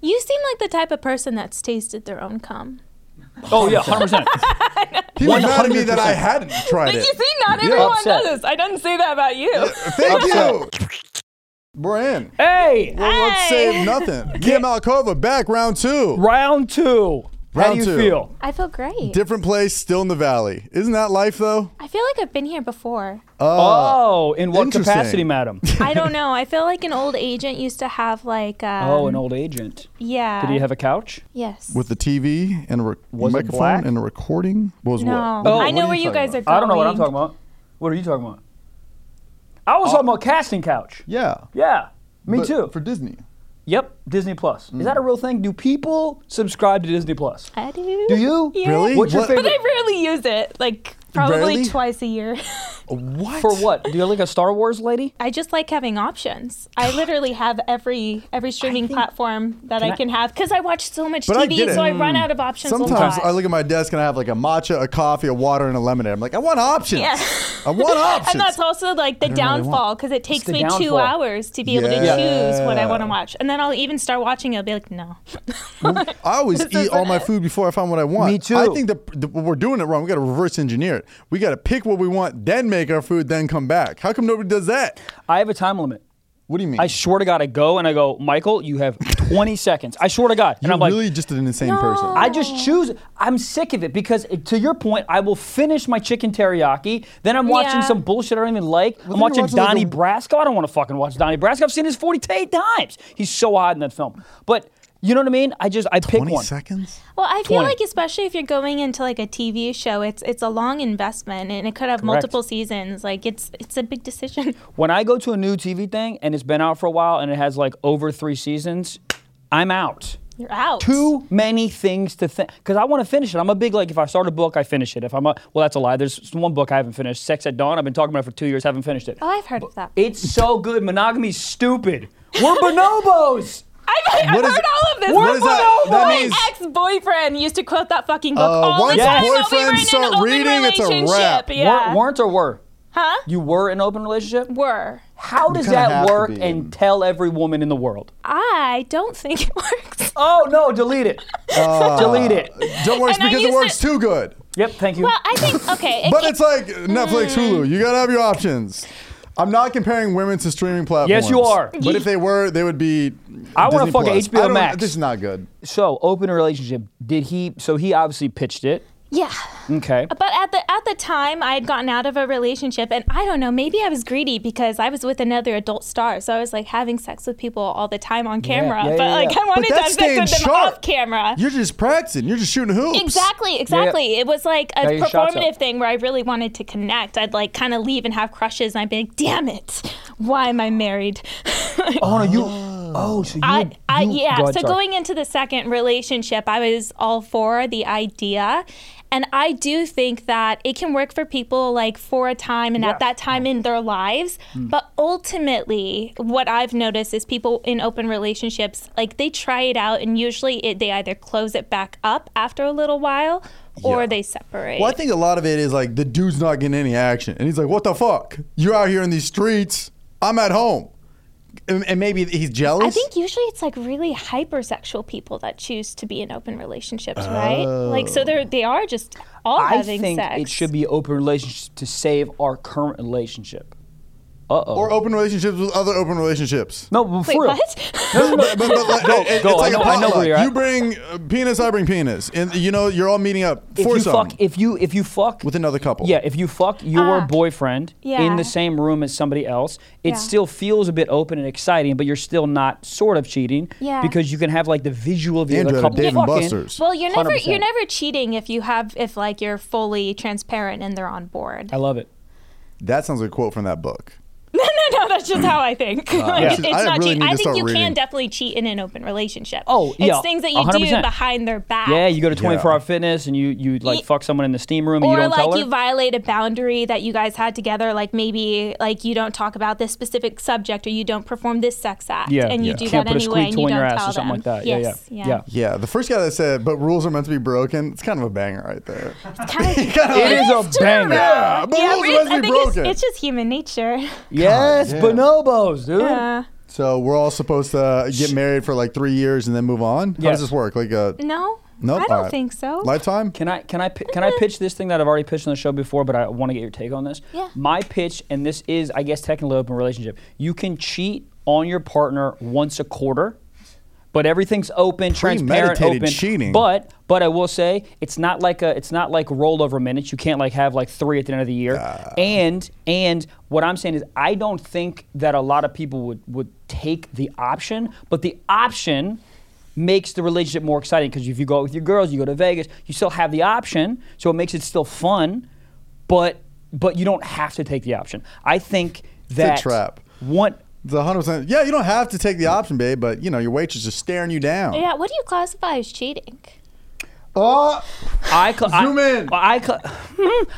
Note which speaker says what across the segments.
Speaker 1: You seem like the type of person that's tasted their own cum.
Speaker 2: Oh yeah, hundred percent.
Speaker 3: He was mad at me that I hadn't tried
Speaker 1: Like you
Speaker 3: it. Uh,
Speaker 1: see, not everyone
Speaker 2: Upset.
Speaker 1: does this. I didn't say that about you.
Speaker 3: Thank you. We're in.
Speaker 2: Hey,
Speaker 3: Let's
Speaker 1: Hey.
Speaker 3: save nothing. Kim Alcova back round two.
Speaker 2: round two. How
Speaker 3: Round
Speaker 2: do you
Speaker 3: two.
Speaker 2: feel?
Speaker 1: I feel great.
Speaker 3: Different place, still in the valley. Isn't that life though? Uh,
Speaker 1: I feel like I've been here before.
Speaker 2: Oh, in what
Speaker 3: interesting.
Speaker 2: capacity, madam?
Speaker 1: I don't know. I feel like an old agent used to have like. Um,
Speaker 2: oh, an old agent.
Speaker 1: Yeah.
Speaker 2: Did he have a couch?
Speaker 1: Yes.
Speaker 3: With the TV and a re-
Speaker 2: Was it
Speaker 3: microphone
Speaker 2: black?
Speaker 3: and a recording was
Speaker 1: no.
Speaker 3: what?
Speaker 2: Oh,
Speaker 1: I know
Speaker 3: what are
Speaker 1: where
Speaker 3: you
Speaker 1: you guys
Speaker 3: talking
Speaker 1: are going.
Speaker 2: I don't know what I'm talking about. What are you talking about? I was talking about casting couch.
Speaker 3: Yeah.
Speaker 2: Yeah, me
Speaker 3: Uh, but
Speaker 2: too.
Speaker 3: For Mm. Disney.
Speaker 2: yep, Disney Plus. Is that a real thing? Do people subscribe to Disney Plus?
Speaker 1: I do.
Speaker 2: Do you?
Speaker 1: Yeah.
Speaker 3: Really?
Speaker 2: What's your
Speaker 3: What-
Speaker 1: But
Speaker 2: favorite?
Speaker 1: I rarely use it. Like probably
Speaker 3: Rarely? Oh.
Speaker 1: twice a year.
Speaker 3: What?
Speaker 2: For what? Do you like a Star Wars lady?
Speaker 1: I just like having options. I literally have every every streaming platform that I can have because I watch so much
Speaker 3: But I
Speaker 1: TV,
Speaker 3: get it.
Speaker 1: so I run out of options a
Speaker 3: Sometimes
Speaker 1: lot.
Speaker 3: I look at my desk and I have like a matcha, a coffee, a water, and a lemonade. I'm like, I want options.
Speaker 1: Yeah.
Speaker 3: I want options.
Speaker 1: and that's also like the
Speaker 3: don't really
Speaker 1: downfall because it takes
Speaker 2: the
Speaker 1: me two
Speaker 2: downfall.
Speaker 1: hours to be able to
Speaker 3: Yeah.
Speaker 1: choose what I want to watch, and then I'll even start watching. it. I'll be like, no.
Speaker 3: I always eat all my food before I find what I want.
Speaker 2: Me too.
Speaker 3: I think that that we're doing it wrong. We got to reverse engineer it. We got to pick what we want, then make our food, then come back. How come nobody does that?
Speaker 2: I have a time limit.
Speaker 3: What do you mean?
Speaker 2: I swear to God, I go and I go, Michael, you have 20 seconds. I swear to God. And
Speaker 3: You're
Speaker 2: I'm like,
Speaker 3: really just an insane person.
Speaker 2: I just choose. I'm sick of it because, uh, to your point, I will finish my chicken teriyaki. Then I'm watching
Speaker 1: Yeah.
Speaker 2: some bullshit I don't even like. I'm
Speaker 3: then
Speaker 2: watching
Speaker 3: you're watching, like,
Speaker 2: Donnie
Speaker 3: a-
Speaker 2: Brasco. I don't want to fucking watch Donnie Brasco. I've seen his 48 times. He's so odd in that film. But you know what I mean? I just I pick
Speaker 3: 20
Speaker 2: one.
Speaker 3: seconds?
Speaker 1: Well, I feel
Speaker 2: 20.
Speaker 1: like especially if you're going into like a TV show, it's it's a long investment and it could have
Speaker 2: Correct.
Speaker 1: multiple seasons. Like it's it's a big decision.
Speaker 2: When I go to a new TV thing and it's been out for a while and it has like over three seasons, I'm out.
Speaker 1: You're out.
Speaker 2: too many things to think because I want to finish it. I'm a big like if I start a book, I finish it. If I'm a well, that's a lie. There's one book I haven't finished. Sex at Dawn. I've been talking about it for two years. Haven't finished it.
Speaker 1: Oh, I've heard of that.
Speaker 2: It's so good. Monogamy's stupid. We're bonobos.
Speaker 1: I've, I've
Speaker 3: What
Speaker 1: heard
Speaker 3: is it-
Speaker 1: all of this.
Speaker 3: what is that-
Speaker 1: My
Speaker 3: that means-
Speaker 1: ex-boyfriend used to quote that fucking book
Speaker 3: Uh,
Speaker 1: all the
Speaker 3: once
Speaker 1: time.
Speaker 3: boyfriends
Speaker 1: They'll be right in
Speaker 3: start
Speaker 1: an open
Speaker 3: reading, it's a
Speaker 1: relationship.
Speaker 3: wrap.
Speaker 1: Yeah.
Speaker 2: Wer- weren't or were?
Speaker 1: huh?
Speaker 2: You were in an open relationship.
Speaker 1: Were.
Speaker 2: How does
Speaker 3: kinda have
Speaker 2: that
Speaker 3: to
Speaker 2: work?
Speaker 3: be in-
Speaker 2: And tell every woman in the world.
Speaker 1: I don't think it works.
Speaker 2: Oh no! Delete it.
Speaker 3: Uh,
Speaker 2: delete it.
Speaker 3: Don't work
Speaker 1: And I
Speaker 3: because it
Speaker 1: used
Speaker 3: works
Speaker 1: to-
Speaker 3: too good.
Speaker 2: Yep. Thank you.
Speaker 1: Well, I Mm. think okay. It
Speaker 3: But
Speaker 1: can-
Speaker 3: it's like Netflix, Hulu. You got to have your options. I'm not comparing women to streaming platforms.
Speaker 2: Yes, you are.
Speaker 3: But if they were, they would be.
Speaker 2: I wanna
Speaker 3: Disney
Speaker 2: fuck a
Speaker 3: Plus.
Speaker 2: HBO
Speaker 3: I don't-
Speaker 2: Max.
Speaker 3: This is not good.
Speaker 2: so open relationship. Did he? So he obviously pitched it.
Speaker 1: yeah.
Speaker 2: Okay.
Speaker 1: But at the at the time, I had gotten out of a relationship, and I don't know. Maybe I was greedy because I was with another adult star, so I was like having sex with people all the time on camera.
Speaker 2: yeah,
Speaker 1: but
Speaker 2: yeah,
Speaker 1: like
Speaker 2: yeah.
Speaker 1: I wanted to
Speaker 3: that's
Speaker 1: have sex
Speaker 3: staying
Speaker 1: with them
Speaker 3: sharp.
Speaker 1: off camera.
Speaker 3: You're just practicing. You're just shooting hoops.
Speaker 1: Exactly, exactly. It was like a
Speaker 2: Got your shots up.
Speaker 1: performative thing where I really wanted to connect. I'd like kind of leave and have crushes, and I'd be like, "Damn it, why am I married?"
Speaker 2: Oh no, you. Oh, so you.
Speaker 1: I, I
Speaker 2: you-
Speaker 1: yeah.
Speaker 2: go ahead,
Speaker 1: so
Speaker 2: sorry.
Speaker 1: going into the second relationship, I was all for the idea. And I do think that it can work for people like for a time and
Speaker 2: Yes.
Speaker 1: at that time in their lives.
Speaker 2: Mm.
Speaker 1: But ultimately, what I've noticed is people in open relationships, like they try it out and usually it, they either close it back up after a little while or
Speaker 3: Yeah.
Speaker 1: they separate.
Speaker 3: Well, I think a lot of it is like the dude's not getting any action, and he's like, "What the fuck? You're out here in these streets. I'm at home." And, and maybe he's jealous.
Speaker 1: I think usually it's like really hypersexual people that choose to be in open relationships, right? Like so they're they are just all
Speaker 2: Oh. I
Speaker 1: having
Speaker 2: think
Speaker 1: sex.
Speaker 2: it should be open relationship to save our current relationship. Uh oh.
Speaker 3: or open relationships with other open relationships.
Speaker 2: no, but for
Speaker 1: Wait,
Speaker 2: real.
Speaker 1: what?
Speaker 2: No, no, no.
Speaker 3: But, but like,
Speaker 2: Go,
Speaker 3: it- it-
Speaker 2: go.
Speaker 3: it's like
Speaker 2: I know-
Speaker 3: a
Speaker 2: I know where
Speaker 3: potluck.
Speaker 2: you're at.
Speaker 3: You bring uh, penis, I bring penis, and you know you're all meeting up
Speaker 2: if
Speaker 3: for
Speaker 2: you
Speaker 3: something.
Speaker 2: fuck, if you if you fuck
Speaker 3: With another couple.
Speaker 2: Yeah, if you fuck your
Speaker 1: Ah.
Speaker 2: boyfriend in
Speaker 1: Yeah.
Speaker 2: the same room as somebody else, it
Speaker 1: Yeah.
Speaker 2: still feels a bit open and exciting, but you're still not sort of cheating.
Speaker 1: Yeah.
Speaker 2: Because you can have like the visual view of
Speaker 3: Andrew
Speaker 2: the
Speaker 3: out of
Speaker 2: couple
Speaker 3: Dave and
Speaker 2: fucking.
Speaker 3: Buster's.
Speaker 1: Well, you're never
Speaker 2: 100%.
Speaker 1: you're never cheating if you have if like you're fully transparent and they're on board.
Speaker 2: I love it.
Speaker 3: that sounds like a quote from that book.
Speaker 1: no, no, no. That's just how I think.
Speaker 2: Uh,
Speaker 1: Like,
Speaker 3: yeah.
Speaker 1: It's
Speaker 3: I
Speaker 1: not
Speaker 3: really
Speaker 1: cheating.
Speaker 3: need to
Speaker 1: I think
Speaker 3: start
Speaker 1: you
Speaker 3: reading.
Speaker 1: can definitely cheat in an open relationship.
Speaker 2: Oh,
Speaker 1: it's
Speaker 2: yeah,
Speaker 1: things that you do
Speaker 2: 100%.
Speaker 1: behind their back.
Speaker 2: Yeah, you go to 24
Speaker 3: Yeah.
Speaker 2: hour fitness and you you like
Speaker 1: Ye-
Speaker 2: fuck someone in the steam room and
Speaker 1: or
Speaker 2: you don't
Speaker 1: like
Speaker 2: tell her.
Speaker 1: you violate a boundary that you guys had together like maybe like you don't talk about this specific subject or you don't perform this sex act
Speaker 2: Yeah.
Speaker 1: and you
Speaker 2: Yeah.
Speaker 1: do
Speaker 2: Can't
Speaker 1: that
Speaker 2: put a
Speaker 1: anyway
Speaker 2: squeak
Speaker 1: and
Speaker 2: toy
Speaker 1: you
Speaker 2: in your
Speaker 1: don't
Speaker 2: ass
Speaker 1: tell
Speaker 2: or something
Speaker 1: them.
Speaker 2: like that. Yeah,
Speaker 1: yes,
Speaker 2: yeah.
Speaker 1: yeah
Speaker 2: Yeah.
Speaker 3: Yeah, the first guy that said, "But rules are meant to be broken." It's kind of a banger right there.
Speaker 1: Kind of-
Speaker 2: It is a banger.
Speaker 3: Yeah, but
Speaker 1: Yeah,
Speaker 3: rules
Speaker 1: but
Speaker 3: are
Speaker 1: it's-
Speaker 3: meant
Speaker 1: I
Speaker 3: to be
Speaker 1: think it's,
Speaker 3: broken.
Speaker 1: it's just human nature.
Speaker 2: Yes,
Speaker 3: damn.
Speaker 2: bonobos, dude.
Speaker 1: Yeah.
Speaker 3: So we're all supposed to get married for like three years and then move on. How
Speaker 2: Yes.
Speaker 3: does this work? Like a
Speaker 1: No,
Speaker 3: no,
Speaker 1: I
Speaker 3: All
Speaker 1: don't
Speaker 3: right.
Speaker 1: think so.
Speaker 3: Lifetime.
Speaker 2: Can I can I pi- can I pitch this thing that I've already pitched on the show before, but I want to get your take on this.
Speaker 1: Yeah.
Speaker 2: My pitch, and this is, I guess, technically open relationship. You can cheat on your partner once a quarter, but everything's open, transparent,
Speaker 3: Premeditated
Speaker 2: open.
Speaker 3: cheating.
Speaker 2: But but I will say it's not like a it's not like rollover minutes. You can't like have like three at the end of the year. and and what I'm saying is I don't think that a lot of people would would take the option, but the option makes the relationship more exciting because if you go out with your girls, you go to Vegas, you still have the option, so it makes it still fun, but but you don't have to take the option. I think that
Speaker 3: trap.
Speaker 2: One,
Speaker 3: It's hundred percent. Yeah, you don't have to take the option, babe, but you know your waitress is staring you down.
Speaker 1: yeah, what do you classify as cheating?
Speaker 3: Oh,
Speaker 2: I cl-
Speaker 3: Zoom
Speaker 2: I,
Speaker 3: in.
Speaker 2: I cl-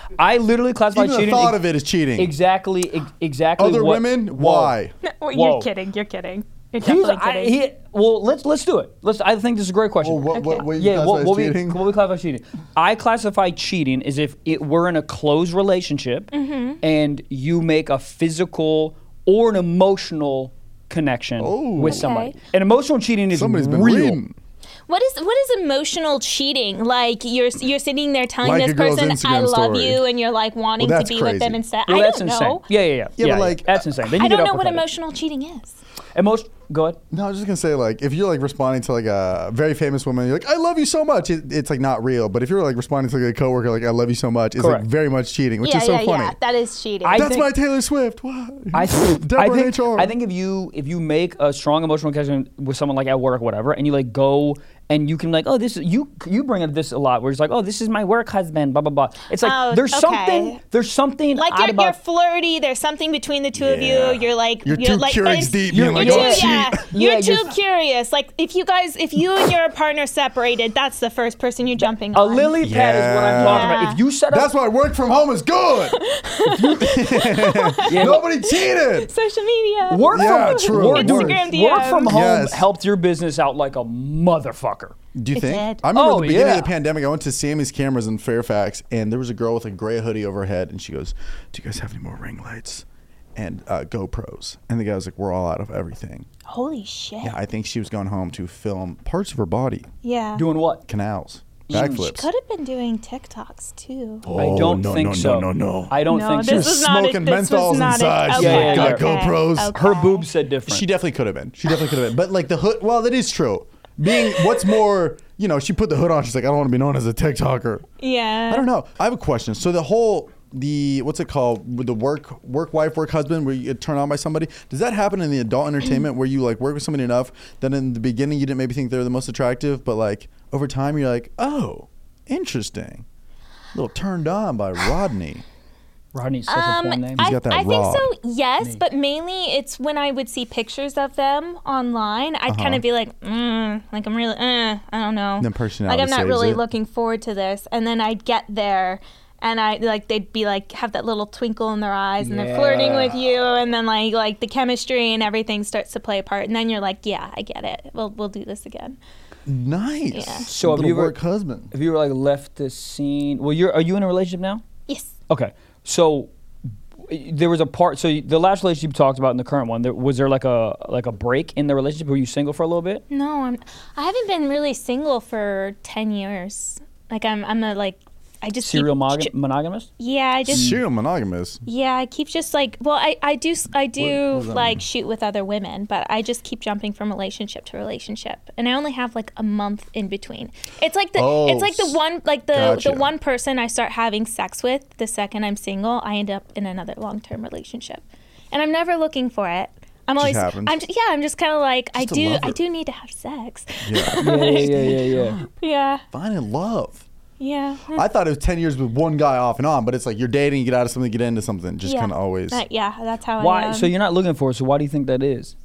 Speaker 2: I literally classify
Speaker 3: even the
Speaker 2: cheating.
Speaker 3: thought of it is cheating.
Speaker 2: Exactly. ex- Exactly.
Speaker 3: Other
Speaker 2: what-
Speaker 3: women,
Speaker 2: Whoa.
Speaker 3: why?
Speaker 1: Well,
Speaker 2: Whoa.
Speaker 1: You're kidding. You're kidding. You're
Speaker 2: He's,
Speaker 1: definitely
Speaker 2: I,
Speaker 1: kidding.
Speaker 2: he, well, let's let's do it. Let's. I think this is a great question.
Speaker 3: Well, Oh, what- what- what you
Speaker 2: yeah.
Speaker 3: classify
Speaker 2: What,
Speaker 3: as
Speaker 2: what, we,
Speaker 3: cheating?
Speaker 2: what we classify as cheating? I classify cheating as if it we're in a closed relationship
Speaker 1: Mm-hmm.
Speaker 2: and you make a physical or an emotional connection with somebody.
Speaker 1: Okay.
Speaker 2: And emotional cheating is
Speaker 3: Oh. Somebody's been
Speaker 2: real.
Speaker 3: reading.
Speaker 1: What is what is emotional cheating? Like you're you're sitting there telling
Speaker 3: Like a
Speaker 1: this
Speaker 3: girl's
Speaker 1: person
Speaker 3: Instagram
Speaker 1: I love
Speaker 3: story.
Speaker 1: you, and you're like wanting
Speaker 3: Well,
Speaker 1: to
Speaker 3: that's
Speaker 1: be with them
Speaker 3: crazy.
Speaker 1: instead.
Speaker 2: Well,
Speaker 1: I
Speaker 2: that's
Speaker 1: don't
Speaker 2: insane.
Speaker 1: know.
Speaker 2: Yeah, yeah, yeah.
Speaker 3: Yeah, but like,
Speaker 2: that's insane. Then you
Speaker 1: I
Speaker 2: get
Speaker 1: don't know what
Speaker 2: uppercutted.
Speaker 1: emotional cheating is.
Speaker 2: Emotion. Go ahead.
Speaker 3: No, I was just gonna say like if you're like responding to like a very famous woman, you're like, "I love you so much." It, it's like not real, but if you're like responding to like a coworker, like "I love you so much," it's
Speaker 2: Correct.
Speaker 3: like very much cheating, which
Speaker 1: yeah,
Speaker 3: is so
Speaker 1: yeah,
Speaker 3: funny.
Speaker 1: yeah. That is cheating.
Speaker 2: I-
Speaker 3: That's
Speaker 2: think-
Speaker 3: my Taylor Swift. What?
Speaker 2: I, th- I
Speaker 3: Deborah
Speaker 2: think
Speaker 3: HR.
Speaker 2: I think if you if you make a strong emotional connection with someone like at work or whatever, and you like go and you can like oh this is, you you bring up this a lot where it's like oh this is my work husband blah blah blah. It's like
Speaker 1: Oh,
Speaker 2: there's
Speaker 1: okay.
Speaker 2: something there's something
Speaker 1: like
Speaker 2: odd
Speaker 1: you're,
Speaker 2: about
Speaker 1: you're flirty. There's something between the two
Speaker 3: Yeah.
Speaker 1: of you. You're like
Speaker 3: You're two
Speaker 1: like,
Speaker 3: Keurigs
Speaker 1: it's-
Speaker 3: deep, "Oh,
Speaker 1: You're,
Speaker 2: you're like,
Speaker 1: too
Speaker 2: "Don't cheat."
Speaker 1: yeah.
Speaker 2: Yeah,
Speaker 1: You're too
Speaker 2: you're-
Speaker 1: curious. Like if you guys, if you and your partner separated, that's the first person you're jumping
Speaker 2: a
Speaker 1: on.
Speaker 2: lily pad is what I'm talking
Speaker 1: Yeah.
Speaker 2: about. If you set up
Speaker 3: That's why work from home is good.
Speaker 2: yeah, but
Speaker 3: Nobody cheated.
Speaker 1: Social media.
Speaker 2: work
Speaker 3: Yeah,
Speaker 2: from
Speaker 3: true.
Speaker 2: work,
Speaker 3: Instagram
Speaker 2: work
Speaker 1: DMs.
Speaker 2: from home
Speaker 3: Yes.
Speaker 2: helped your business out like a motherfucker.
Speaker 3: Do you
Speaker 1: It
Speaker 3: think?
Speaker 1: did.
Speaker 3: I remember
Speaker 2: Oh,
Speaker 3: at the beginning
Speaker 2: yeah.
Speaker 3: of the pandemic, I went to Sammy's Cameras in Fairfax, and there was a girl with a gray hoodie over her head, and she goes, "Do you guys have any more ring lights and uh, GoPros?" And the guy was like, "We're all out of everything."
Speaker 1: Holy shit.
Speaker 3: I think she was going home to film parts of her body,
Speaker 1: Yeah.
Speaker 2: Doing what?
Speaker 3: canals,
Speaker 1: She
Speaker 3: backflips.
Speaker 1: could have been doing TikToks too.
Speaker 2: I don't
Speaker 3: Oh, no,
Speaker 2: think
Speaker 3: no,
Speaker 2: so.
Speaker 3: no, no, no.
Speaker 2: I don't think so.
Speaker 1: this is not
Speaker 3: smoking
Speaker 1: it. This
Speaker 3: menthols
Speaker 1: was not It.
Speaker 3: inside. She's
Speaker 1: Okay.
Speaker 2: like, "Got
Speaker 1: okay,
Speaker 3: GoPros."
Speaker 1: okay.
Speaker 2: Her boobs said different.
Speaker 3: She definitely could have been. She definitely could have been. But like the hood, well, that is true. Being what's more, you know, she put the hood on. She's like, I don't want to be known as a TikToker.
Speaker 1: Yeah.
Speaker 3: I don't know. I have a question. So the whole the what's it called with the work work wife work husband where you get turned on by somebody does that happen in the adult entertainment where you like work with somebody enough that in the beginning you didn't maybe think they were the most attractive but like over time you're like oh interesting a little turned on by Rodney
Speaker 2: Rodney's such a porn name.
Speaker 1: Um, I,
Speaker 3: got that
Speaker 1: I think
Speaker 3: rod.
Speaker 1: so, yes, but mainly it's when I would see pictures of them online, I'd kind of be like, mm, like I'm really, uh, I don't know.
Speaker 3: Uh-huh. Then personality
Speaker 1: Like I'm not
Speaker 3: saves
Speaker 1: really
Speaker 3: it.
Speaker 1: looking forward to this. And then I'd get there and I like they'd be like have that little twinkle in their eyes and they're flirting with you and then like like the chemistry and everything starts to play a part and then you're like, yeah, I get it. We'll we'll do this again.
Speaker 3: nice
Speaker 1: Yeah.
Speaker 2: So have
Speaker 3: little
Speaker 2: you ever-
Speaker 3: work husband
Speaker 2: if you were like left the scene, well, you're are you in a relationship now?
Speaker 1: Yes.
Speaker 2: Okay, so there was a part. So the last relationship you talked about, and the current one, there, was there like a like a break in the relationship? Were you single for a little bit?
Speaker 1: No, I'm. I haven't been really single for ten years. Like I'm. I'm a like. I just
Speaker 2: Serial
Speaker 1: keep,
Speaker 2: monog-
Speaker 1: ju-
Speaker 2: monogamous?
Speaker 1: Yeah, I just.
Speaker 3: serial monogamous
Speaker 1: Yeah, I keep just like. Well, I I do s- I do
Speaker 3: does that
Speaker 1: like shoot with other women, but I just keep jumping from relationship to relationship, and I only have like a month in between. It's like the.
Speaker 3: Oh,
Speaker 1: it's like the
Speaker 3: s-
Speaker 1: one like the
Speaker 3: gotcha.
Speaker 1: the one person I start having sex with. The second I'm single, I end up in another long term relationship, and I'm never looking for it. I'm always.
Speaker 3: happens.
Speaker 1: I'm just, yeah. I'm just kind of like I
Speaker 3: Just a
Speaker 1: do. I
Speaker 3: lover.
Speaker 1: do need to have sex.
Speaker 2: yeah, yeah, yeah, yeah.
Speaker 1: Yeah.
Speaker 3: finding love
Speaker 1: Yeah.
Speaker 3: I thought it was 10 years with one guy off and on but it's like you're dating you get out of something get into something just
Speaker 1: yeah.
Speaker 3: kind of always
Speaker 1: Uh, yeah, that's how I
Speaker 2: Why?
Speaker 1: am.
Speaker 2: So you're not looking for it. So why do you think that is?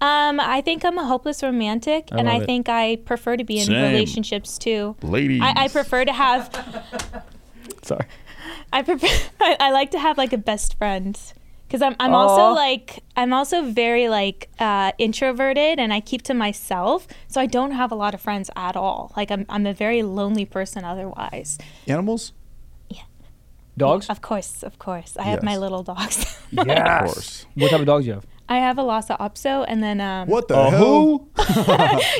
Speaker 1: um, I think I'm a hopeless romantic, and I
Speaker 2: love it.
Speaker 1: think I prefer to be in
Speaker 3: Same.
Speaker 1: relationships too.
Speaker 3: ladies
Speaker 1: I, I prefer to have.
Speaker 2: Sorry.
Speaker 1: I prefer. I, I like to have like a best friend. Because I'm, I'm also
Speaker 2: Aw.
Speaker 1: like I'm also very like uh, introverted and I keep to myself, so I don't have a lot of friends at all. Like I'm, I'm a very lonely person otherwise.
Speaker 3: animals
Speaker 2: Dogs?
Speaker 1: Of course, of course, I have my
Speaker 3: Yes.
Speaker 1: little dogs.
Speaker 2: Yes.
Speaker 3: course.
Speaker 2: What type of dogs do you have?
Speaker 1: I have a Lhasa Opso, and then um,
Speaker 3: What the
Speaker 2: Uh,
Speaker 3: hell?
Speaker 2: who?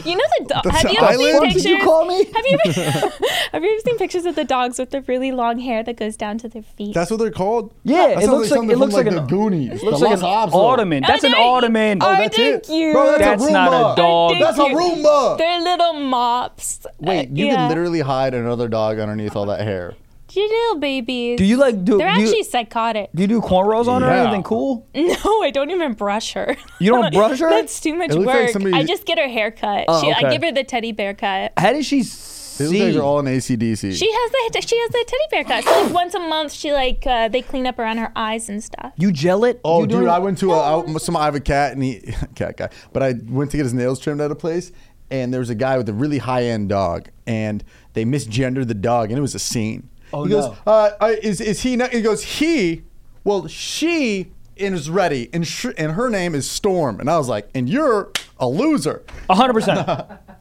Speaker 1: You know the dog.
Speaker 3: That's
Speaker 1: Have
Speaker 3: an
Speaker 1: you ever seen
Speaker 3: island?
Speaker 1: pictures?
Speaker 3: Did you call me?
Speaker 1: Have you ever, have you ever seen pictures of the dogs with the really long hair that goes down to their feet?
Speaker 3: That's what they're called.
Speaker 2: Yeah,
Speaker 3: That
Speaker 2: it
Speaker 3: sounds
Speaker 2: looks like-
Speaker 3: something
Speaker 2: it
Speaker 3: from,
Speaker 2: looks like an-
Speaker 3: the Goonies.
Speaker 2: It looks
Speaker 4: The
Speaker 2: like an
Speaker 4: Lhasa Apso.
Speaker 2: ottoman. That's an
Speaker 1: there you-
Speaker 2: ottoman.
Speaker 1: Oh,
Speaker 3: That's
Speaker 1: They're
Speaker 3: it,
Speaker 1: cute.
Speaker 3: bro. That's,
Speaker 2: That's
Speaker 3: a Roomba.
Speaker 2: not a dog.
Speaker 1: They're
Speaker 3: That's a
Speaker 1: cute.
Speaker 3: Roomba.
Speaker 1: Oh, They're little mops. Uh,
Speaker 4: Wait, you
Speaker 1: yeah.
Speaker 4: can literally hide another dog underneath all that hair.
Speaker 1: You're little babies.
Speaker 2: do you like do
Speaker 1: They're
Speaker 2: do you,
Speaker 1: actually psychotic.
Speaker 2: do you do cornrows on her or
Speaker 4: Yeah.
Speaker 2: anything cool?
Speaker 1: No, I don't even brush her.
Speaker 2: You don't brush her?
Speaker 1: That's too much
Speaker 3: It looks
Speaker 1: work.
Speaker 3: like somebody-
Speaker 1: I just get her hair cut. she,
Speaker 2: okay.
Speaker 1: I give her the teddy bear cut.
Speaker 2: How does she
Speaker 3: These
Speaker 2: see?
Speaker 3: guys are all in ACDC.
Speaker 1: She has the she has the teddy bear cut. So like once a month, she like uh, they clean up around her eyes and stuff.
Speaker 2: you gel it?
Speaker 3: Oh,
Speaker 2: you do
Speaker 3: dude,
Speaker 2: it?
Speaker 3: I went to a, I, some. I have a cat and he cat guy, but I went to get his nails trimmed at a place, and there was a guy with a really high end dog, and they misgendered the dog, and it was a scene.
Speaker 2: Oh,
Speaker 3: he
Speaker 2: no.
Speaker 3: goes, uh, uh, "Is is he?" Not, he goes, "He." Well, she is ready, and sh- and her name is Storm, and I was like, "And you're a loser."
Speaker 2: A hundred percent.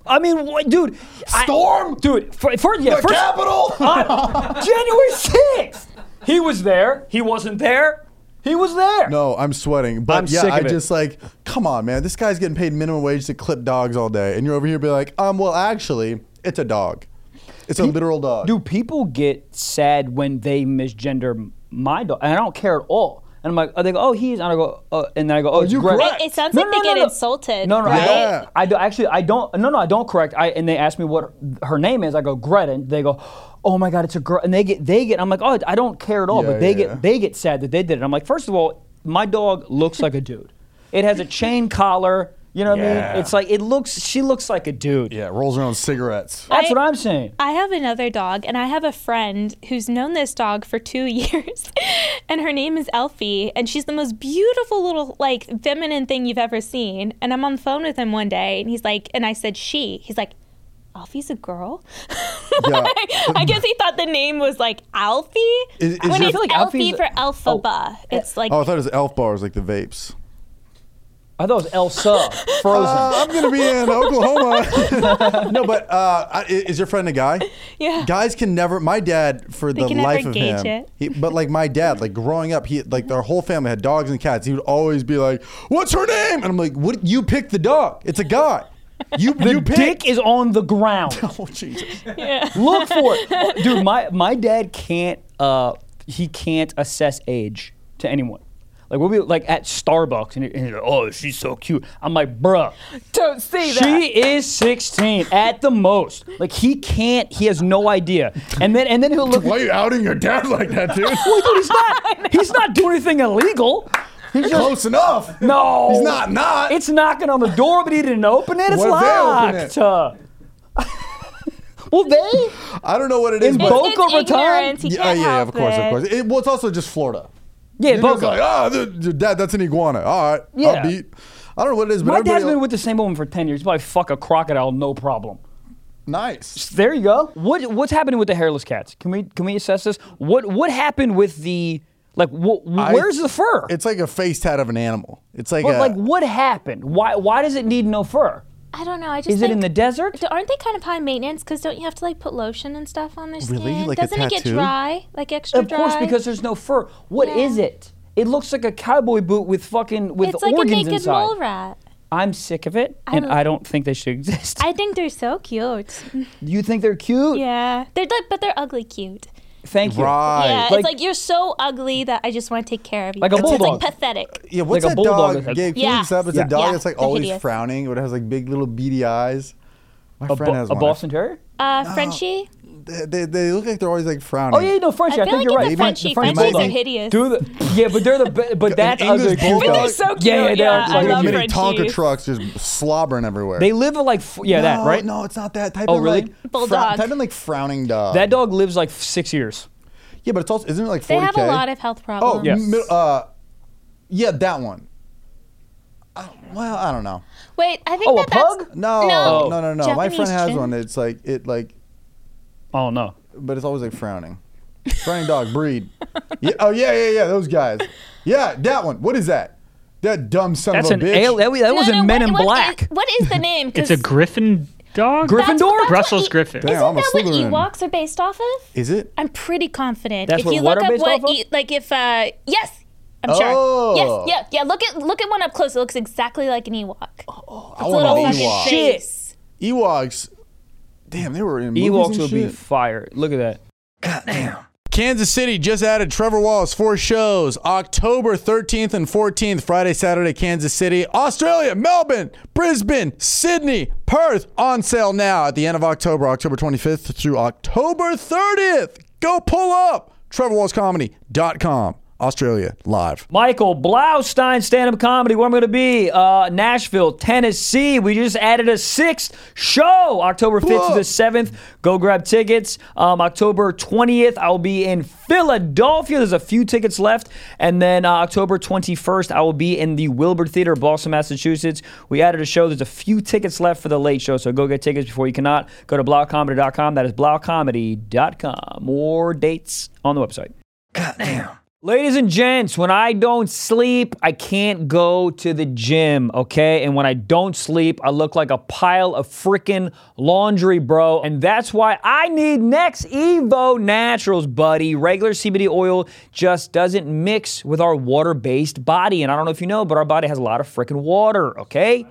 Speaker 2: I mean, what, dude. I-
Speaker 3: Storm?
Speaker 2: dude, for, for, yeah,
Speaker 3: The
Speaker 2: first,
Speaker 3: capital?
Speaker 2: on January sixth, he was there. He wasn't there. He was there.
Speaker 3: No, I'm sweating. But
Speaker 2: I'm
Speaker 3: yeah,
Speaker 2: sick
Speaker 3: I
Speaker 2: of it.
Speaker 3: just like, come on, man. This guy's getting paid minimum wage to clip dogs all day, and you're over here be like, um, well, actually, it's a dog. It's a literal dog.
Speaker 2: Do people get sad when they misgender my dog? And I don't care at all. And I'm like, oh, they go, oh, he's. And I go, uh, and then I go, oh, it's
Speaker 3: you
Speaker 2: Greg.
Speaker 3: correct.
Speaker 1: It sounds
Speaker 2: No,
Speaker 1: like
Speaker 2: no,
Speaker 1: they
Speaker 2: no,
Speaker 1: get
Speaker 2: no.
Speaker 1: insulted.
Speaker 2: No, no,
Speaker 1: right?
Speaker 2: I
Speaker 3: Yeah.
Speaker 2: don't. I don't actually. I don't. No, no, I don't correct. I and they ask me what her name is. I go Greta, and they go, "Oh my God, it's a girl." And they get, they get. I'm like, "Oh, I don't care at all."
Speaker 3: Yeah,
Speaker 2: but they
Speaker 3: yeah.
Speaker 2: get, they get sad that they did it. I'm like, first of all, my dog looks like a dude. It has a chain collar. You know what I
Speaker 3: Yeah.
Speaker 2: mean? It's like it looks. She looks like a dude.
Speaker 3: yeah, rolls around cigarettes.
Speaker 2: That's
Speaker 1: I-
Speaker 2: what I'm saying.
Speaker 1: I have another dog, and I have a friend who's known this dog for two years, and her name is Elfie, and she's the most beautiful little like feminine thing you've ever seen. And I'm on the phone with him one day, and he's like, and I said she, he's like, Alfie's a girl.
Speaker 3: Yeah.
Speaker 1: I guess he thought the name was like Alfie.
Speaker 3: Is- is
Speaker 1: when
Speaker 3: your- I
Speaker 1: it's
Speaker 2: feel like
Speaker 1: Alfie
Speaker 2: Alfie's-
Speaker 1: for Alphaba. It's like
Speaker 3: Oh, I thought it was elf bars like the vapes.
Speaker 2: I thought it was Elsa Frozen.
Speaker 3: Uh, I'm gonna be in Oklahoma. no, but uh, I- i- is your friend a guy?
Speaker 1: Yeah.
Speaker 3: Guys can never. My dad, for the
Speaker 1: can never
Speaker 3: life of
Speaker 1: gauge
Speaker 3: him,
Speaker 1: it.
Speaker 3: he- but like my dad, like growing up, he like their whole family had dogs and cats. He would always be like, "What's her name?" And I'm like, "What? You picked the dog. It's a guy. You you picked."
Speaker 2: Dick is on the ground.
Speaker 3: Oh Jesus.
Speaker 2: Look for it, dude. My my dad can't uh he can't assess age to anyone. Like we'll be like at Starbucks and, he- and he's like, oh she's so cute. I'm like, bruh,
Speaker 1: don't say
Speaker 2: she is 16 at the most. Like he can't, he has no idea. And then and then he'll look.
Speaker 3: Why are you outing your dad like that, dude?
Speaker 2: Well, dude, he's not he's not doing anything illegal. He's just
Speaker 3: Close enough.
Speaker 2: no.
Speaker 3: He's not not.
Speaker 2: It's knocking on the door, but he didn't open it. It's
Speaker 3: What if
Speaker 2: locked.
Speaker 3: they
Speaker 2: Uh, well, they.
Speaker 3: I don't know what it is,
Speaker 2: In
Speaker 3: but
Speaker 2: Boca
Speaker 1: it's
Speaker 2: Raton?
Speaker 1: ignorance. He
Speaker 3: yeah,
Speaker 1: can't
Speaker 3: yeah,
Speaker 1: help
Speaker 3: of course,
Speaker 1: it.
Speaker 3: of course. It, well, it's also just Florida.
Speaker 2: Yeah,
Speaker 3: You're
Speaker 2: Boca.
Speaker 3: just like, ah, th- th- dad, that's an iguana. All right,
Speaker 2: Yeah.
Speaker 3: I'll beat. I don't know what it is, but
Speaker 2: My
Speaker 3: everybody
Speaker 2: dad's been
Speaker 3: el-
Speaker 2: with the same woman for ten years. He'd probably fuck a crocodile, no problem.
Speaker 3: nice.
Speaker 2: There you go. What what's happening with the hairless cats? Can we can we assess this? What what happened with the like? Wh-
Speaker 3: I-
Speaker 2: where's the fur?
Speaker 3: It's like a face tat of an animal. It's like uh,
Speaker 2: but
Speaker 3: a,
Speaker 2: like what happened? Why why does it need no fur?
Speaker 1: I don't know. I just
Speaker 2: Is it in
Speaker 1: think-
Speaker 2: the desert?
Speaker 1: D- Aren't they kind of high maintenance? Because don't you have to like put lotion and stuff on their skin?
Speaker 3: Really? Like a
Speaker 1: Doesn't it get
Speaker 3: tattoo?
Speaker 1: dry? Like extra
Speaker 2: Of
Speaker 1: dry?
Speaker 2: course, because there's no fur. What is
Speaker 1: Yeah.
Speaker 2: it? It looks like a cowboy boot with fucking with
Speaker 1: it's like a
Speaker 2: organs
Speaker 1: naked
Speaker 2: inside.
Speaker 1: mole rat.
Speaker 2: I'm sick of it, and
Speaker 1: don't-
Speaker 2: I don't think they should exist.
Speaker 1: I think they're so cute.
Speaker 2: you think they're cute?
Speaker 1: Yeah, they're like, but they're ugly cute.
Speaker 2: Thank you.
Speaker 3: right.
Speaker 1: Yeah,
Speaker 2: Like-
Speaker 1: it's like you're so ugly that I just want to take care of you.
Speaker 2: Like a
Speaker 1: It's just,
Speaker 2: bulldog.
Speaker 1: like pathetic.
Speaker 3: Yeah, what's
Speaker 2: like a
Speaker 3: that
Speaker 2: bulldog
Speaker 3: dog?
Speaker 2: is like-
Speaker 3: Gabe, can you
Speaker 1: Yeah.
Speaker 3: look this up? It's
Speaker 2: Yeah.
Speaker 3: a dog
Speaker 1: Yeah,
Speaker 3: that's like
Speaker 1: they're
Speaker 3: always
Speaker 1: hideous.
Speaker 3: frowning. It has like big little beady eyes. My
Speaker 2: A,
Speaker 3: friend
Speaker 2: Bo-
Speaker 3: has
Speaker 2: a
Speaker 3: one.
Speaker 2: Boston Terrier?
Speaker 1: Uh, Frenchie.
Speaker 3: They, they, they look like they're always like frowning.
Speaker 2: Oh yeah, no Frenchie. I,
Speaker 1: I
Speaker 2: think
Speaker 1: feel like it's
Speaker 2: you're right.
Speaker 1: a Frenchie.
Speaker 2: The French
Speaker 1: Frenchies
Speaker 2: bulldog.
Speaker 1: are hideous.
Speaker 2: Do the, yeah, but they're the be- but that's
Speaker 3: English
Speaker 2: other cute
Speaker 3: bulldog. But they're
Speaker 1: so cute,
Speaker 2: Yeah, yeah, they're
Speaker 1: yeah, I
Speaker 2: like-
Speaker 3: like
Speaker 1: love
Speaker 3: mini
Speaker 1: Frenchies.
Speaker 3: Tonka trucks just slobbering everywhere.
Speaker 2: They live like f- yeah
Speaker 3: no,
Speaker 2: that right.
Speaker 3: No, it's not that. Type
Speaker 2: Oh,
Speaker 3: in
Speaker 2: really?
Speaker 3: like
Speaker 1: Bulldog.
Speaker 3: type in like frowning dog.
Speaker 2: That dog lives like f- six years.
Speaker 3: Yeah, but it's also isn't it like 40k?
Speaker 1: They have a lot of health
Speaker 3: Oh,
Speaker 1: problems.
Speaker 2: yeah.
Speaker 3: mid- uh, yeah, that one. I, well, I don't know.
Speaker 1: Wait, I think
Speaker 2: Oh, a
Speaker 1: that that's
Speaker 2: pug?
Speaker 3: No,
Speaker 1: No.
Speaker 3: no, no, no. My
Speaker 1: Japanese
Speaker 3: friend has
Speaker 1: chin.
Speaker 3: one. It's like it like,
Speaker 2: Oh no.
Speaker 3: but it's always like frowning. frowning dog breed. Yeah, oh yeah, yeah, yeah. Those guys. Yeah, that one. What is that? That dumb son
Speaker 2: That's an
Speaker 3: of a bitch.
Speaker 2: al- that, that
Speaker 1: No,
Speaker 2: wasn't
Speaker 1: no,
Speaker 2: Men
Speaker 1: what-
Speaker 2: in
Speaker 1: what is-
Speaker 2: Black.
Speaker 1: what is the name?
Speaker 5: It's
Speaker 1: 'Cause
Speaker 5: a Griffin dog.
Speaker 2: Griffin-
Speaker 1: that's what-
Speaker 2: Gryffindor?
Speaker 1: that's what
Speaker 5: Brussels
Speaker 1: E-
Speaker 5: Griffin.
Speaker 3: Damn,
Speaker 1: Isn't
Speaker 3: I'm a
Speaker 1: that what
Speaker 3: Slytherin.
Speaker 1: Ewoks are based off of?
Speaker 3: Is it?
Speaker 1: I'm pretty confident.
Speaker 2: That's
Speaker 1: if
Speaker 2: what
Speaker 1: you
Speaker 2: what
Speaker 1: look
Speaker 2: are
Speaker 1: up
Speaker 2: based
Speaker 1: what,
Speaker 2: off of?
Speaker 1: e- like if uh, yes, I'm sure. Yes,
Speaker 2: Oh.
Speaker 1: yeah, yeah. Look at look at one up close. It looks exactly like an Ewok. Oh,
Speaker 3: I want an Ewok.
Speaker 2: Shit.
Speaker 1: Face.
Speaker 3: Ewoks. Damn, they were in movies
Speaker 2: Ewoks
Speaker 3: and
Speaker 2: would be
Speaker 3: shit.
Speaker 2: fire. Look at that.
Speaker 3: Kansas City just added Trevor Wallace four shows October 13th and 14th, Friday, Saturday, Kansas City, Australia, Melbourne, Brisbane, Sydney, Perth on sale now at the end of October, October 25th through October 30th. Go pull up trevorwallacecomedy.com, Australia live.
Speaker 2: Michael Blaustein, stand up comedy. Where I'm going to be? Uh, Nashville, Tennessee. We just added a sixth show, October 5th to
Speaker 3: Whoa.
Speaker 2: the 7th. Go grab tickets. Um, October 20th, I'll be in Philadelphia. There's a few tickets left. And then uh, October 21st, I will be in the Wilbur Theater, Boston, Massachusetts. We added a show. There's a few tickets left for the late show, so go get tickets before you cannot. Go to blaucomedy.com. That is blaucomedy.com. More dates on the website. Ladies and gents, when I don't sleep, I can't go to the gym, okay? And when I don't sleep, I look like a pile of freaking laundry, bro. And that's why I need Next Evo Naturals, buddy. Regular CBD oil just doesn't mix with our water based body. And I don't know if you know, but our body has a lot of freaking water, okay?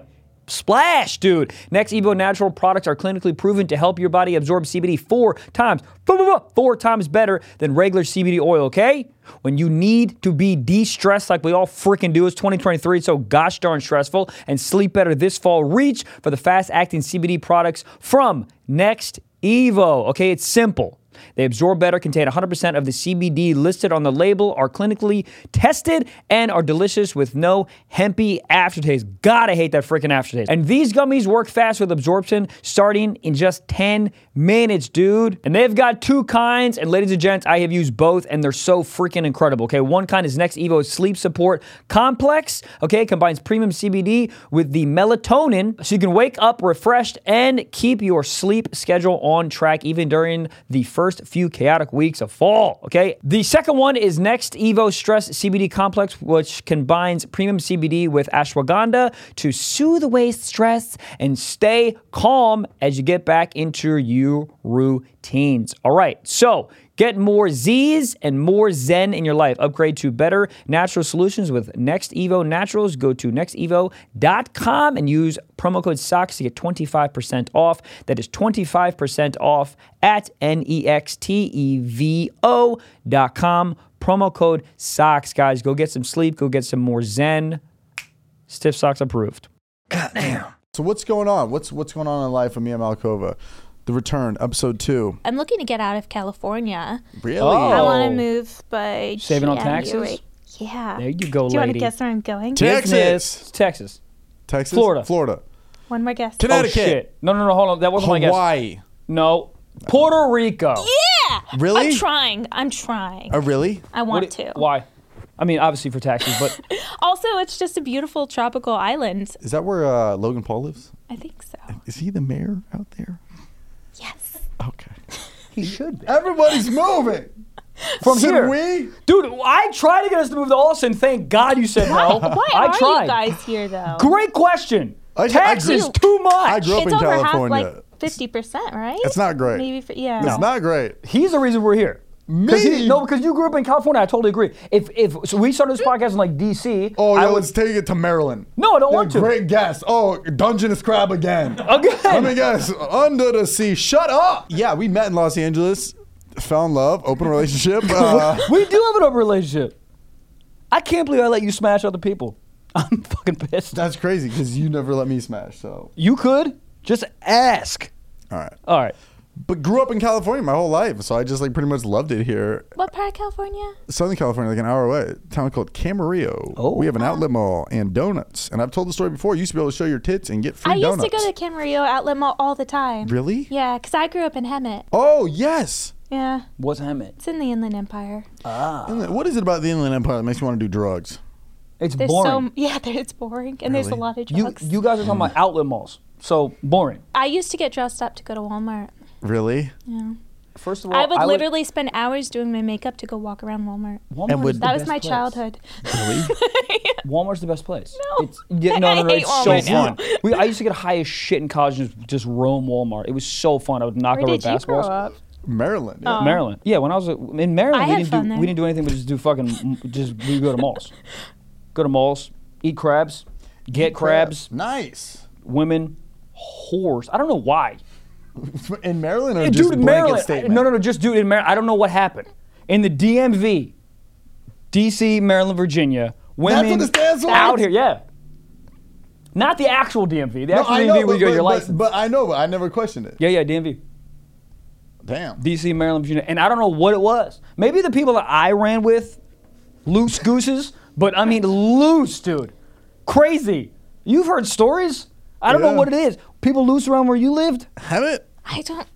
Speaker 2: Splash, dude. Next Evo natural products are clinically proven to help your body absorb CBD four times, blah, blah, blah, four times better than regular CBD oil, okay? When you need to be de stressed like we all freaking do, it's 2023, it's so gosh darn stressful, and sleep better this fall, reach for the fast acting CBD products from Next Evo, okay? It's simple. They absorb better, contain 100% of the CBD listed on the label, are clinically tested, and are delicious with no hempy aftertaste. God, I hate that freaking aftertaste. And these gummies work fast with absorption, starting in just 10 minutes, dude. And they've got two kinds, and ladies and gents, I have used both, and they're so freaking incredible. Okay, one kind is Next Evo Sleep Support Complex. Okay, combines premium CBD with the melatonin, so you can wake up refreshed and keep your sleep schedule on track, even during the first few chaotic weeks of fall. Okay. The second one is Next Evo Stress CBD Complex, which combines premium CBD with ashwagandha to soothe away stress and stay calm as you get back into your routines. All right. So, Get more Z's and more Zen in your life. Upgrade to better natural solutions with Next Evo Naturals. Go to nextevo.com and use promo code SOCKS to get 25% off. That is 25% off at E N-E-X-T-E-V-O dot com. Promo code SOCKS, guys. Go get some sleep. Go get some more Zen. Stiff socks approved.
Speaker 3: So, what's going on? What's what's going on in life with Mia Malkova? The Return, episode two.
Speaker 1: I'm looking to get out of California.
Speaker 3: Really?
Speaker 1: I want
Speaker 2: Oh.
Speaker 1: to move, but
Speaker 2: Saving on
Speaker 1: yeah,
Speaker 2: taxes?
Speaker 1: you're right. Yeah.
Speaker 2: There you go,
Speaker 1: Do you want
Speaker 2: lady.
Speaker 1: to guess where I'm going?
Speaker 3: Ta- Texas.
Speaker 2: Business. Texas.
Speaker 3: Texas?
Speaker 2: Florida.
Speaker 3: Florida.
Speaker 1: One more guess.
Speaker 2: Oh,
Speaker 3: Connecticut.
Speaker 2: shit. No, no, no. Hold on. That wasn't my guess.
Speaker 3: Hawaii.
Speaker 2: No. Puerto Rico.
Speaker 1: Yeah.
Speaker 3: Really?
Speaker 1: I'm trying. I'm trying.
Speaker 3: Oh, really?
Speaker 1: I want
Speaker 2: What-
Speaker 1: to.
Speaker 2: Why? I mean, obviously for taxes, but
Speaker 1: Also, it's just a beautiful tropical island.
Speaker 3: Is that where uh, Logan Paul lives?
Speaker 1: I think so.
Speaker 3: Is he the mayor out there?
Speaker 1: Yes.
Speaker 3: Okay.
Speaker 2: he should be.
Speaker 3: Everybody's moving.
Speaker 2: From
Speaker 3: Should
Speaker 2: here.
Speaker 3: we?
Speaker 2: Dude, I tried to get us to move to Austin. Thank God you said no.
Speaker 1: Why
Speaker 2: I
Speaker 1: are
Speaker 2: tried.
Speaker 1: you guys here though?
Speaker 2: Great question.
Speaker 3: I- I
Speaker 2: taxes
Speaker 3: grew-
Speaker 2: too much.
Speaker 3: I grew up
Speaker 1: It's
Speaker 3: in
Speaker 1: over
Speaker 3: California.
Speaker 1: half, like fifty percent, right?
Speaker 3: It's not great.
Speaker 1: Maybe for, yeah.
Speaker 3: It's not great.
Speaker 2: He's the reason we're here. 'Cause
Speaker 3: Me?
Speaker 2: no, because you grew up in California. I totally agree. If if so we started this podcast in like DC,
Speaker 3: Oh,
Speaker 2: I
Speaker 3: yeah,
Speaker 2: would
Speaker 3: let's take it to Maryland.
Speaker 2: No, I don't want to.
Speaker 3: Great guess. Oh, Dungeness crab again. Let
Speaker 2: again.
Speaker 3: me guess. Under the sea. Shut up. Yeah, we met in Los Angeles. Fell in love. Open relationship. Uh,
Speaker 2: we do have an open relationship. I can't believe I let you smash other people. I'm fucking pissed.
Speaker 3: that's crazy because you never let me smash. So,
Speaker 2: You could just ask.
Speaker 3: all right.
Speaker 2: All right.
Speaker 3: But grew up in California my whole life, so I just like pretty much loved it here.
Speaker 1: What part of California?
Speaker 3: Southern California, like an hour away, a town called Camarillo.
Speaker 2: Oh.
Speaker 3: We have an outlet mall and donuts. And I've told the story before. You used to be able to show your tits and get free
Speaker 1: I
Speaker 3: donuts.
Speaker 1: used to go to Camarillo Outlet Mall all the time.
Speaker 3: Really?
Speaker 1: Yeah, because I grew up in Hemet.
Speaker 3: Oh yes.
Speaker 1: Yeah,
Speaker 2: What's Hammett?
Speaker 1: it's in the Inland Empire.
Speaker 2: Uh.
Speaker 3: Inland- What is it about the Inland Empire that makes you want to do drugs?
Speaker 2: It's
Speaker 1: There's
Speaker 2: boring.
Speaker 1: so yeah, there, it's boring, and there's a
Speaker 3: Really?
Speaker 1: lot of
Speaker 2: You
Speaker 1: drugs.
Speaker 2: you guys are talking about outlet malls. So boring.
Speaker 1: I used to get dressed up to go to Walmart.
Speaker 3: Really?
Speaker 2: First of all,
Speaker 1: I would literally spend hours doing my makeup to go walk around Walmart.
Speaker 2: Walmart
Speaker 3: and
Speaker 2: is
Speaker 3: would-
Speaker 2: the
Speaker 1: That was
Speaker 2: best
Speaker 1: my
Speaker 2: place.
Speaker 1: childhood.
Speaker 2: Walmart's the best place.
Speaker 1: No.
Speaker 2: it's, yeah, no, no, no,
Speaker 1: I hate
Speaker 2: it's so
Speaker 1: Walmart
Speaker 2: fun.
Speaker 1: now.
Speaker 2: We, I used to get high as shit in college and just roam Walmart. It was so fun. I would knock
Speaker 1: Where
Speaker 2: over
Speaker 1: did you grow
Speaker 2: basketballs.
Speaker 1: up?
Speaker 3: Maryland.
Speaker 1: Uh.
Speaker 3: Yeah.
Speaker 2: Maryland. Yeah, when I was in Maryland,
Speaker 1: I
Speaker 2: we
Speaker 1: had
Speaker 2: didn't,
Speaker 1: fun
Speaker 2: do,
Speaker 1: there.
Speaker 2: we didn't do anything but just do fucking just we go to malls, go to malls, eat crabs, get crabs,
Speaker 3: Nice.
Speaker 2: women, whores. I don't know why.
Speaker 3: In Maryland or
Speaker 2: Dude,
Speaker 3: just blanket
Speaker 2: Maryland.
Speaker 3: statement?
Speaker 2: No, no, no. Just dude in Maryland. I don't know what happened in the DMV, DC, Maryland, Virginia. Women
Speaker 3: what it stands for?
Speaker 2: out here. Yeah. Not the actual DMV. The
Speaker 3: No,
Speaker 2: actual
Speaker 3: I
Speaker 2: DMV
Speaker 3: know,
Speaker 2: where
Speaker 3: but,
Speaker 2: you get your
Speaker 3: but- but-
Speaker 2: license.
Speaker 3: but I know, but I never questioned it.
Speaker 2: yeah, yeah, DMV.
Speaker 3: Damn.
Speaker 2: DC, Maryland, Virginia, and I don't know what it was. Maybe the people that I ran with, loose gooses, but I mean loose, dude, crazy. You've heard stories. I don't
Speaker 3: Yeah.
Speaker 2: know what it is. People loose around where you lived.
Speaker 3: Have it?
Speaker 1: I don't.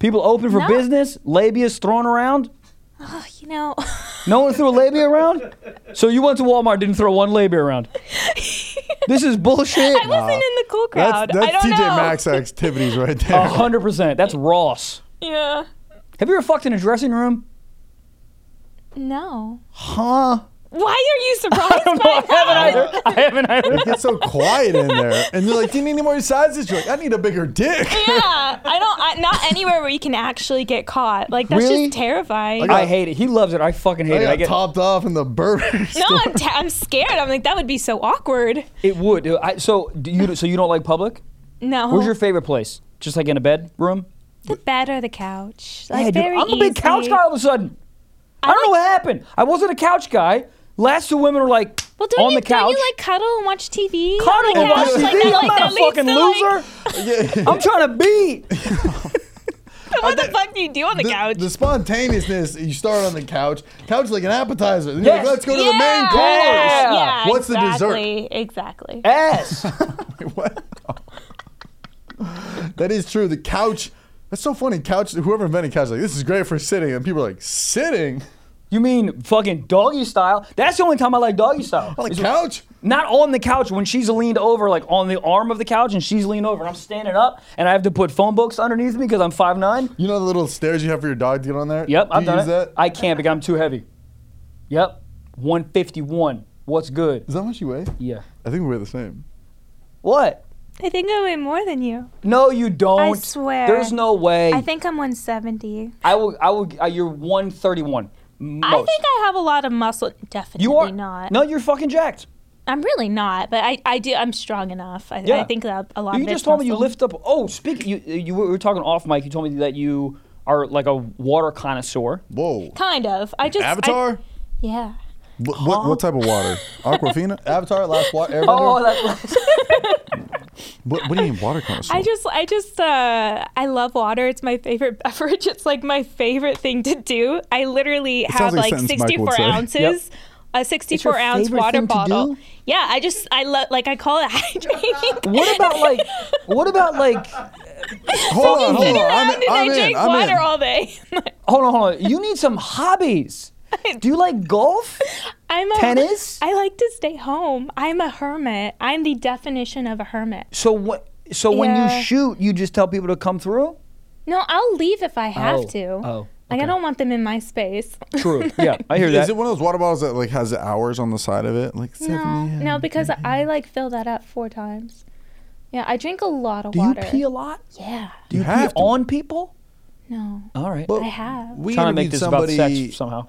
Speaker 2: People open for
Speaker 1: No.
Speaker 2: business. Labia's thrown around.
Speaker 1: Oh, you know.
Speaker 2: No one threw a labia around. So you went to Walmart, didn't throw one labia around. This is bullshit.
Speaker 1: I wasn't in the cool crowd.
Speaker 3: Uh, That's, that's
Speaker 1: I don't
Speaker 3: TJ
Speaker 1: know.
Speaker 3: Maxx activities right there.
Speaker 2: A hundred percent. That's Ross.
Speaker 1: Yeah.
Speaker 2: Have you ever fucked in a dressing room?
Speaker 1: No.
Speaker 2: Huh?
Speaker 1: Why are you surprised by that?
Speaker 2: I haven't either. I haven't either.
Speaker 3: It gets so quiet in there. And you're like, do you need any more sizes? You're like, I need a bigger dick.
Speaker 1: Yeah, I don't. I, not anywhere where you can actually get caught. Like that's
Speaker 2: Really?
Speaker 1: just terrifying.
Speaker 3: Like,
Speaker 2: I hate it. He loves it. I fucking hate
Speaker 3: I
Speaker 2: it.
Speaker 3: got
Speaker 2: I get
Speaker 3: topped off in the burger
Speaker 1: no, I'm, t- I'm scared. I'm like that would be so awkward.
Speaker 2: It would. I, so do you so you don't like public?
Speaker 1: No.
Speaker 2: Where's your favorite place? Just like in a bed room?
Speaker 1: the bed or the couch? Like
Speaker 2: Yeah, dude,
Speaker 1: very
Speaker 2: I'm a big couch
Speaker 1: easy.
Speaker 2: guy all of a sudden. I, don't know what happened. I wasn't a couch guy. Last two women were like
Speaker 1: Well, don't
Speaker 2: on
Speaker 1: you,
Speaker 2: the couch.
Speaker 1: don't you like cuddle and watch TV? on
Speaker 2: Carnival
Speaker 1: the couch?
Speaker 2: watch
Speaker 1: Like, that-
Speaker 2: TV. I'm
Speaker 1: like,
Speaker 2: not
Speaker 1: that
Speaker 2: a
Speaker 1: leads
Speaker 2: fucking
Speaker 1: to,
Speaker 2: loser.
Speaker 1: Like,
Speaker 2: I'm trying to be.
Speaker 1: what the fuck do you do on the,
Speaker 3: The,
Speaker 1: couch?
Speaker 3: the spontaneousness, you start on the couch. Couch is like an appetizer. Then you're
Speaker 2: Yes.
Speaker 3: like, let's go to
Speaker 1: yeah,
Speaker 3: the main course.
Speaker 1: Yeah, yeah,
Speaker 3: What's
Speaker 1: exactly, Exactly.
Speaker 2: Ass.
Speaker 3: the dessert? What? that is true. The couch. That's so funny. Couch. Whoever invented couch, like this is great for sitting, and people are like sitting
Speaker 2: You mean fucking doggy style? That's the only time I like doggy style.
Speaker 3: on the
Speaker 2: Is-
Speaker 3: couch.
Speaker 2: Not on the couch when she's leaned over, like on the arm of the couch, and she's leaned over. and I'm standing up, and I have to put phone books underneath me because I'm five nine.
Speaker 3: You know the little stairs you have for your dog to get on there.
Speaker 2: Yep,
Speaker 3: Do
Speaker 2: I've
Speaker 3: you
Speaker 2: done
Speaker 3: use
Speaker 2: it.
Speaker 3: that?
Speaker 2: I can't because I'm too heavy. Yep, 151. What's good?
Speaker 3: Is that how much you weigh?
Speaker 2: Yeah.
Speaker 3: I think we're the same.
Speaker 2: What?
Speaker 1: I think I weigh more than you.
Speaker 2: No, you don't.
Speaker 1: swear.
Speaker 2: There's no way.
Speaker 1: I think I'm 170.
Speaker 2: I will. I will. Uh, you're 131. Most.
Speaker 1: I think I have a lot of muscle. Definitely
Speaker 2: you are
Speaker 1: not.
Speaker 2: No, you're fucking jacked.
Speaker 1: I'm really not, but I, I do. I'm strong enough. I,
Speaker 2: Yeah.
Speaker 1: I think that a lot.
Speaker 2: You
Speaker 1: of it's
Speaker 2: just told me you
Speaker 1: muscle.
Speaker 2: lift up. Oh, speak. You you were we were talking off mic. You told me that you are like a water connoisseur.
Speaker 3: Whoa.
Speaker 1: Kind of. I just I-
Speaker 3: Avatar.
Speaker 1: yeah.
Speaker 3: What, what, what type of water? Aquafina?
Speaker 6: Avatar, last wa- airbender.
Speaker 2: Oh, that,
Speaker 3: What, what do you mean water connoisseur?
Speaker 1: I just I just uh I love water. It's my favorite beverage. It's like my favorite thing to do. I literally have
Speaker 3: sounds like
Speaker 1: like,
Speaker 3: a sentence Michael would
Speaker 1: 64
Speaker 3: say.
Speaker 1: ounces. A
Speaker 2: your
Speaker 1: 64 ounce
Speaker 2: favorite
Speaker 1: water
Speaker 2: thing to
Speaker 1: bottle.
Speaker 2: do?
Speaker 1: Yeah, I just I love like I call it hydrating.
Speaker 2: what about like? What about like?
Speaker 3: hold on, hold
Speaker 1: Sit
Speaker 3: on.
Speaker 1: around
Speaker 3: I'm,
Speaker 1: and
Speaker 3: in- I'm
Speaker 1: I
Speaker 3: in.
Speaker 1: drink
Speaker 3: I'm
Speaker 1: water
Speaker 3: in.
Speaker 1: all day.
Speaker 2: Hold on, hold on. You need some hobbies. Do you like golf?
Speaker 1: I'm a,
Speaker 2: Tennis?
Speaker 1: I like to stay home. I'm a hermit. I'm the definition of a hermit.
Speaker 2: So what? So when
Speaker 1: Yeah.
Speaker 2: you shoot, you just tell people to come through.
Speaker 1: No, I'll leave if I have
Speaker 2: Oh,
Speaker 1: to.
Speaker 2: oh,
Speaker 1: Like I don't want them in my space.
Speaker 2: True. Yeah, I hear
Speaker 3: Is
Speaker 2: that.
Speaker 3: it one of those water bottles that like has the hours on the side of it? Like
Speaker 1: no,
Speaker 3: 70
Speaker 1: no, because I like fill that up four times. Yeah, I drink a lot of
Speaker 2: Do you
Speaker 1: water.
Speaker 2: pee a lot?
Speaker 1: yeah.
Speaker 2: Do you, pee
Speaker 3: have to.
Speaker 2: on people?
Speaker 1: No,
Speaker 2: All right.
Speaker 3: Oh,
Speaker 1: I have.
Speaker 3: We
Speaker 2: trying to make
Speaker 3: interviewed
Speaker 2: this about
Speaker 3: somebody.
Speaker 2: sex somehow.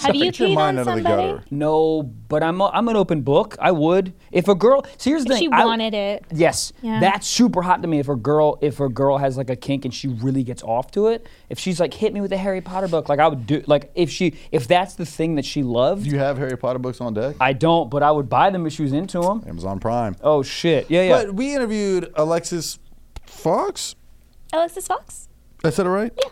Speaker 1: have you
Speaker 3: Get your
Speaker 1: peed
Speaker 3: mind
Speaker 1: on
Speaker 3: out of the
Speaker 1: somebody?
Speaker 3: gutter.
Speaker 2: No, but I'm a, I'm an open book. I would if a girl. See, here's the
Speaker 1: She
Speaker 2: thing. I-
Speaker 1: wanted it.
Speaker 2: Yes,
Speaker 1: Yeah.
Speaker 2: that's super hot to me. If a girl, if a girl has like a kink and she really gets off to it, if she's like, hit me with a Harry Potter book, like I would do. Like if she, if that's the thing that she loved,
Speaker 6: Do you have Harry Potter books on deck?
Speaker 2: I don't, but I would buy them if she was into them.
Speaker 3: Amazon Prime.
Speaker 2: Oh shit, yeah, yeah.
Speaker 3: But we interviewed Alexis Fox.
Speaker 1: Alexis Fox.
Speaker 3: I said it right? Yeah.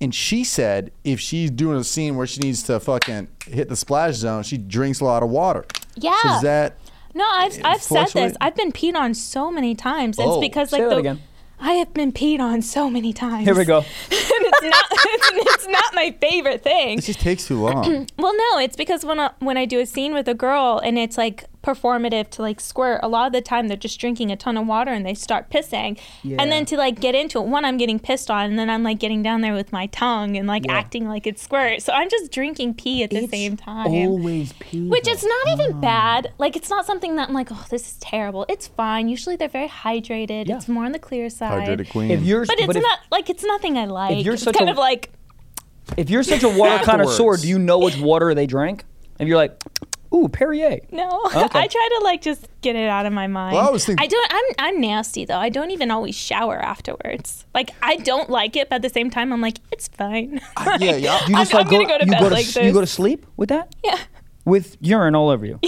Speaker 3: And she said if she's doing a scene where she needs to fucking hit the splash zone, she drinks a lot of water. So
Speaker 1: Yeah.
Speaker 3: is that
Speaker 1: No, I've I've said
Speaker 3: fluctuate?
Speaker 1: this. I've been peed on so many times.
Speaker 3: Oh,
Speaker 1: it's because
Speaker 2: say
Speaker 1: like
Speaker 2: that
Speaker 1: the,
Speaker 2: again.
Speaker 1: I have been peed on so many times.
Speaker 2: Here we go.
Speaker 1: and it's not it's not my favorite thing.
Speaker 3: it just takes too long.
Speaker 1: Well, no, it's because when I, when I do a scene with a girl and it's like performative to like squirt. A lot of the time they're just drinking a ton of water and they start pissing. And
Speaker 2: Yeah.
Speaker 1: then to like get into it, one I'm getting pissed on and then I'm like getting down there with my tongue and like
Speaker 2: Yeah.
Speaker 1: acting like it's squirt. So I'm just drinking pee at the same time.
Speaker 2: Always pee.
Speaker 1: Which it's not even bad. Like it's not something that I'm like, oh, this is terrible. It's fine. Usually they're very hydrated.
Speaker 2: Yeah.
Speaker 1: It's more on the clear side.
Speaker 3: Hydrated queen.
Speaker 2: If you're,
Speaker 1: But it's
Speaker 2: if,
Speaker 1: not like it's nothing I like.
Speaker 2: you're
Speaker 1: it's
Speaker 2: such
Speaker 1: kind
Speaker 2: a-
Speaker 1: of like
Speaker 2: if you're such a water connoisseur,
Speaker 3: Afterwards.
Speaker 2: do you know which water they drank? And you're like, ooh, Perrier.
Speaker 1: no.
Speaker 2: Okay.
Speaker 1: I try to like just get it out of my mind.
Speaker 7: Well, I was thinking-
Speaker 1: I don't. I'm I'm nasty though. I don't even always shower afterwards. Like I don't like it, but at the same time I'm like it's fine.
Speaker 7: Uh, yeah, yeah.
Speaker 2: You just
Speaker 1: I'm- I'm
Speaker 2: like go,
Speaker 1: gonna go to
Speaker 2: you
Speaker 1: bed
Speaker 2: go to,
Speaker 1: like
Speaker 2: s- you go to
Speaker 1: this.
Speaker 2: sleep with that?
Speaker 1: yeah.
Speaker 2: With urine all over you.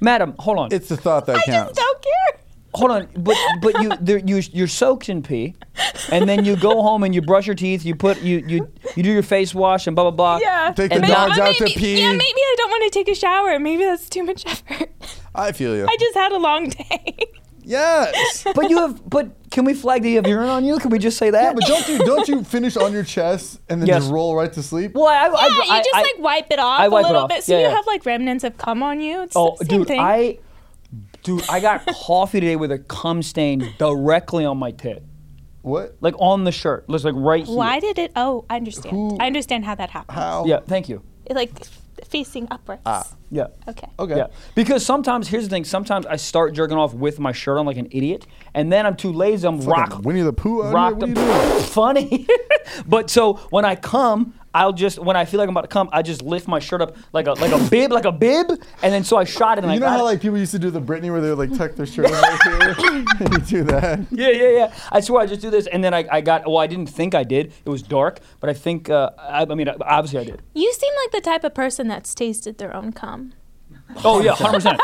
Speaker 2: Madam, hold on.
Speaker 7: It's the thought that
Speaker 1: I just
Speaker 7: counts.
Speaker 1: don't care.
Speaker 2: hold on, but but you there, you you're soaked in pee, and then you go home and you brush your teeth, you put you you you do your face wash and blah blah blah.
Speaker 1: Yeah.
Speaker 7: Take the
Speaker 2: And
Speaker 7: dogs
Speaker 1: I-
Speaker 7: out to
Speaker 1: maybe-
Speaker 7: pee.
Speaker 1: Yeah, maybe I don't want to take a shower. Maybe that's too much effort.
Speaker 7: I feel you.
Speaker 1: I just had a long day.
Speaker 7: yes.
Speaker 2: But you have but can we flag that you have urine on you? Can we just say that?
Speaker 3: Yeah, but don't you don't you finish on your chest and then
Speaker 2: Yes.
Speaker 3: just roll right to sleep?
Speaker 2: well, I, I,
Speaker 1: Yeah,
Speaker 2: I,
Speaker 1: you just
Speaker 2: I-
Speaker 1: like wipe it off
Speaker 2: I wipe it
Speaker 1: a little
Speaker 2: off.
Speaker 1: bit, so
Speaker 2: Yeah,
Speaker 1: you
Speaker 2: yeah.
Speaker 1: have like remnants of cum on you. It's
Speaker 2: oh
Speaker 1: the same
Speaker 2: dude,
Speaker 1: thing.
Speaker 2: I dude I got coffee today with a cum stain directly on my tit,
Speaker 3: What?
Speaker 2: like on the shirt, just like right here.
Speaker 1: Why did it? Oh, I understand.
Speaker 3: Who-
Speaker 1: I understand how that happened.
Speaker 3: How?
Speaker 2: Yeah, thank you.
Speaker 1: It, like facing upwards.
Speaker 7: Ah.
Speaker 2: Yeah.
Speaker 1: Okay.
Speaker 3: Okay.
Speaker 2: Yeah. Because sometimes here's the thing. Sometimes I start jerking off with my shirt on like an idiot, and then I'm too lazy. I'm rock.
Speaker 3: Winnie the Pooh. out
Speaker 2: rock
Speaker 3: here?
Speaker 2: the
Speaker 3: What are you doing?
Speaker 2: funny. but so when I come, I'll just when I feel like I'm about to come, I just lift my shirt up like a like a bib, like a bib, and then so I shot it and I
Speaker 3: You know
Speaker 2: got
Speaker 3: how
Speaker 2: it.
Speaker 3: like people used to do the Britney where they would like tuck their shirt in right here? you do that.
Speaker 2: yeah, yeah, yeah. I swear I just do this, and then I, I got. Well, I didn't think I did. It was dark, but I think. Uh, I, I mean, obviously I did.
Speaker 1: You seem like the type of person that's tasted their own cum.
Speaker 2: Oh yeah, hundred percent.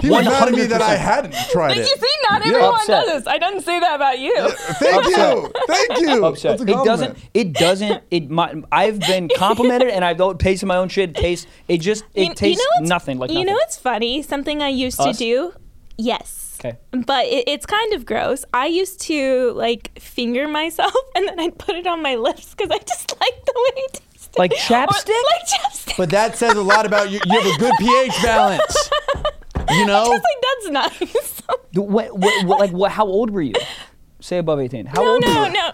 Speaker 7: He was mad at me that I hadn't tried
Speaker 1: Did
Speaker 7: it.
Speaker 1: you see? Not everyone
Speaker 2: everyone upset.
Speaker 1: does
Speaker 2: does
Speaker 1: this. I didn't say that about you.
Speaker 7: Thank you. Thank you.
Speaker 2: Upset.
Speaker 7: That's a
Speaker 2: It doesn't.
Speaker 7: compliment.
Speaker 2: It doesn't. It. My, I've been complimented, and I've don't taste my own shit. It tastes. It just. It tastes
Speaker 1: what's-
Speaker 2: nothing like
Speaker 1: you
Speaker 2: nothing.
Speaker 1: know what's funny? Something I used
Speaker 2: Us?
Speaker 1: to do. Yes.
Speaker 2: Okay.
Speaker 1: But it, it's kind of gross. I used to like finger myself and then I'd put it on my lips because I just like the way it tasted.
Speaker 2: Like
Speaker 1: Or-
Speaker 2: chapstick?
Speaker 1: like chapstick.
Speaker 7: But that says a lot about you. You have a good pH balance. You know?
Speaker 1: Just like that's nice.
Speaker 2: The- What, what, what, like what, how old were you? Say above 18. How
Speaker 1: no,
Speaker 2: old were
Speaker 1: no,
Speaker 2: you?
Speaker 1: no.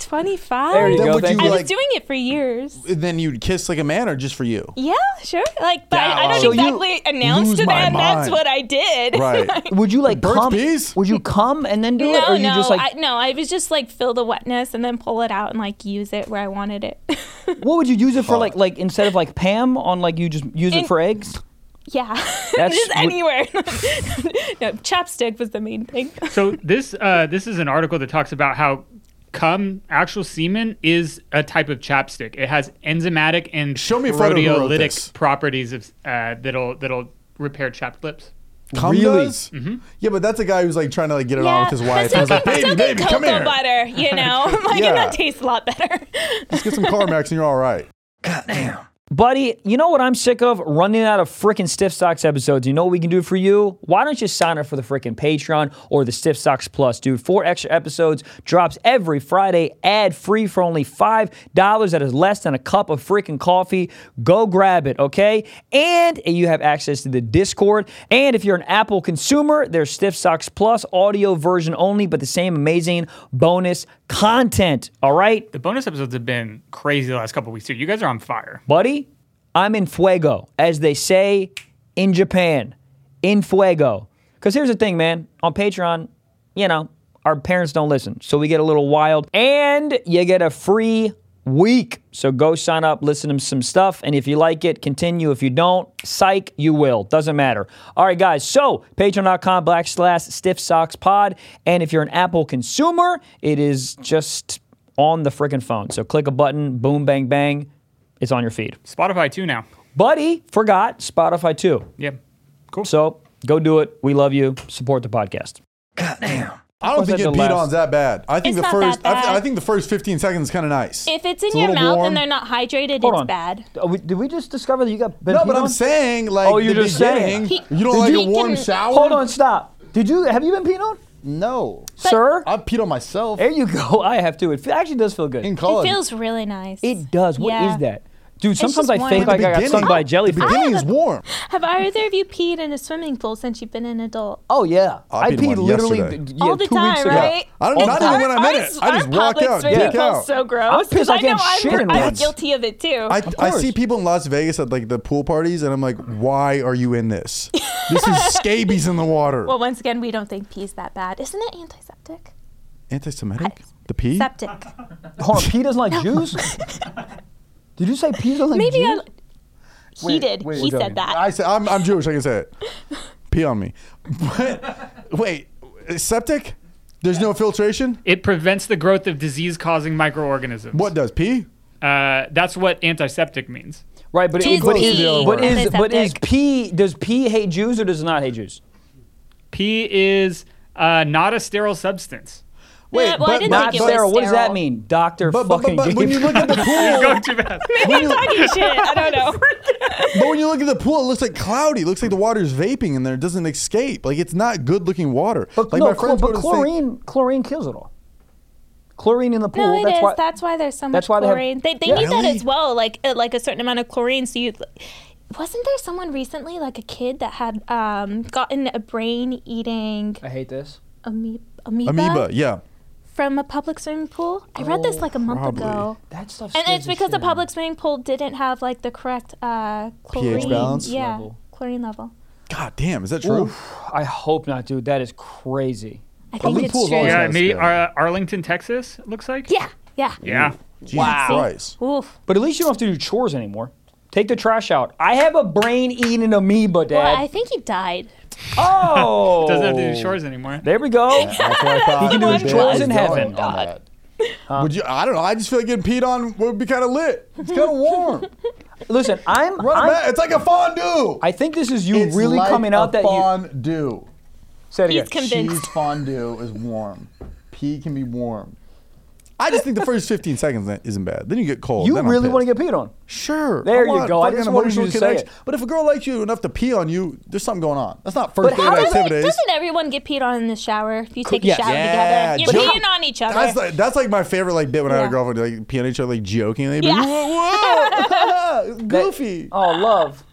Speaker 1: Twenty
Speaker 2: There
Speaker 1: five.
Speaker 2: you go.
Speaker 7: Then would
Speaker 2: thank
Speaker 7: you
Speaker 1: I
Speaker 2: you.
Speaker 1: was
Speaker 7: like-
Speaker 1: doing it for years.
Speaker 7: then you'd kiss like a man or just for you?
Speaker 1: Yeah, sure. Like, but I, I don't
Speaker 2: So you
Speaker 1: exactly announce
Speaker 7: lose
Speaker 1: to
Speaker 7: my
Speaker 1: them that's
Speaker 7: mind.
Speaker 1: what I did.
Speaker 7: Right.
Speaker 1: Like-
Speaker 2: would you like
Speaker 7: Burt's
Speaker 2: come?
Speaker 7: Bees?
Speaker 2: Would you come and then do
Speaker 1: No,
Speaker 2: it? Or you
Speaker 1: no,
Speaker 2: just like,
Speaker 1: I, no. I was just like fill the wetness and then pull it out and like use it where I wanted it.
Speaker 2: what would you use it for? Like, like instead of like Pam on like you just use
Speaker 1: In-
Speaker 2: it for eggs?
Speaker 1: yeah,
Speaker 2: That's
Speaker 1: just
Speaker 2: what-
Speaker 1: anywhere. no, chapstick was the main thing.
Speaker 8: So this uh, this is an article that talks about how cum, actual semen, is a type of chapstick. It has enzymatic and
Speaker 7: Show me a photo who wrote this.
Speaker 8: proteolytic properties of uh, that'll that'll repair chapped lips.
Speaker 7: Cum
Speaker 2: Really? Mm-hmm.
Speaker 7: does? Yeah, but that's a guy who's like trying to like get it on with his wife.
Speaker 1: so
Speaker 7: He's like,
Speaker 1: good- so
Speaker 7: baby,
Speaker 1: good
Speaker 7: baby, come
Speaker 1: cocoa
Speaker 7: here.
Speaker 1: butter, you know, like
Speaker 7: Yeah.
Speaker 1: it that tastes a lot better.
Speaker 7: Just get some Carmex and you're all right.
Speaker 2: Buddy, you know what I'm sick of? Running out of freaking Stiff Socks episodes. You know what we can do for you? Why don't you sign up for the freaking Patreon or the Stiff Socks Plus, dude? Four extra episodes drops every Friday, ad free for only $5. That is less than a cup of freaking coffee. Go grab it, okay? And you have access to the Discord. And if you're an Apple consumer, there's Stiff Socks Plus, audio version only, but the same amazing bonus content, all right?
Speaker 8: The bonus episodes have been crazy the last couple weeks too. You guys are on fire.
Speaker 2: buddy, I'm in fuego, as they say in Japan, in fuego. Because here's the thing, man, on Patreon, you know, our parents don't listen, so we get a little wild, and you get a free week. So go sign up, listen to some stuff, and if you like it, continue. If you don't, psych, you will. Doesn't matter. All right, guys. So patreon.com backslash stiff socks pod, and if you're an Apple consumer, it is just on the freaking phone. So click a button, boom, bang, bang. It's on your feed.
Speaker 8: Spotify too now.
Speaker 2: Buddy forgot Spotify too.
Speaker 8: Yeah.
Speaker 2: So go do it. We love you. Support the podcast.
Speaker 7: I don't
Speaker 2: Was
Speaker 7: think
Speaker 2: that
Speaker 7: it
Speaker 2: the
Speaker 7: beat
Speaker 2: last-
Speaker 7: on's that bad. I think
Speaker 1: It's
Speaker 7: the
Speaker 1: not
Speaker 7: first
Speaker 1: that
Speaker 7: I, th-
Speaker 1: bad.
Speaker 7: I think the first 15 seconds is kind of nice.
Speaker 1: if it's in
Speaker 7: a
Speaker 1: your
Speaker 7: little
Speaker 1: mouth
Speaker 7: warm.
Speaker 1: and they're not hydrated,
Speaker 2: Hold
Speaker 1: it's
Speaker 2: on.
Speaker 1: bad.
Speaker 2: Uh, we- did we just discover that you got been
Speaker 7: no,
Speaker 2: peed
Speaker 7: but I'm
Speaker 2: on?
Speaker 7: saying like
Speaker 2: Oh, you're
Speaker 7: the
Speaker 2: just saying.
Speaker 7: beginning,
Speaker 1: He-
Speaker 7: you don't like
Speaker 1: you-
Speaker 7: a warm
Speaker 1: He can-
Speaker 7: shower?
Speaker 2: Hold on, stop. Did you have you been peed on,
Speaker 3: No,
Speaker 2: sir?
Speaker 3: I peed on myself
Speaker 2: there you go. I have too. It fe- actually does feel good.
Speaker 3: in
Speaker 1: It
Speaker 3: college.
Speaker 1: feels really nice.
Speaker 2: It does. What is
Speaker 1: Yeah.
Speaker 2: that? Dude, sometimes
Speaker 1: just
Speaker 2: I
Speaker 1: one.
Speaker 2: think
Speaker 1: But
Speaker 2: like I got stung by a
Speaker 3: The
Speaker 2: jellyfish.
Speaker 3: beginning is warm.
Speaker 1: Have either of you peed in a swimming pool since you've been an adult?
Speaker 2: Oh yeah,
Speaker 3: I
Speaker 2: I
Speaker 3: peed
Speaker 2: peed
Speaker 3: one
Speaker 2: literally
Speaker 3: yesterday.
Speaker 2: d- yeah,
Speaker 1: All the
Speaker 2: two
Speaker 1: time,
Speaker 2: weeks ago.
Speaker 1: right?
Speaker 3: I don't
Speaker 2: All
Speaker 3: not
Speaker 2: the
Speaker 3: even
Speaker 2: time.
Speaker 3: when I'm in it. I just walk out,
Speaker 1: Swimming
Speaker 3: dick
Speaker 1: pool's
Speaker 3: out.
Speaker 1: so gross.
Speaker 2: I'm pissed I
Speaker 1: I know
Speaker 2: can't shit
Speaker 1: I'm,
Speaker 2: in
Speaker 1: I'm
Speaker 2: one.
Speaker 1: guilty of it too.
Speaker 3: I, I
Speaker 2: course.
Speaker 3: see people in Las Vegas at like the pool parties, and I'm like, why are you in this? This is scabies in the water.
Speaker 1: well, once again, we don't think pee's that bad. Isn't it antiseptic?
Speaker 3: Anti-Semitic? The pee?
Speaker 1: Septic.
Speaker 2: Hold on, P doesn't like Jews. Did you say P doesn't like
Speaker 1: Maybe
Speaker 2: Jews?
Speaker 1: I. He did.
Speaker 2: wait,
Speaker 1: he
Speaker 2: wait.
Speaker 1: said that.
Speaker 3: I say I'm, I'm Jewish. I can say it. Pee on me. But wait, septic? There's no filtration.
Speaker 8: It prevents the growth of disease-causing microorganisms.
Speaker 3: What does pee?
Speaker 8: Uh, that's what antiseptic means.
Speaker 2: Right, but
Speaker 1: Jews
Speaker 2: it, but,
Speaker 1: pee.
Speaker 2: is, but
Speaker 1: That's
Speaker 2: is but is
Speaker 1: antiseptic.
Speaker 2: P does P hate Jews or does it not hate Jews?
Speaker 8: P is uh, not a sterile substance.
Speaker 3: Wait,
Speaker 1: Yeah, well, I
Speaker 3: but-
Speaker 1: didn't
Speaker 3: but-
Speaker 2: Not
Speaker 1: think it was
Speaker 2: Sarah. What does that
Speaker 1: sterile.
Speaker 2: mean, Doctor?
Speaker 3: But, but,
Speaker 2: Fucking
Speaker 3: but, but when you
Speaker 2: Gabriel?
Speaker 3: look at the
Speaker 8: Go
Speaker 3: pool,
Speaker 8: too fast.
Speaker 1: Talking shit. I don't know.
Speaker 3: but when you look at the pool, it looks like cloudy. It looks like the water's vaping in there. It doesn't escape. Like it's not good looking water.
Speaker 2: But
Speaker 3: like
Speaker 2: no, chlor-
Speaker 3: go
Speaker 2: but
Speaker 3: to the same-
Speaker 2: chlorine chlorine kills it all. Chlorine in the pool.
Speaker 1: No, it is.
Speaker 2: that's why.
Speaker 1: that's why there's so much
Speaker 2: that's why they have-
Speaker 1: chlorine. They, they,
Speaker 2: Yeah.
Speaker 1: need
Speaker 3: Really?
Speaker 1: that as well, like uh, like a certain amount of chlorine. So you, wasn't there someone recently, like a kid that had um, gotten a brain eating
Speaker 2: I hate this.
Speaker 1: amoeba, amoeba,
Speaker 3: Amoeba, yeah.
Speaker 1: from a public swimming pool? I read this like a month
Speaker 3: Oh, probably.
Speaker 1: ago,
Speaker 2: That stuff.
Speaker 1: and
Speaker 2: scares
Speaker 1: it's
Speaker 2: the
Speaker 1: because the
Speaker 2: shit out of me.
Speaker 1: public swimming pool didn't have like the correct uh, chlorine
Speaker 3: balance?
Speaker 1: yeah,
Speaker 2: Level.
Speaker 1: chlorine level.
Speaker 3: God damn, is that true?
Speaker 2: I hope not, dude. That is crazy.
Speaker 1: I
Speaker 3: Public
Speaker 1: think it's
Speaker 3: pools
Speaker 1: true.
Speaker 3: always
Speaker 8: Yeah,
Speaker 3: Sounds
Speaker 8: maybe
Speaker 3: good.
Speaker 8: uh, Arlington, Texas, it looks like.
Speaker 1: Yeah, yeah.
Speaker 8: Yeah.
Speaker 3: Jesus
Speaker 2: Wow.
Speaker 3: Christ.
Speaker 1: Oof.
Speaker 2: But at least you don't have to do chores anymore. Take the trash out. I have a brain eating amoeba, Dad.
Speaker 1: Well, I think he died.
Speaker 2: oh,
Speaker 8: Doesn't have to do shores anymore.
Speaker 2: There we go.
Speaker 9: That's what I thought.
Speaker 2: can do
Speaker 9: Where
Speaker 2: his
Speaker 9: Dad
Speaker 2: chores
Speaker 9: was
Speaker 2: in
Speaker 9: going
Speaker 2: heaven.
Speaker 9: on that.
Speaker 3: Would you? I don't know. I just feel like getting peed on would be kind of lit. It's kind of warm.
Speaker 2: Listen, I'm.
Speaker 3: Run it
Speaker 2: I'm-
Speaker 3: back. It's like a fondue.
Speaker 2: I think this is you
Speaker 9: It's
Speaker 2: really
Speaker 9: like
Speaker 2: coming
Speaker 9: a
Speaker 2: out that you
Speaker 9: fondue.
Speaker 2: said
Speaker 1: He's
Speaker 2: again.
Speaker 1: convinced.
Speaker 9: Cheese fondue is warm. Pea can be warm.
Speaker 3: I just think the first 15 seconds isn't bad. Then you get cold.
Speaker 2: You
Speaker 3: Then I'm
Speaker 2: really want to
Speaker 3: pissed.
Speaker 2: get peed on?
Speaker 3: Sure.
Speaker 2: There
Speaker 3: I
Speaker 2: you
Speaker 3: want
Speaker 2: go. I
Speaker 3: fucking
Speaker 2: just wanted you
Speaker 3: emotional
Speaker 2: to say
Speaker 3: connection.
Speaker 2: it.
Speaker 3: But if a girl likes you enough to pee on you, there's something going on. That's not first
Speaker 2: But
Speaker 3: date
Speaker 2: how does it-
Speaker 1: Doesn't,
Speaker 3: activities.
Speaker 1: doesn't everyone get peed on in the shower? If you take a
Speaker 2: yes.
Speaker 1: shower
Speaker 3: Yeah,
Speaker 1: together, you're
Speaker 3: Joe-
Speaker 1: peeing on each other.
Speaker 3: That's like, that's like my favorite like bit when I had a
Speaker 1: Yeah.
Speaker 3: girlfriend like pee on each other like joking. They'd be
Speaker 1: Yeah.
Speaker 3: whoa, goofy
Speaker 2: Oh, love.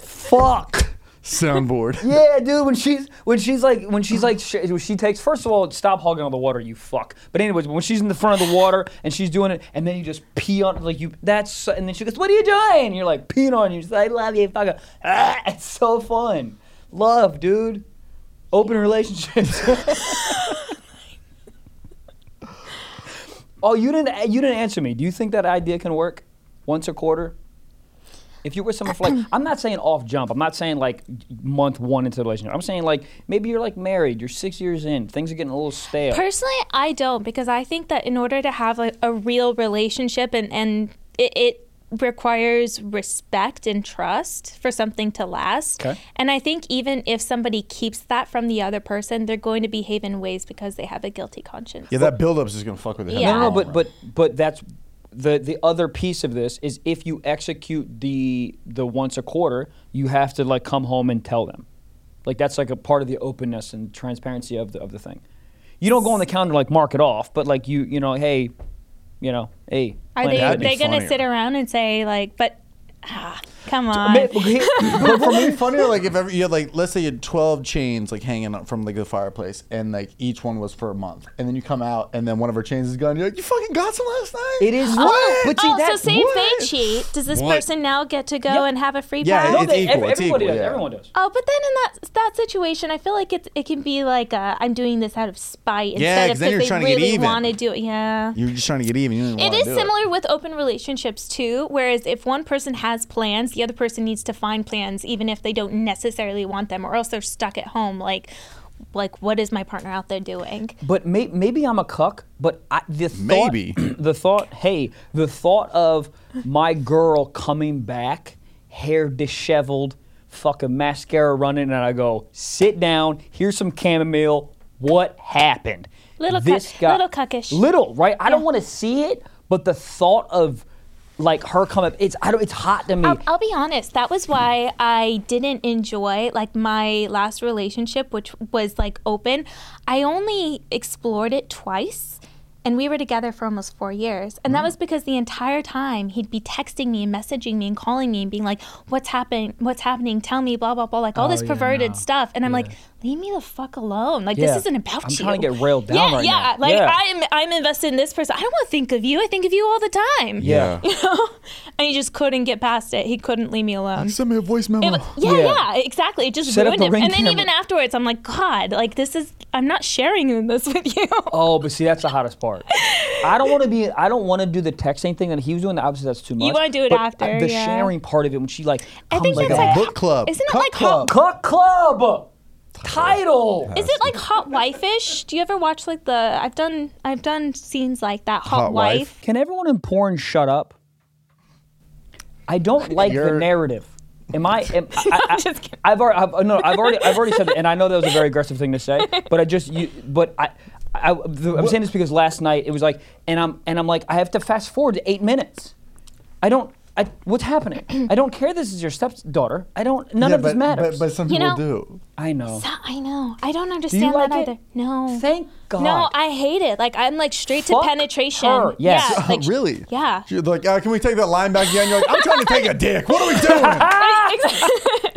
Speaker 2: Fuck.
Speaker 3: soundboard.
Speaker 2: Yeah, dude. When she's when she's like when she's like sh- when she takes first of all, stop hogging on the water, you fuck. But anyways, when she's in the front of the water and she's doing it, and then you just pee on like you. That's so- and then she goes, "What are you doing?" And you're like peeing on you. She's like, "I love you, fucker." Ah, it's so fun. Love, dude. Open relationships. oh, you didn't you didn't answer me. Do you think that idea can work once a quarter? If you were someone for like, I'm not saying off jump. I'm not saying like month one into the relationship. I'm saying like maybe you're like married. You're six years in. Things are getting a little stale.
Speaker 1: Personally, I don't because I think that in order to have like a real relationship and and it, it requires respect and trust for something to last.
Speaker 2: Okay.
Speaker 1: And I think even if somebody keeps that from the other person, they're going to behave in ways because they have a guilty conscience.
Speaker 3: Yeah, that buildup's just gonna fuck with it.
Speaker 1: Yeah.
Speaker 2: no, no, no. But but but that's the the other piece of this is if you execute the the once a quarter, you have to like come home and tell them. Like that's like a part of the openness and transparency of the of the thing. You don't go on the calendar like mark it off, but like you you know hey, you know hey.
Speaker 1: Are
Speaker 2: plan
Speaker 1: they
Speaker 2: ahead.
Speaker 3: that'd be
Speaker 1: they going to
Speaker 3: funnier.
Speaker 1: sit around and say like, but ah, come on.
Speaker 2: Ma- okay.
Speaker 9: But for me,
Speaker 3: Funny, like if ever you had like let's say you had twelve chains like hanging up from like the fireplace,
Speaker 9: and like each one was for a month, and then you come out, and then one of her chains is gone. You're like, you fucking got some last night.
Speaker 2: It is
Speaker 1: Oh,
Speaker 2: what? But see,
Speaker 1: oh, so
Speaker 2: that's
Speaker 1: say
Speaker 2: what?
Speaker 1: if they cheat, does this
Speaker 3: What?
Speaker 1: person now get to go
Speaker 2: Yeah.
Speaker 1: and have a free
Speaker 3: Yeah,
Speaker 1: pass?
Speaker 3: it-
Speaker 2: No,
Speaker 3: It's
Speaker 2: they-
Speaker 3: equal,
Speaker 2: ev-
Speaker 3: it's
Speaker 2: everybody
Speaker 3: equal,
Speaker 2: does.
Speaker 3: yeah.
Speaker 2: Everyone does.
Speaker 1: Oh, but then in that that situation, I feel like it it can be like uh, I'm doing this out of spite instead
Speaker 3: Yeah, 'cause
Speaker 1: of
Speaker 3: then you're
Speaker 1: because they
Speaker 3: trying to get
Speaker 1: really
Speaker 3: even.
Speaker 1: want to do it. Yeah.
Speaker 3: you're just trying to get even. You don't even
Speaker 1: It
Speaker 3: wanna
Speaker 1: is
Speaker 3: do
Speaker 1: similar with open relationships too, whereas if one person has plans, the other person needs to find plans even if they don't necessarily want them or else they're stuck at home like like what is my partner out there doing?
Speaker 2: But may, maybe I'm a cuck. But I, the thought,
Speaker 3: Maybe.
Speaker 2: the thought. Hey, the thought of my girl coming back, hair disheveled, fucking mascara running, and I go sit down. Here's some chamomile. What happened?
Speaker 1: Little cuck- little cuckish.
Speaker 2: Little right. I don't want to see it, but the thought of like her coming. It's I don't. It's hot to me.
Speaker 1: I'll, I'll be honest. That was why I didn't enjoy like my last relationship, which was like open. I only explored it twice, And we were together for almost four years. And
Speaker 2: Mm-hmm.
Speaker 1: that was because the entire time he'd be texting me and messaging me and calling me and being like, What's happening? What's happening? Tell me, blah, blah, blah. Like all
Speaker 2: Oh,
Speaker 1: this
Speaker 2: yeah,
Speaker 1: perverted
Speaker 2: no.
Speaker 1: stuff. And I'm like,
Speaker 2: Yeah.
Speaker 1: Leave me the fuck alone. Like,
Speaker 2: Yeah.
Speaker 1: this isn't about
Speaker 2: I'm
Speaker 1: you.
Speaker 2: trying to get railed down
Speaker 1: yeah,
Speaker 2: right
Speaker 1: yeah.
Speaker 2: now.
Speaker 1: Like,
Speaker 2: Yeah.
Speaker 1: I'm, I'm invested in this person. I don't want to think of you. I think of you all the time.
Speaker 2: Yeah.
Speaker 1: You know? And he just couldn't get past it. He couldn't leave me alone.
Speaker 7: Send me a voice
Speaker 1: It
Speaker 7: memo.
Speaker 1: was, yeah,
Speaker 2: Yeah.
Speaker 1: yeah, exactly. It just
Speaker 2: Set up
Speaker 1: ruined
Speaker 2: the
Speaker 1: it.
Speaker 2: ring
Speaker 1: And then
Speaker 2: camera.
Speaker 1: even afterwards, I'm like, God, like this is, I'm not sharing this with you.
Speaker 2: Oh, but see, that's the hottest part. I don't want to be. I don't want to do the texting thing that he was doing. Obviously, that's too much.
Speaker 1: wanna do it
Speaker 2: but
Speaker 1: after,
Speaker 2: The
Speaker 1: yeah.
Speaker 2: sharing part of it when she like.
Speaker 1: I think
Speaker 2: comes
Speaker 1: that's
Speaker 2: a
Speaker 1: like
Speaker 7: book club.
Speaker 1: Isn't it
Speaker 2: Cut
Speaker 1: like
Speaker 2: club.
Speaker 1: hot?
Speaker 2: Cut club. Title.
Speaker 1: Is it like hot wifeish? Do you ever watch like the? I've done I've done scenes like that. Hot,
Speaker 7: Hot
Speaker 1: wife.
Speaker 7: Wife?
Speaker 2: Can everyone in porn shut up? I don't like the
Speaker 7: You're-
Speaker 2: narrative. Am I? Am, I, I,
Speaker 1: I'm just kidding.
Speaker 2: I've already, I've, no, I've already, I've already said that, and I know that was a very aggressive thing to say, but I just, you, but I, I, the, I'm saying this because last night it was like, and I'm, and I'm like, I have to fast forward to eight minutes. I don't, I, what's happening? I don't care. This is your stepdaughter. I don't. None
Speaker 3: Yeah,
Speaker 2: of this
Speaker 3: but,
Speaker 2: matters.
Speaker 3: but but some
Speaker 1: You
Speaker 3: people
Speaker 1: know-
Speaker 3: do.
Speaker 2: I know.
Speaker 1: So- Ah, I know. I don't understand
Speaker 2: like
Speaker 1: that
Speaker 2: it?
Speaker 1: either. No.
Speaker 2: Thank God.
Speaker 1: No, I hate it. Like I'm like straight to
Speaker 2: Fuck
Speaker 1: penetration.
Speaker 2: her. Yes.
Speaker 1: Yeah, like-
Speaker 7: really?
Speaker 1: Yeah.
Speaker 7: You're like, uh, can we take that line back again? You're like, I'm trying to take a dick. What are we doing?
Speaker 2: Ah!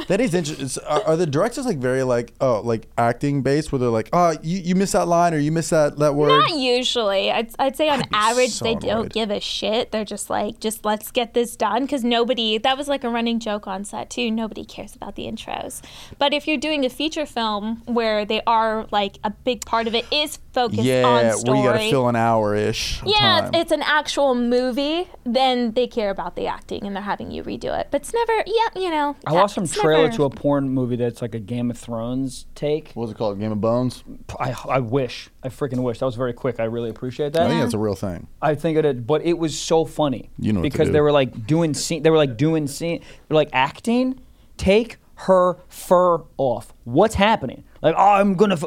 Speaker 7: that is interesting. Are, are the directors like very like, oh, like acting based where they're like, oh, you, you missed that line or you missed that, that word?
Speaker 1: Not usually. I'd, I'd say on average
Speaker 7: so
Speaker 1: they
Speaker 7: annoyed.
Speaker 1: don't give a shit. They're just like, just let's get this done because nobody. That was like a running joke on set too. Nobody cares about the intros. But if you're doing a feature film where they are like a big part of it is focused
Speaker 7: yeah,
Speaker 1: on story.
Speaker 7: where you got to fill an hour ish.
Speaker 1: yeah,
Speaker 7: time.
Speaker 1: it's, it's an actual movie. Then they care about the acting and they're having you redo it. But it's never, yeah, you know.
Speaker 2: I watched some
Speaker 1: it's
Speaker 2: trailer
Speaker 1: never-
Speaker 2: to a porn movie that's like a Game of Thrones take.
Speaker 7: What's it called? Game of Bones?
Speaker 2: I, I wish. I freaking wish. That was very quick. I really appreciate that.
Speaker 7: I think that's a real thing.
Speaker 2: I think it, did, but it was so funny.
Speaker 7: You know what to
Speaker 2: because
Speaker 7: do.
Speaker 2: they were like doing scene, they were like doing scene, they were like acting. Take her fur off. What's happening? Like, oh, I'm gonna. F-.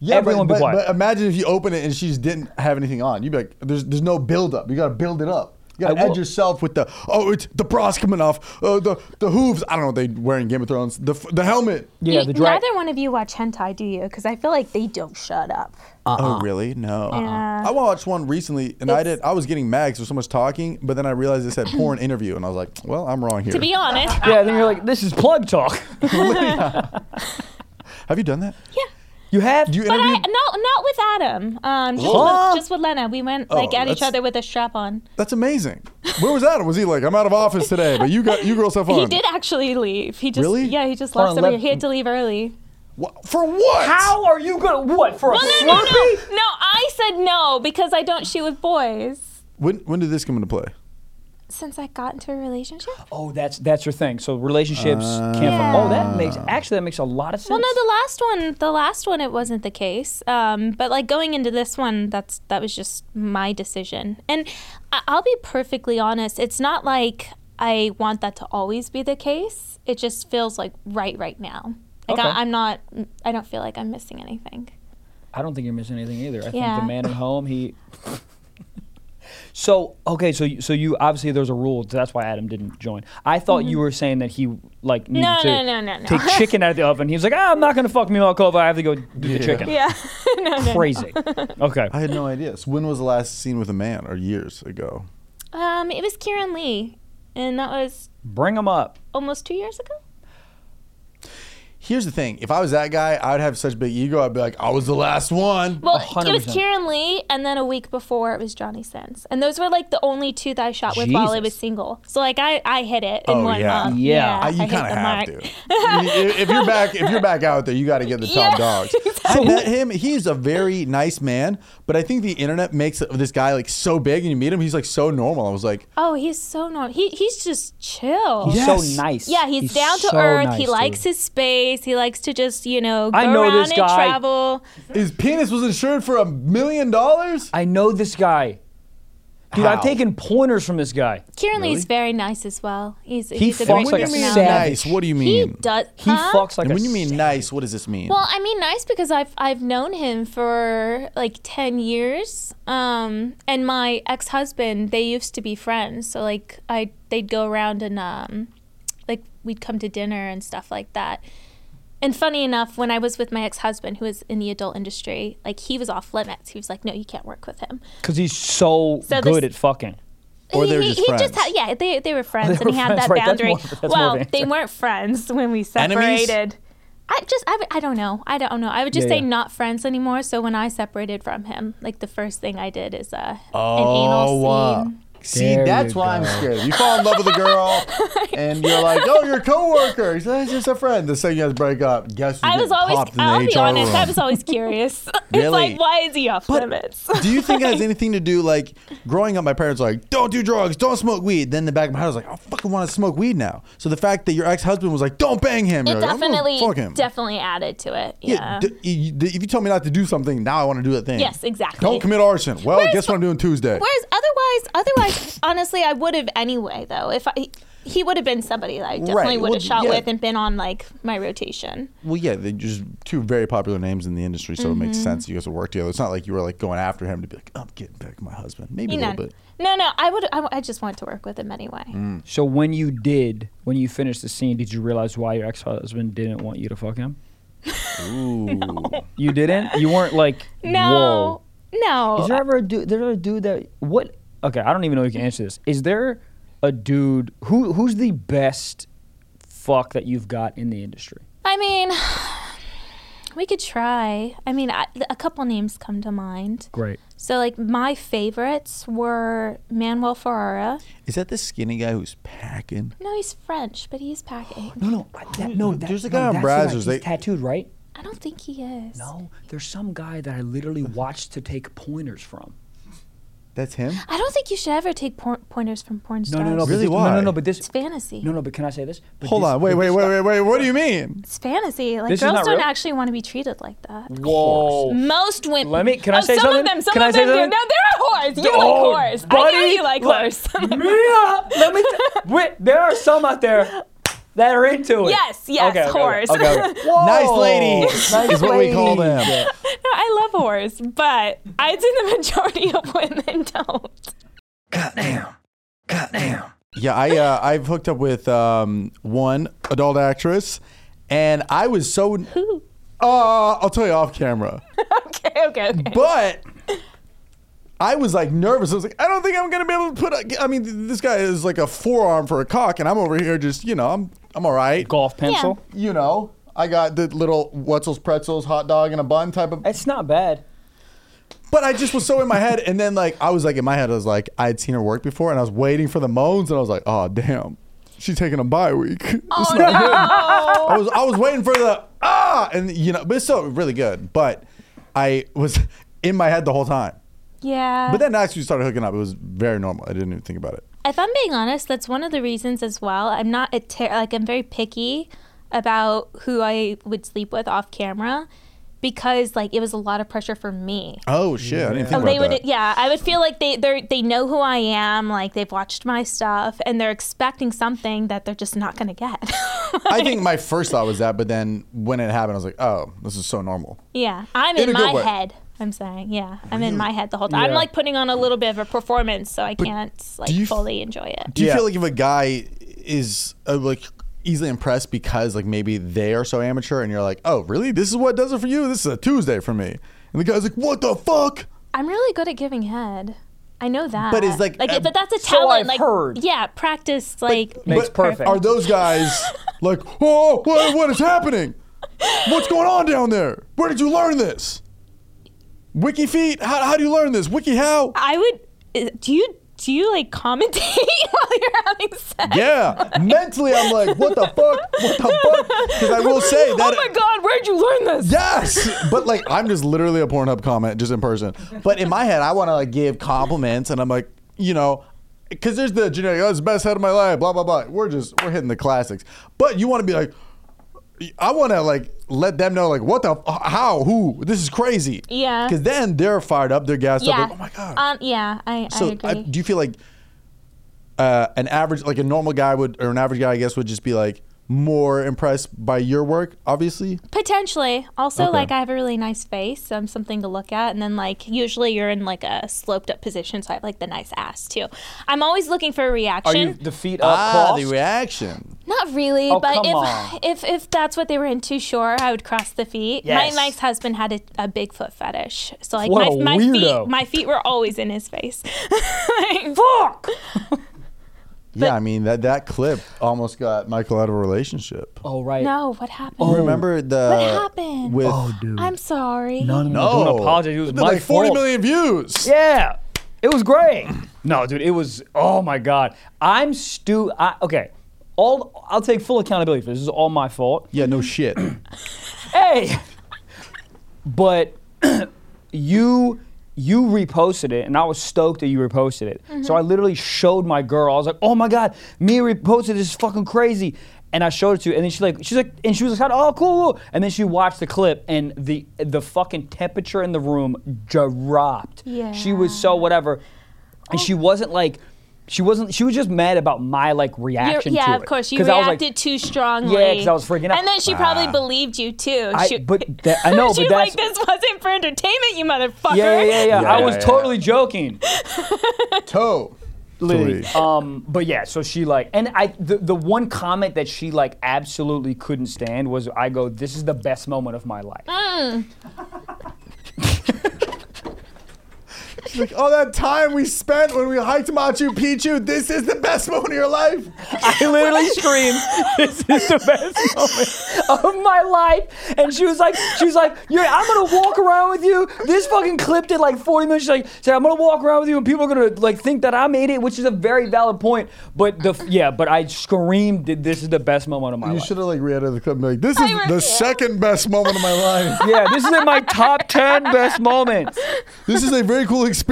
Speaker 3: Yeah,
Speaker 2: Everyone
Speaker 3: but,
Speaker 2: be
Speaker 3: but,
Speaker 2: quiet.
Speaker 3: but uh, imagine if you open it and she just didn't have anything on. You'd be like, there's there's no build up. You gotta build it up. You gotta
Speaker 2: I will-
Speaker 3: edge yourself with the oh it's the bras coming off, uh, the the hooves. I don't know what they wear in Game of Thrones. The f- the helmet.
Speaker 2: yeah,
Speaker 1: You-
Speaker 2: the drag.
Speaker 1: Neither one of you watch hentai, do you? Because I feel like they don't shut up.
Speaker 7: Oh, really? No.
Speaker 1: Yeah.
Speaker 7: I watched one recently, and I did. I was getting mad because there was so much talking, but then I realized it said porn interview, and I was like, well, I'm wrong here.
Speaker 1: To be honest.
Speaker 2: Yeah, then you're like, this is plug talk.
Speaker 7: Have you done that?
Speaker 2: You have.
Speaker 7: You
Speaker 1: But I,
Speaker 7: interviewed.
Speaker 1: not not with Adam. Um, just,
Speaker 2: What?
Speaker 1: with, just with Lena. We went like at each
Speaker 7: that's-
Speaker 1: other with a strap on.
Speaker 7: That's amazing. Where was that? Was he like, I'm out of office today, but you got you girls have fun.
Speaker 1: He did actually leave. He just
Speaker 7: Really?
Speaker 1: yeah. He just
Speaker 2: Hold
Speaker 1: left
Speaker 2: on,
Speaker 1: somewhere.
Speaker 2: let-
Speaker 1: He had to leave early.
Speaker 7: Wha- For what?
Speaker 2: How are you gonna what for a
Speaker 1: No, no, no, no,
Speaker 2: Slurpee?
Speaker 1: no. I said no because I don't shoot with boys.
Speaker 7: When when did this come into play?
Speaker 1: Since I got into a relationship.
Speaker 2: Oh, that's that's your thing. So relationships can't.
Speaker 7: Uh,
Speaker 1: Yeah.
Speaker 2: Oh, that makes actually that makes a lot of sense.
Speaker 1: Well, no, the last one, the last one, it wasn't the case. Um, but like going into this one, that's that was just my decision. And I- I'll be perfectly honest, it's not like I want that to always be the case. It just feels like right right now. Like
Speaker 2: Okay.
Speaker 1: I, I'm not, I don't feel like I'm missing anything.
Speaker 2: I don't think you're missing anything either.
Speaker 1: Yeah.
Speaker 2: I think the man at home, he. so okay, so you- so you obviously there's a rule. So that's why Adam didn't join. I thought you were saying that he like needed
Speaker 1: Mm-hmm. No,
Speaker 2: to
Speaker 1: no, no, no, no.
Speaker 2: take chicken out of the oven. He was like, ah, I'm not gonna fuck me Malkova. I have to go do the chicken.
Speaker 1: Yeah. no, no.
Speaker 2: Crazy. Okay.
Speaker 7: I had no idea. So when was the last scene with a man, or years ago?
Speaker 1: Um, it was Kieran Lee, and that was
Speaker 2: Bring him up.
Speaker 1: almost two years ago.
Speaker 7: Here's the thing. If I was that guy, I'd have such a big ego. I'd be like, I was the last one.
Speaker 1: Well, it was
Speaker 2: 100%.
Speaker 1: Kieran Lee, and then a week before it was Johnny Sins, and those were like the only two that I shot with while I was
Speaker 2: Jesus.
Speaker 1: single. So like I, I hit it in
Speaker 7: Oh,
Speaker 1: one
Speaker 7: yeah.
Speaker 1: month.
Speaker 2: Yeah. I-
Speaker 7: I, you
Speaker 1: hit
Speaker 7: kind of
Speaker 1: the
Speaker 7: have
Speaker 1: mark.
Speaker 7: to. if if you're back, if you're back out there, you got to get the top
Speaker 1: Yeah,
Speaker 7: dogs. I met him. He's a very nice man, but I think the internet makes this guy like so big, and you meet him, he's like so normal. I was like,
Speaker 1: Oh, he's so normal. He he's just chill.
Speaker 2: He's
Speaker 7: Yes.
Speaker 2: so nice.
Speaker 1: Yeah, he's, down to
Speaker 2: so
Speaker 1: earth.
Speaker 2: nice,
Speaker 1: he
Speaker 2: dude.
Speaker 1: likes his space. He likes to just, you know, go
Speaker 2: I know
Speaker 1: around
Speaker 2: this
Speaker 1: and
Speaker 2: guy.
Speaker 1: travel.
Speaker 7: his penis was insured for a million dollars.
Speaker 2: I know this guy. Dude, I've
Speaker 7: How?
Speaker 2: taken pointers from this guy.
Speaker 1: Kieran Lee's very nice as well. He's he's a great
Speaker 2: fucks like a
Speaker 7: What do you mean
Speaker 1: personality.
Speaker 2: savage.
Speaker 7: nice? What do you
Speaker 1: He
Speaker 7: mean?
Speaker 1: does.
Speaker 2: He
Speaker 1: huh?
Speaker 2: fucks like
Speaker 7: and
Speaker 2: a
Speaker 7: when you mean
Speaker 2: sa-
Speaker 7: nice, what does this mean?
Speaker 1: Well, I mean, nice because I've I've known him for like ten years. Um, and my ex husband, they used to be friends. So like I, they'd go around and um, like we'd come to dinner and stuff like that. And funny enough, when I was with my ex-husband, who was in the adult industry, like he was off limits. He was like, "No, you can't work with him."
Speaker 2: Because he's so,
Speaker 1: So
Speaker 2: good
Speaker 1: this-
Speaker 2: at fucking.
Speaker 3: Or they were
Speaker 1: he,
Speaker 3: just
Speaker 1: he
Speaker 3: friends.
Speaker 1: had, yeah, they, they were friends,
Speaker 2: They
Speaker 1: and
Speaker 2: were
Speaker 1: he had
Speaker 2: friends,
Speaker 1: that
Speaker 2: right, that's
Speaker 1: boundary.
Speaker 2: more- that's more of
Speaker 1: well,
Speaker 2: an
Speaker 1: they
Speaker 2: answer.
Speaker 1: weren't friends when we
Speaker 3: Enemies?
Speaker 1: separated. I just, I, would- I don't know. I don't, know. I would just
Speaker 2: Yeah,
Speaker 1: say
Speaker 2: yeah.
Speaker 1: not friends anymore. So when I separated from him, like the first thing I did is uh,
Speaker 3: Oh, wow.
Speaker 1: an anal scene.
Speaker 3: See,
Speaker 2: There
Speaker 3: that's
Speaker 2: you
Speaker 3: why I'm
Speaker 2: go.
Speaker 3: scared. You fall in love with a girl, and you're like, "Oh, you're a coworker. He's like, "It's just a friend." The second you guys break up, guess who
Speaker 1: I was
Speaker 3: getting
Speaker 1: always,
Speaker 3: popped in the
Speaker 1: I'll be
Speaker 3: HR
Speaker 1: honest,
Speaker 3: room?
Speaker 1: I was always curious.
Speaker 3: Really?
Speaker 1: it's like, why is he off limits?
Speaker 3: Do you think it has anything to do like growing up? My parents were like, "Don't do drugs, don't smoke weed." Then in the back of my head, I was like, "I fucking want to smoke weed now." So the fact that your ex husband was like, "Don't bang him,"
Speaker 1: it
Speaker 3: you're like, "I'm gonna
Speaker 1: definitely,
Speaker 3: fuck him.
Speaker 1: definitely added to it. Yeah.
Speaker 3: Yeah, d- you- d- if you tell me not to do something, now I want to do that thing.
Speaker 1: Yes, exactly.
Speaker 3: Don't commit arson. Well,
Speaker 1: Where's
Speaker 3: guess what
Speaker 1: the-
Speaker 3: I'm doing Tuesday.
Speaker 1: Whereas otherwise, otherwise, honestly, I would have anyway. Though if I, he would have been somebody that I definitely
Speaker 3: Right,
Speaker 1: would
Speaker 3: well,
Speaker 1: have shot
Speaker 3: yeah.
Speaker 1: with and been on like my rotation.
Speaker 3: Well, yeah, they're just two very popular names in the industry, so
Speaker 1: Mm-hmm.
Speaker 3: it makes sense you guys would work together. It's not like you were like going after him to be like, "I'm getting back my husband." Maybe
Speaker 1: You
Speaker 3: a
Speaker 1: know,
Speaker 3: little bit. Mm.
Speaker 1: no, no, I would. I, w- I just wanted to work with him anyway.
Speaker 2: So when you did, when you finished the scene, did you realize why your ex-husband didn't want you to fuck him? Ooh. You didn't? You weren't like,
Speaker 1: No,
Speaker 2: whoa. Is
Speaker 1: no.
Speaker 2: there ever a dude, there a dude that, what, okay, I don't even know if you can answer this. Is there a dude, who who's the best fuck that you've got in the industry?
Speaker 1: I mean, we could try. I mean, I, a couple names come to mind.
Speaker 2: Great.
Speaker 1: So like my favorites were Manuel Ferrara.
Speaker 3: Is that the skinny guy who's packing?
Speaker 1: No, he's French, but he's packing.
Speaker 2: No, no, I- that, no. That,
Speaker 3: There's a
Speaker 2: no,
Speaker 3: guy on
Speaker 2: that's the guy.
Speaker 3: Brazzers,
Speaker 2: He's
Speaker 3: they-
Speaker 2: tattooed, right?
Speaker 1: I don't think he is.
Speaker 2: No, there's some guy that I literally watched to take pointers from.
Speaker 3: That's him.
Speaker 1: I don't think you should ever take por- pointers from porn
Speaker 2: No,
Speaker 1: stars.
Speaker 2: no, no. but
Speaker 3: Really?
Speaker 2: this- No,
Speaker 3: Why?
Speaker 2: no, no. But
Speaker 1: It's
Speaker 2: this.
Speaker 1: fantasy.
Speaker 2: No, no. But can I say this? But
Speaker 3: Hold
Speaker 2: this-
Speaker 3: on, wait,
Speaker 2: but
Speaker 3: wait,
Speaker 2: this-
Speaker 3: wait, wait, wait. What do you mean?
Speaker 1: It's fantasy. Like
Speaker 2: This is
Speaker 1: girls
Speaker 2: not
Speaker 1: don't
Speaker 2: real?
Speaker 1: actually want to be treated like that.
Speaker 2: Whoa.
Speaker 1: Most women.
Speaker 2: Let me- can I
Speaker 1: oh,
Speaker 2: say
Speaker 1: some
Speaker 2: something?
Speaker 1: Of them, some
Speaker 2: Can
Speaker 1: of
Speaker 2: I say
Speaker 1: them do.
Speaker 2: something?
Speaker 1: No, they're a horse. You like horse. I know you like horse.
Speaker 2: Oh, Mia, let me. T- wait, there are some out there that are into it.
Speaker 1: Yes, yes,
Speaker 2: okay, okay,
Speaker 1: horse.
Speaker 2: Okay, okay.
Speaker 3: Nice ladies
Speaker 2: Nice
Speaker 3: is what we call
Speaker 2: ladies.
Speaker 3: them.
Speaker 1: No, I love horse, but I'd say the majority of women don't.
Speaker 3: Yeah, I uh, I've hooked up with um, one adult actress, and I was so. Uh, I'll tell you off camera,
Speaker 1: Okay, okay, okay.
Speaker 3: but. I was like nervous. I was like, I don't think I'm gonna be able to put. A, I mean, th- this guy is like a forearm for a cock, and I'm over here just, you know, I'm I'm all right.
Speaker 2: Golf pencil.
Speaker 3: You know, I got the little Wetzel's pretzels, hot dog, and a bun type of.
Speaker 2: It's not bad.
Speaker 3: But I just was so in my head, and then like I was like in my head, I was like I had seen her work before, and I was waiting for the moans, and I was like, oh damn, she's taking a bye week. It's not good. I was I was waiting for the ah, and you know, but it's still really good. But I was in my head the whole time.
Speaker 1: yeah.
Speaker 3: But then actually started hooking up. It was very normal. I didn't even think about it.
Speaker 1: if I'm being honest, that's one of the reasons as well. I'm not a ter- like I'm very picky about who I would sleep with off camera because like it was a lot of pressure for me.
Speaker 3: Oh shit, I didn't think
Speaker 1: they
Speaker 3: about
Speaker 1: would
Speaker 3: that.
Speaker 1: yeah i would feel like they they they know who i am like they've watched my stuff and they're expecting something that they're just not going to get
Speaker 3: I think my first thought was that, but then when it happened, I was like, oh, this is so normal.
Speaker 1: yeah i'm
Speaker 3: In
Speaker 1: in,
Speaker 3: a good
Speaker 1: my
Speaker 3: way.
Speaker 1: head i'm saying yeah i'm in my head the whole time i'm
Speaker 2: Yeah.
Speaker 1: like putting on a little bit of a performance so i can't like
Speaker 3: you f-
Speaker 1: fully enjoy it
Speaker 3: Do you
Speaker 2: Yeah.
Speaker 3: feel like if a guy is uh, like easily impressed because like maybe they are so amateur and you're like, oh, really? This is what does it for you? This is a Tuesday for me. And the guy's like, what the fuck?
Speaker 1: i'm really good at giving head i know that
Speaker 3: But it's like,
Speaker 1: like
Speaker 3: uh,
Speaker 1: but that's a
Speaker 2: so
Speaker 1: talent
Speaker 2: I've
Speaker 1: like
Speaker 2: heard.
Speaker 1: yeah practice like
Speaker 2: Makes perfect.
Speaker 3: Are those guys like, oh, what, what is happening? What's going on down there? Where did you learn this? Wiki feet? How, how do you learn this? Wiki how?
Speaker 1: i would uh, do you do you like commentate while you're having sex
Speaker 3: Yeah. Mentally, I'm like, what the fuck? What the fuck? Because I will say that.
Speaker 1: oh my god where'd you learn this
Speaker 3: Yes, but like I'm just literally a Pornhub comment just in person. But in my head, I want to like give compliments, and I'm like, you know, because there's the generic, oh, it's the best head of my life, blah blah blah. We're just we're hitting the classics, but you want to be like, I want to like let them know like what the f- how who this is crazy.
Speaker 1: Yeah.
Speaker 3: because then they're fired up, they're gassed
Speaker 1: yeah
Speaker 3: up. Like, oh my god.
Speaker 1: um, yeah i,
Speaker 2: uh,
Speaker 1: I
Speaker 3: so
Speaker 1: agree
Speaker 3: I, do you feel like uh, an average, like a normal guy would, or an average guy, I guess, would just be like, more impressed by your work, obviously.
Speaker 1: Potentially. Also, like I have a really nice face, so I'm something to look at. And then like usually you're in like a sloped up position, so I have like the nice ass too. I'm always looking for a
Speaker 2: Are you
Speaker 1: reaction.
Speaker 2: the feet up crossed?
Speaker 3: Ah, the reaction.
Speaker 1: Not really,
Speaker 2: Oh,
Speaker 1: but
Speaker 2: come
Speaker 1: if,
Speaker 2: on.
Speaker 1: if if that's what they were into, sure, I would cross the feet.
Speaker 2: Yes.
Speaker 1: My Mike's husband had a, a Bigfoot fetish, so like
Speaker 2: What a
Speaker 1: my, my
Speaker 2: weirdo.
Speaker 1: feet my feet were always in his face. Like,
Speaker 2: Fuck!
Speaker 3: Yeah, I mean that that clip almost got Michael out of a relationship.
Speaker 2: Oh right.
Speaker 1: no, what happened?
Speaker 2: Oh.
Speaker 3: Remember the
Speaker 1: What happened?
Speaker 3: with
Speaker 1: I'm sorry.
Speaker 3: no
Speaker 2: Don't apologize. It was
Speaker 3: Did,
Speaker 2: my
Speaker 3: like forty
Speaker 2: fault.
Speaker 3: million views.
Speaker 2: Yeah, it was great. No, dude, it was. Oh my god, I'm stu. I, okay, all I'll take full accountability for this. This is all my fault.
Speaker 3: Yeah, no shit.
Speaker 2: Hey, but you you reposted it, and I was stoked that you reposted it.
Speaker 1: Mm-hmm.
Speaker 2: So I literally showed my girl. I was like, oh my god, Mia reposted this. Is fucking crazy. And I showed it to, her, and then she's like, she's like, and she was like, oh cool. cool." And then she watched the clip, and the the fucking temperature in the room dropped. She was so whatever, and she wasn't like. She wasn't. She was just mad about my like
Speaker 1: You're-
Speaker 2: reaction.
Speaker 1: yeah,
Speaker 2: to
Speaker 1: of
Speaker 2: it.
Speaker 1: course. You
Speaker 2: 'Cause I was like-
Speaker 1: reacted too strongly.
Speaker 2: Yeah, 'cause I was freaking out. Ah.
Speaker 1: And then she probably believed you too.
Speaker 2: I-
Speaker 1: she,
Speaker 2: but that- I know, but
Speaker 1: she's like,
Speaker 2: that's-
Speaker 1: "This wasn't for entertainment, you motherfucker."
Speaker 2: Yeah, yeah, yeah. yeah.
Speaker 3: Yeah,
Speaker 2: I was
Speaker 3: yeah, yeah.
Speaker 2: totally joking.
Speaker 3: Toe.
Speaker 2: Literally.
Speaker 3: Uh,
Speaker 2: Um, but yeah, so she like, and I, the, the one comment that she like absolutely couldn't stand was, I go, this is the best moment of my life.
Speaker 3: Like all that time we spent when we hiked Machu Picchu. This is the best moment of your life.
Speaker 2: I literally screamed, this is the best moment of my life. And she was like, she was like, You're, I'm going to walk around with you. This fucking clip did like 40 minutes. She's like, said, I'm going to walk around with you and people are going to like think that I'm an idiot, which is a very valid point. But the, yeah, but I screamed, that this is the best moment of my
Speaker 3: You
Speaker 2: life.
Speaker 3: should have like re-edited the clip and be like, this is the
Speaker 1: refuse.
Speaker 3: second best moment of my life.
Speaker 2: Yeah, this is in my top 10 best moments.
Speaker 3: This is a very cool experience.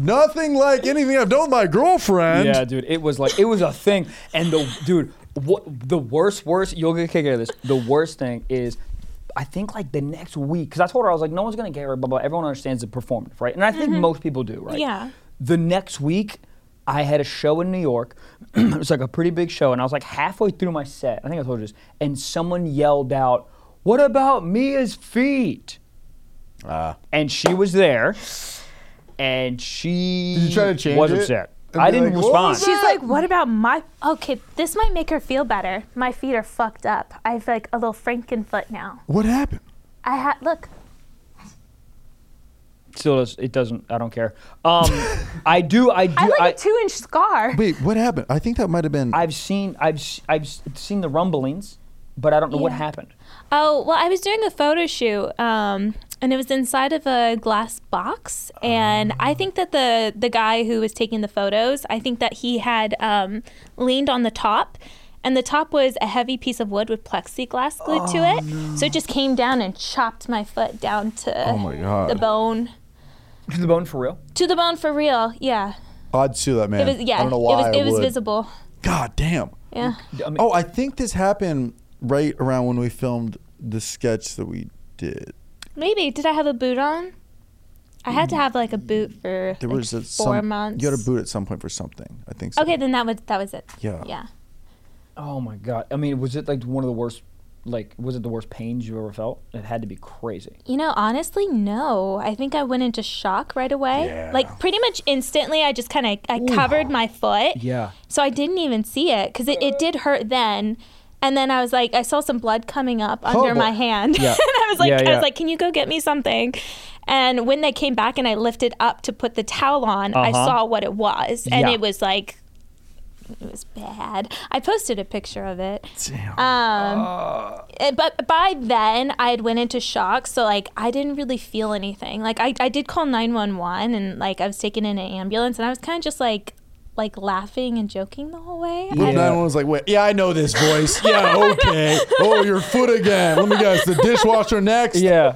Speaker 3: Nothing like anything I've done with my girlfriend.
Speaker 2: Yeah, dude, it was like it was a thing. And the dude, what the worst, worst you'll get a kick out of this. The worst thing is. I think like the next week, because I told her I was like, no one's gonna care, blah blah. Everyone understands the performative, right? And I think most people do, right?
Speaker 1: Yeah.
Speaker 2: The next week, I had a show in New York. it was like a pretty big show, and I was like halfway through my set. I think I told you this, and someone yelled out, "What about Mia's feet?" and she was there, and she
Speaker 3: Did you try to change
Speaker 2: was
Speaker 3: it?
Speaker 2: upset.
Speaker 3: And
Speaker 2: I
Speaker 3: be
Speaker 2: didn't
Speaker 3: like, "What
Speaker 2: respond.
Speaker 3: was
Speaker 1: She's like, "What about my?" Okay, this might make her feel better. My feet are fucked up. I have like a little Frankenfoot now.
Speaker 3: What happened?
Speaker 1: I had look.
Speaker 2: Still, does, it doesn't. I don't care. Um, I do. I do.
Speaker 1: I have like
Speaker 2: I,
Speaker 1: a two-inch scar.
Speaker 3: Wait, what happened? I think that might have been.
Speaker 2: I've seen. I've. s- I've s- seen the rumblings, but I don't know what
Speaker 1: Yeah.
Speaker 2: happened.
Speaker 1: Oh, well, I was doing a photo shoot, um, and it was inside of a glass box. And I
Speaker 3: Oh.
Speaker 1: think that the the guy who was taking the photos, I think that he had um, leaned on the top, and the top was a heavy piece of wood with plexiglass glued to it. So it just came down and chopped my foot down to
Speaker 3: Oh my God.
Speaker 1: the bone.
Speaker 2: To the bone for real.
Speaker 1: To the bone for real, yeah.
Speaker 3: I'd sue that
Speaker 1: It
Speaker 3: man.
Speaker 1: was yeah.
Speaker 3: I don't know why.
Speaker 1: it was
Speaker 3: I
Speaker 1: it was
Speaker 3: would.
Speaker 1: visible.
Speaker 3: God damn.
Speaker 1: Yeah.
Speaker 2: I mean,
Speaker 3: Oh, I think this happened right around when we filmed the sketch that we did.
Speaker 1: Maybe did I have a boot on? I had to have like a boot for
Speaker 3: Mm. There
Speaker 1: like,
Speaker 3: was a,
Speaker 1: four
Speaker 3: some,
Speaker 1: months.
Speaker 3: You had a boot at some point for something. I think so.
Speaker 1: Okay, then that was that was it.
Speaker 3: Yeah.
Speaker 1: Yeah.
Speaker 2: oh my god. I mean, was it like one of the worst? Like, was it the worst pains you ever felt? It had to be crazy.
Speaker 1: You know, honestly, no. I think I went into shock right away.
Speaker 3: Yeah.
Speaker 1: Like pretty much instantly, I just kind of I covered my foot.
Speaker 2: Yeah.
Speaker 1: So I didn't even see it because it, it did hurt then. And then I was like, I saw some blood coming up under
Speaker 3: boy.
Speaker 1: my hand, and I was like,
Speaker 2: Oh, Yeah,
Speaker 1: I
Speaker 2: yeah.
Speaker 1: was like, can you go get me something? And when they came back and I lifted up to put the towel on, I
Speaker 2: Uh-huh.
Speaker 1: saw what it was, and
Speaker 2: Yeah.
Speaker 1: it was like, it was bad. I posted a picture of it.
Speaker 3: Damn.
Speaker 1: Um, uh, but by then I had went into shock, so like I didn't really feel anything. Like I, I did call nine one one, and like I was taken in an ambulance, and I was kind of just like, like laughing and joking the whole way.
Speaker 3: Room
Speaker 1: I-
Speaker 3: nine one was like, wait, yeah, I know this voice. Yeah, okay. oh, your foot again. Let me guess. The dishwasher next.
Speaker 2: Yeah.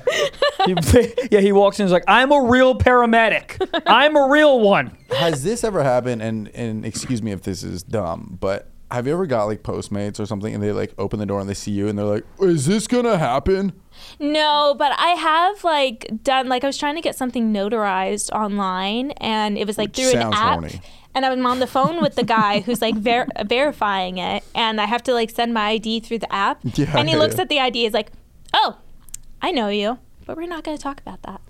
Speaker 2: he, yeah. He walks in. He's like, I'm a real paramedic. I'm a real one.
Speaker 3: Has this ever happened? And and excuse me if this is dumb, but have you ever got like Postmates or something, and they like open the door and they see you, and they're like, "Is this gonna happen?"
Speaker 1: No, but I have like done like I was trying to get something notarized online, and it was like
Speaker 3: Which
Speaker 1: through an
Speaker 3: sounds
Speaker 1: app.
Speaker 3: horny.
Speaker 1: and I'm on the phone with the guy who's like ver- verifying it, and I have to like send my ID through the app.
Speaker 7: Yeah,
Speaker 1: and he looks
Speaker 7: yeah.
Speaker 1: at the ID, he's like, "Oh, I know you, but we're not going to talk about that."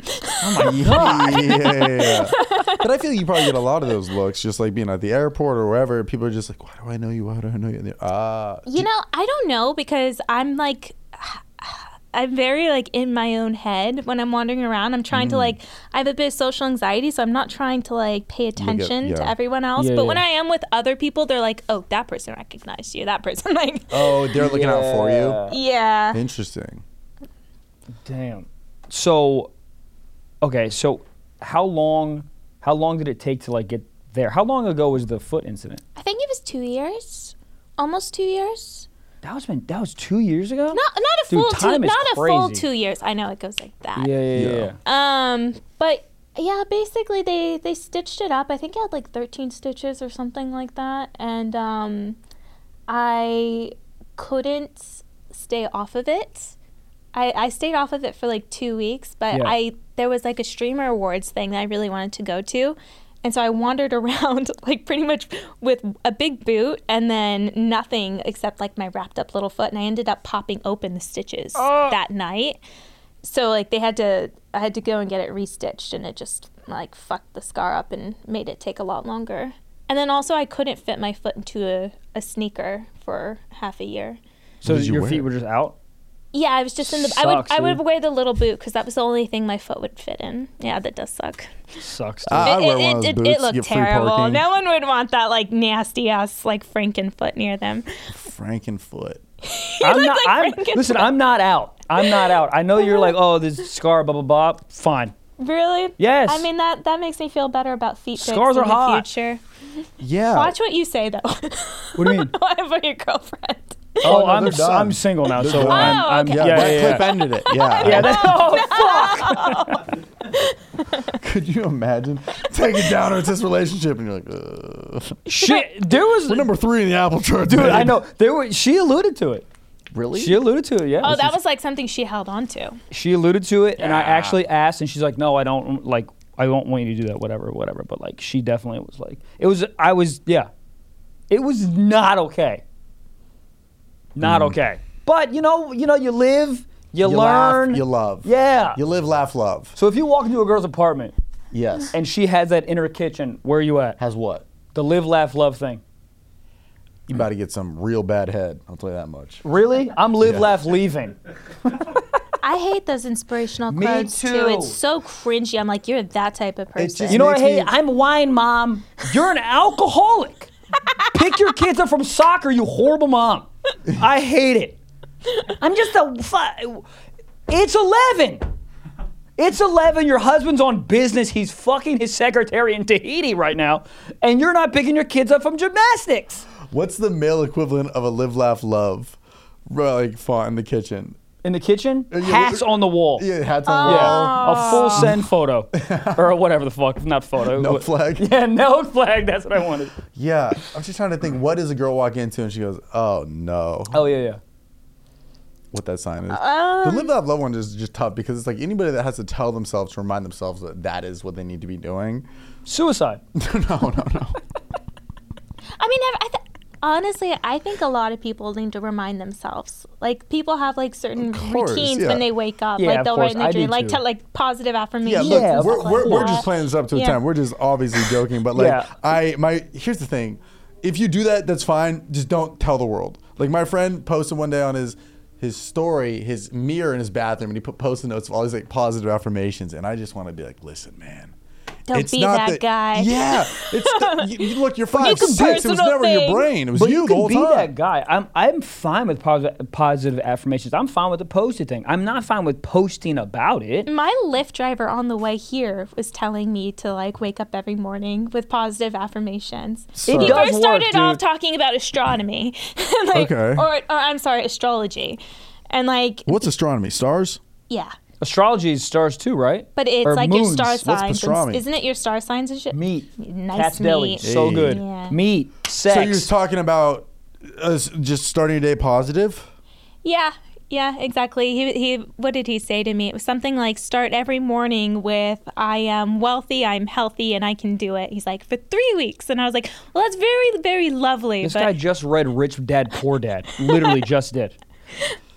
Speaker 3: Oh
Speaker 7: Yeah,
Speaker 3: But I feel you probably get a lot of those looks, just like being at the airport or wherever. People are just like, "Why do I know you? Why do I know you?" Ah,
Speaker 1: you know, I don't know because I'm like. I'm very like in my own head when I'm wandering around. I'm
Speaker 3: Mm.
Speaker 1: trying to like I have a bit of social anxiety, so I'm not trying to like pay attention to
Speaker 3: yeah.
Speaker 1: everyone else.
Speaker 2: Yeah,
Speaker 1: but when
Speaker 2: yeah.
Speaker 1: I am with other people, they're like, "Oh, that person recognized you. That person like
Speaker 3: oh, they're looking out for you.
Speaker 1: yeah."
Speaker 3: Interesting.
Speaker 2: Damn. So, okay. So, how long? How long did it take to like get there? How long ago was the foot incident?
Speaker 1: I think it was two years, almost two years.
Speaker 2: That was been. That was two years ago.
Speaker 1: Not not a
Speaker 2: Dude,
Speaker 1: full two,
Speaker 2: time is
Speaker 1: not a full
Speaker 2: crazy.
Speaker 1: two years. I know it goes like that.
Speaker 2: Yeah, yeah, yeah. yeah.
Speaker 1: Um, but yeah, basically they they stitched it up. I think I had like 13 stitches or something like that, and um, I couldn't stay off of it. I, I stayed off of it for like two weeks, but
Speaker 2: Yeah.
Speaker 1: I there was like a streamer awards thing that I really wanted to go to, and so I wandered around like pretty much with a big boot and then nothing except like my wrapped up little foot, and I ended up popping open the stitches that night. So like they had to I had to go and get it restitched, and it just like fucked the scar up and made it take a lot longer. And then also I couldn't fit my foot into a, a sneaker for half a year.
Speaker 2: So
Speaker 3: did you
Speaker 2: your
Speaker 3: wear?
Speaker 2: feet were just out.
Speaker 1: Yeah, I was just in the. I would
Speaker 2: Sucks,
Speaker 1: I would
Speaker 2: dude.
Speaker 1: wear the little boot because that was the only thing my foot would fit in. Yeah, that does suck.
Speaker 2: Sucks. Dude.
Speaker 3: Ah, I, I
Speaker 1: it,
Speaker 3: wear
Speaker 1: it-
Speaker 3: one of those
Speaker 1: it- it
Speaker 3: boots. you
Speaker 1: looked
Speaker 3: get free
Speaker 1: terrible.
Speaker 3: parking.
Speaker 1: No one would want that like nasty ass like Frankenfoot near them.
Speaker 3: Frankenfoot.
Speaker 2: I'm
Speaker 1: looked
Speaker 2: not.
Speaker 1: like
Speaker 2: I'm,
Speaker 1: Frankenstein.
Speaker 2: listen, I'm not out. I'm not out. I know you're like, oh, this scar, blah blah blah. Fine.
Speaker 1: Really?
Speaker 2: Yes.
Speaker 1: I mean that that makes me feel better about feet. pics
Speaker 2: Scars
Speaker 1: in
Speaker 2: are
Speaker 1: the
Speaker 2: hot.
Speaker 1: Future.
Speaker 3: Yeah.
Speaker 1: Watch what you say though.
Speaker 2: What do you mean?
Speaker 1: for your girlfriend.
Speaker 2: Oh,
Speaker 3: Oh, no,
Speaker 2: I'm
Speaker 3: they're done.
Speaker 2: I'm single now, so
Speaker 3: done.
Speaker 2: I'm,
Speaker 1: Oh,
Speaker 2: I'm
Speaker 1: okay.
Speaker 2: yeah,
Speaker 3: yeah,
Speaker 2: yeah,
Speaker 3: that
Speaker 2: yeah.
Speaker 3: clip ended it. Yeah.
Speaker 2: Yeah, that- oh,
Speaker 3: Could you imagine taking down or this relationship and you're like, Ugh.
Speaker 2: shit. There was
Speaker 3: we're number three in the apple chart,
Speaker 2: dude.
Speaker 3: babe.
Speaker 2: I know there were. She alluded to it.
Speaker 3: Really?
Speaker 2: She alluded to it. Yeah.
Speaker 1: Oh, that was like something she held on to.
Speaker 2: she alluded to it, and I actually asked, and she's like, "No, I don't like. I don't want you to do that. Whatever, whatever." But like, she definitely was like, "It was. I was. Yeah, it was not okay. Not okay. But you know, you know, you live, you,
Speaker 3: Mm-hmm. You laugh,
Speaker 2: learn,
Speaker 3: you love.
Speaker 2: Yeah.
Speaker 3: You live, laugh, love.
Speaker 2: so if you walk into a girl's apartment
Speaker 3: Yes.
Speaker 2: and she has that inner kitchen, where are you at?
Speaker 3: Has what?
Speaker 2: The live, laugh, love thing.
Speaker 3: You about to get some real bad head. I'll tell you that much.
Speaker 2: Really? I'm live, laugh, leaving.
Speaker 1: I hate those inspirational
Speaker 2: Me
Speaker 1: quotes
Speaker 2: too.
Speaker 1: too. It's so cringy. I'm like, you're that type of person.
Speaker 3: It's just-
Speaker 2: You know what I
Speaker 3: Makes
Speaker 2: hate?
Speaker 3: me-
Speaker 2: I'm wine mom. You're an alcoholic. Pick your kids up from soccer, you horrible mom. I hate it. I'm just a. Fu- it's 11. It's 11. Your husband's on business. He's fucking his secretary in Tahiti right now. And you're not picking your kids up from gymnastics.
Speaker 3: What's the male equivalent of a live, laugh, love? Like font in the kitchen.
Speaker 2: In the kitchen, hats on the wall.
Speaker 3: Uh, Yeah, hats on
Speaker 2: Oh.
Speaker 3: wall.
Speaker 2: Yeah, a full send photo. or whatever the fuck. Not photo.
Speaker 3: No
Speaker 2: What-
Speaker 3: flag.
Speaker 2: Yeah, no flag. That's what I wanted.
Speaker 3: Yeah. I'm just trying to think. What does a girl walk into and she goes, "Oh no,"
Speaker 2: Oh, yeah, yeah.
Speaker 3: what that sign is? the
Speaker 2: Um,
Speaker 3: live, laugh, love one is just tough because it's like anybody that has to tell themselves to remind themselves that that is what they need to be doing.
Speaker 2: Suicide.
Speaker 3: no, no, no.
Speaker 1: I mean, I, I th- honestly, I think a lot of people need to remind themselves. Like, people have like certain
Speaker 3: course,
Speaker 1: routines
Speaker 3: yeah.
Speaker 1: when they wake up.
Speaker 2: Yeah,
Speaker 1: like
Speaker 2: of
Speaker 1: they'll
Speaker 2: course,
Speaker 1: write in their
Speaker 2: I do
Speaker 1: dream, like
Speaker 2: too.
Speaker 1: tell like positive
Speaker 3: Yeah,
Speaker 1: affirmations.
Speaker 3: look,
Speaker 2: Yeah, of
Speaker 3: we're,
Speaker 1: like
Speaker 3: we're, we're
Speaker 1: that.
Speaker 3: just playing this up to the
Speaker 1: Yeah.
Speaker 3: time. We're just obviously joking, but like,
Speaker 2: Yeah.
Speaker 3: I my here's the thing: if you do that, that's fine. Just don't tell the world. Like my friend posted one day on his his story, his mirror in his bathroom, and he put post-it notes of all these like positive affirmations, and I just want to be like, listen, man.
Speaker 1: Don't be that guy.
Speaker 3: Yeah, it's the, you- you- look. You're five,
Speaker 1: can
Speaker 3: six. It was
Speaker 1: personal
Speaker 3: never your
Speaker 1: thing.
Speaker 3: brain. It was
Speaker 2: But
Speaker 3: you,
Speaker 2: you,
Speaker 3: the
Speaker 2: can
Speaker 3: whole
Speaker 2: be
Speaker 3: time.
Speaker 2: that guy. I'm I'm fine with positive, positive affirmations. I'm fine with the posted thing. I'm not fine with posting about it.
Speaker 1: My Lyft driver on the way here was telling me to like wake up every morning with positive affirmations.
Speaker 2: It
Speaker 1: he
Speaker 2: does
Speaker 1: first
Speaker 2: work,
Speaker 1: started off
Speaker 2: dude.
Speaker 1: talking about astronomy, like,
Speaker 3: Okay.
Speaker 1: or, or I'm sorry, astrology, and like
Speaker 3: What's astronomy? Stars?
Speaker 1: yeah,
Speaker 2: Astrology is stars too, right?
Speaker 1: but it's
Speaker 2: Or
Speaker 1: like
Speaker 2: moons.
Speaker 1: your star
Speaker 2: What's
Speaker 1: signs, and s-
Speaker 3: pastrami?
Speaker 1: isn't it? Your star signs and shit.
Speaker 2: Meat.
Speaker 1: Nice
Speaker 2: Cat's deli.
Speaker 1: meat.
Speaker 2: So good.
Speaker 1: Yeah.
Speaker 2: Meat. Sex.
Speaker 3: So you're talking about uh, s- just starting your day positive?
Speaker 1: Yeah, Yeah, exactly. He, he what did he say to me? It was something like start every morning with I am wealthy, I'm healthy, and I can do it. He's like for 3 weeks and I was like, "Well, that's very very lovely."
Speaker 2: This
Speaker 1: but
Speaker 2: guy just read Rich Dad Poor Dad. Literally just did.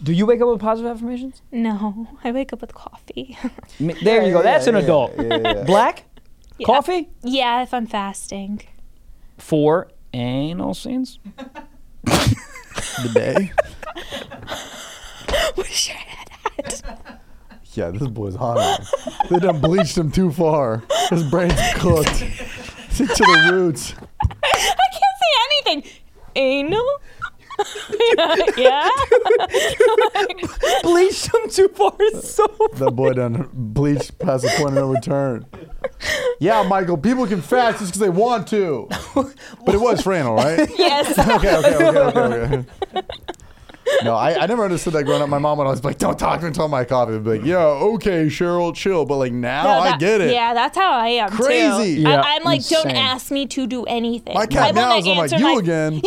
Speaker 2: Do you wake up with positive affirmations?
Speaker 1: no, I wake up with coffee.
Speaker 2: I mean, There you go. That's an adult. Black? Coffee?
Speaker 1: yeah, if I'm fasting.
Speaker 2: For anal scenes?
Speaker 3: Bidet?
Speaker 1: Where's your head at?
Speaker 3: yeah, this boy's on it. They done bleached him too far. His brain's cooked. It's to the roots.
Speaker 1: I can't say anything. Anal? yeah.
Speaker 2: Bleach them too far. It's so
Speaker 3: That boy done bleached past the point of no return. Yeah, Michael, people can fast just because they want to. But it was Fran, all right?
Speaker 1: yes.
Speaker 3: okay, okay, okay, okay, okay. No, I, I never understood that growing up. My mom would always be like, don't talk to me until my coffee. I'd be like, yeah, okay, Cheryl, chill. But like now
Speaker 1: No,
Speaker 3: I
Speaker 1: that-
Speaker 3: get it.
Speaker 1: Yeah, that's how I am. too.
Speaker 3: Crazy.
Speaker 2: Yeah,
Speaker 1: I, am like,
Speaker 2: insane.
Speaker 1: don't ask me to do anything.
Speaker 3: My
Speaker 1: I
Speaker 3: cat
Speaker 1: wanna
Speaker 3: now is I'm like,
Speaker 1: answer
Speaker 3: you
Speaker 1: my-
Speaker 3: again.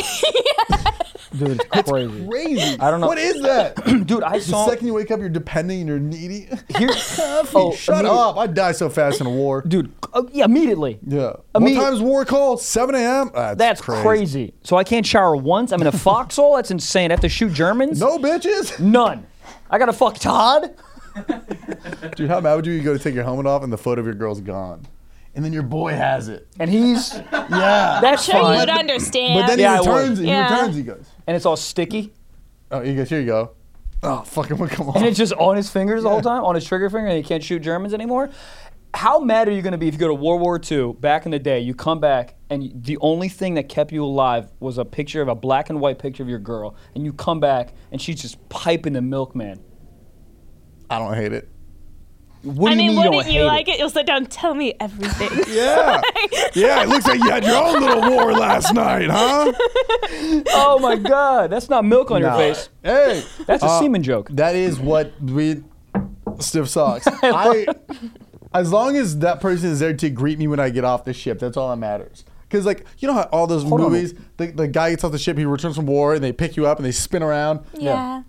Speaker 2: Dude, it's crazy.
Speaker 3: Crazy.
Speaker 2: I don't know.
Speaker 3: What is that?
Speaker 2: Dude, I
Speaker 3: the
Speaker 2: saw.
Speaker 3: second you wake up, you're depending and you're needy.
Speaker 2: Here,
Speaker 3: Oh, Shut up. I'd die so fast in a war.
Speaker 2: Dude, uh, yeah, immediately.
Speaker 3: Yeah.
Speaker 2: Immedi-
Speaker 3: what time's war call? 7 a.m.? That's,
Speaker 2: That's crazy. So I can't shower once. I'm in a foxhole. That's insane. I have to shoot Germans?
Speaker 3: No bitches?
Speaker 2: None. I gotta fuck Todd?
Speaker 3: Dude, how mad would you be? You go to take your helmet off and the photo of your girl's gone. And then your boy has it.
Speaker 2: And he's.
Speaker 3: Yeah.
Speaker 2: That's
Speaker 1: Sure, you
Speaker 2: fine.
Speaker 1: would understand.
Speaker 3: but then
Speaker 2: Yeah, I
Speaker 3: he
Speaker 2: would.
Speaker 3: returns it. He
Speaker 1: Yeah.
Speaker 3: returns, he goes.
Speaker 2: and it's all sticky.
Speaker 3: Oh, he goes, here you go. Oh, fucking what come on.
Speaker 2: And it's just on his fingers the whole time, on his trigger finger, and he can't shoot Germans anymore. How mad are you going to be if you go to World War II back in the day? You come back, and y- the only thing that kept you alive was a picture of a black and white picture of your girl, and you come back, and she's just piping the milkman.
Speaker 3: I don't hate it.
Speaker 2: What
Speaker 1: I
Speaker 2: do
Speaker 1: mean,
Speaker 2: you mean you
Speaker 1: wouldn't
Speaker 2: don't
Speaker 1: you
Speaker 2: hate
Speaker 1: like
Speaker 2: it?
Speaker 1: it? You'll sit down, tell me everything.
Speaker 3: Yeah. yeah, it looks like you had your own little war last night, huh?
Speaker 2: Oh my God, that's not milk on your face.
Speaker 3: Hey.
Speaker 2: That's a semen joke.
Speaker 3: That is what we stiff socks. I as long as that person is there to greet me when I get off the ship, that's all that matters. Cause like you know how all those
Speaker 2: on.
Speaker 3: movies, the, the guy gets off the ship, he returns from war, and they pick you up and they spin around.
Speaker 1: yeah.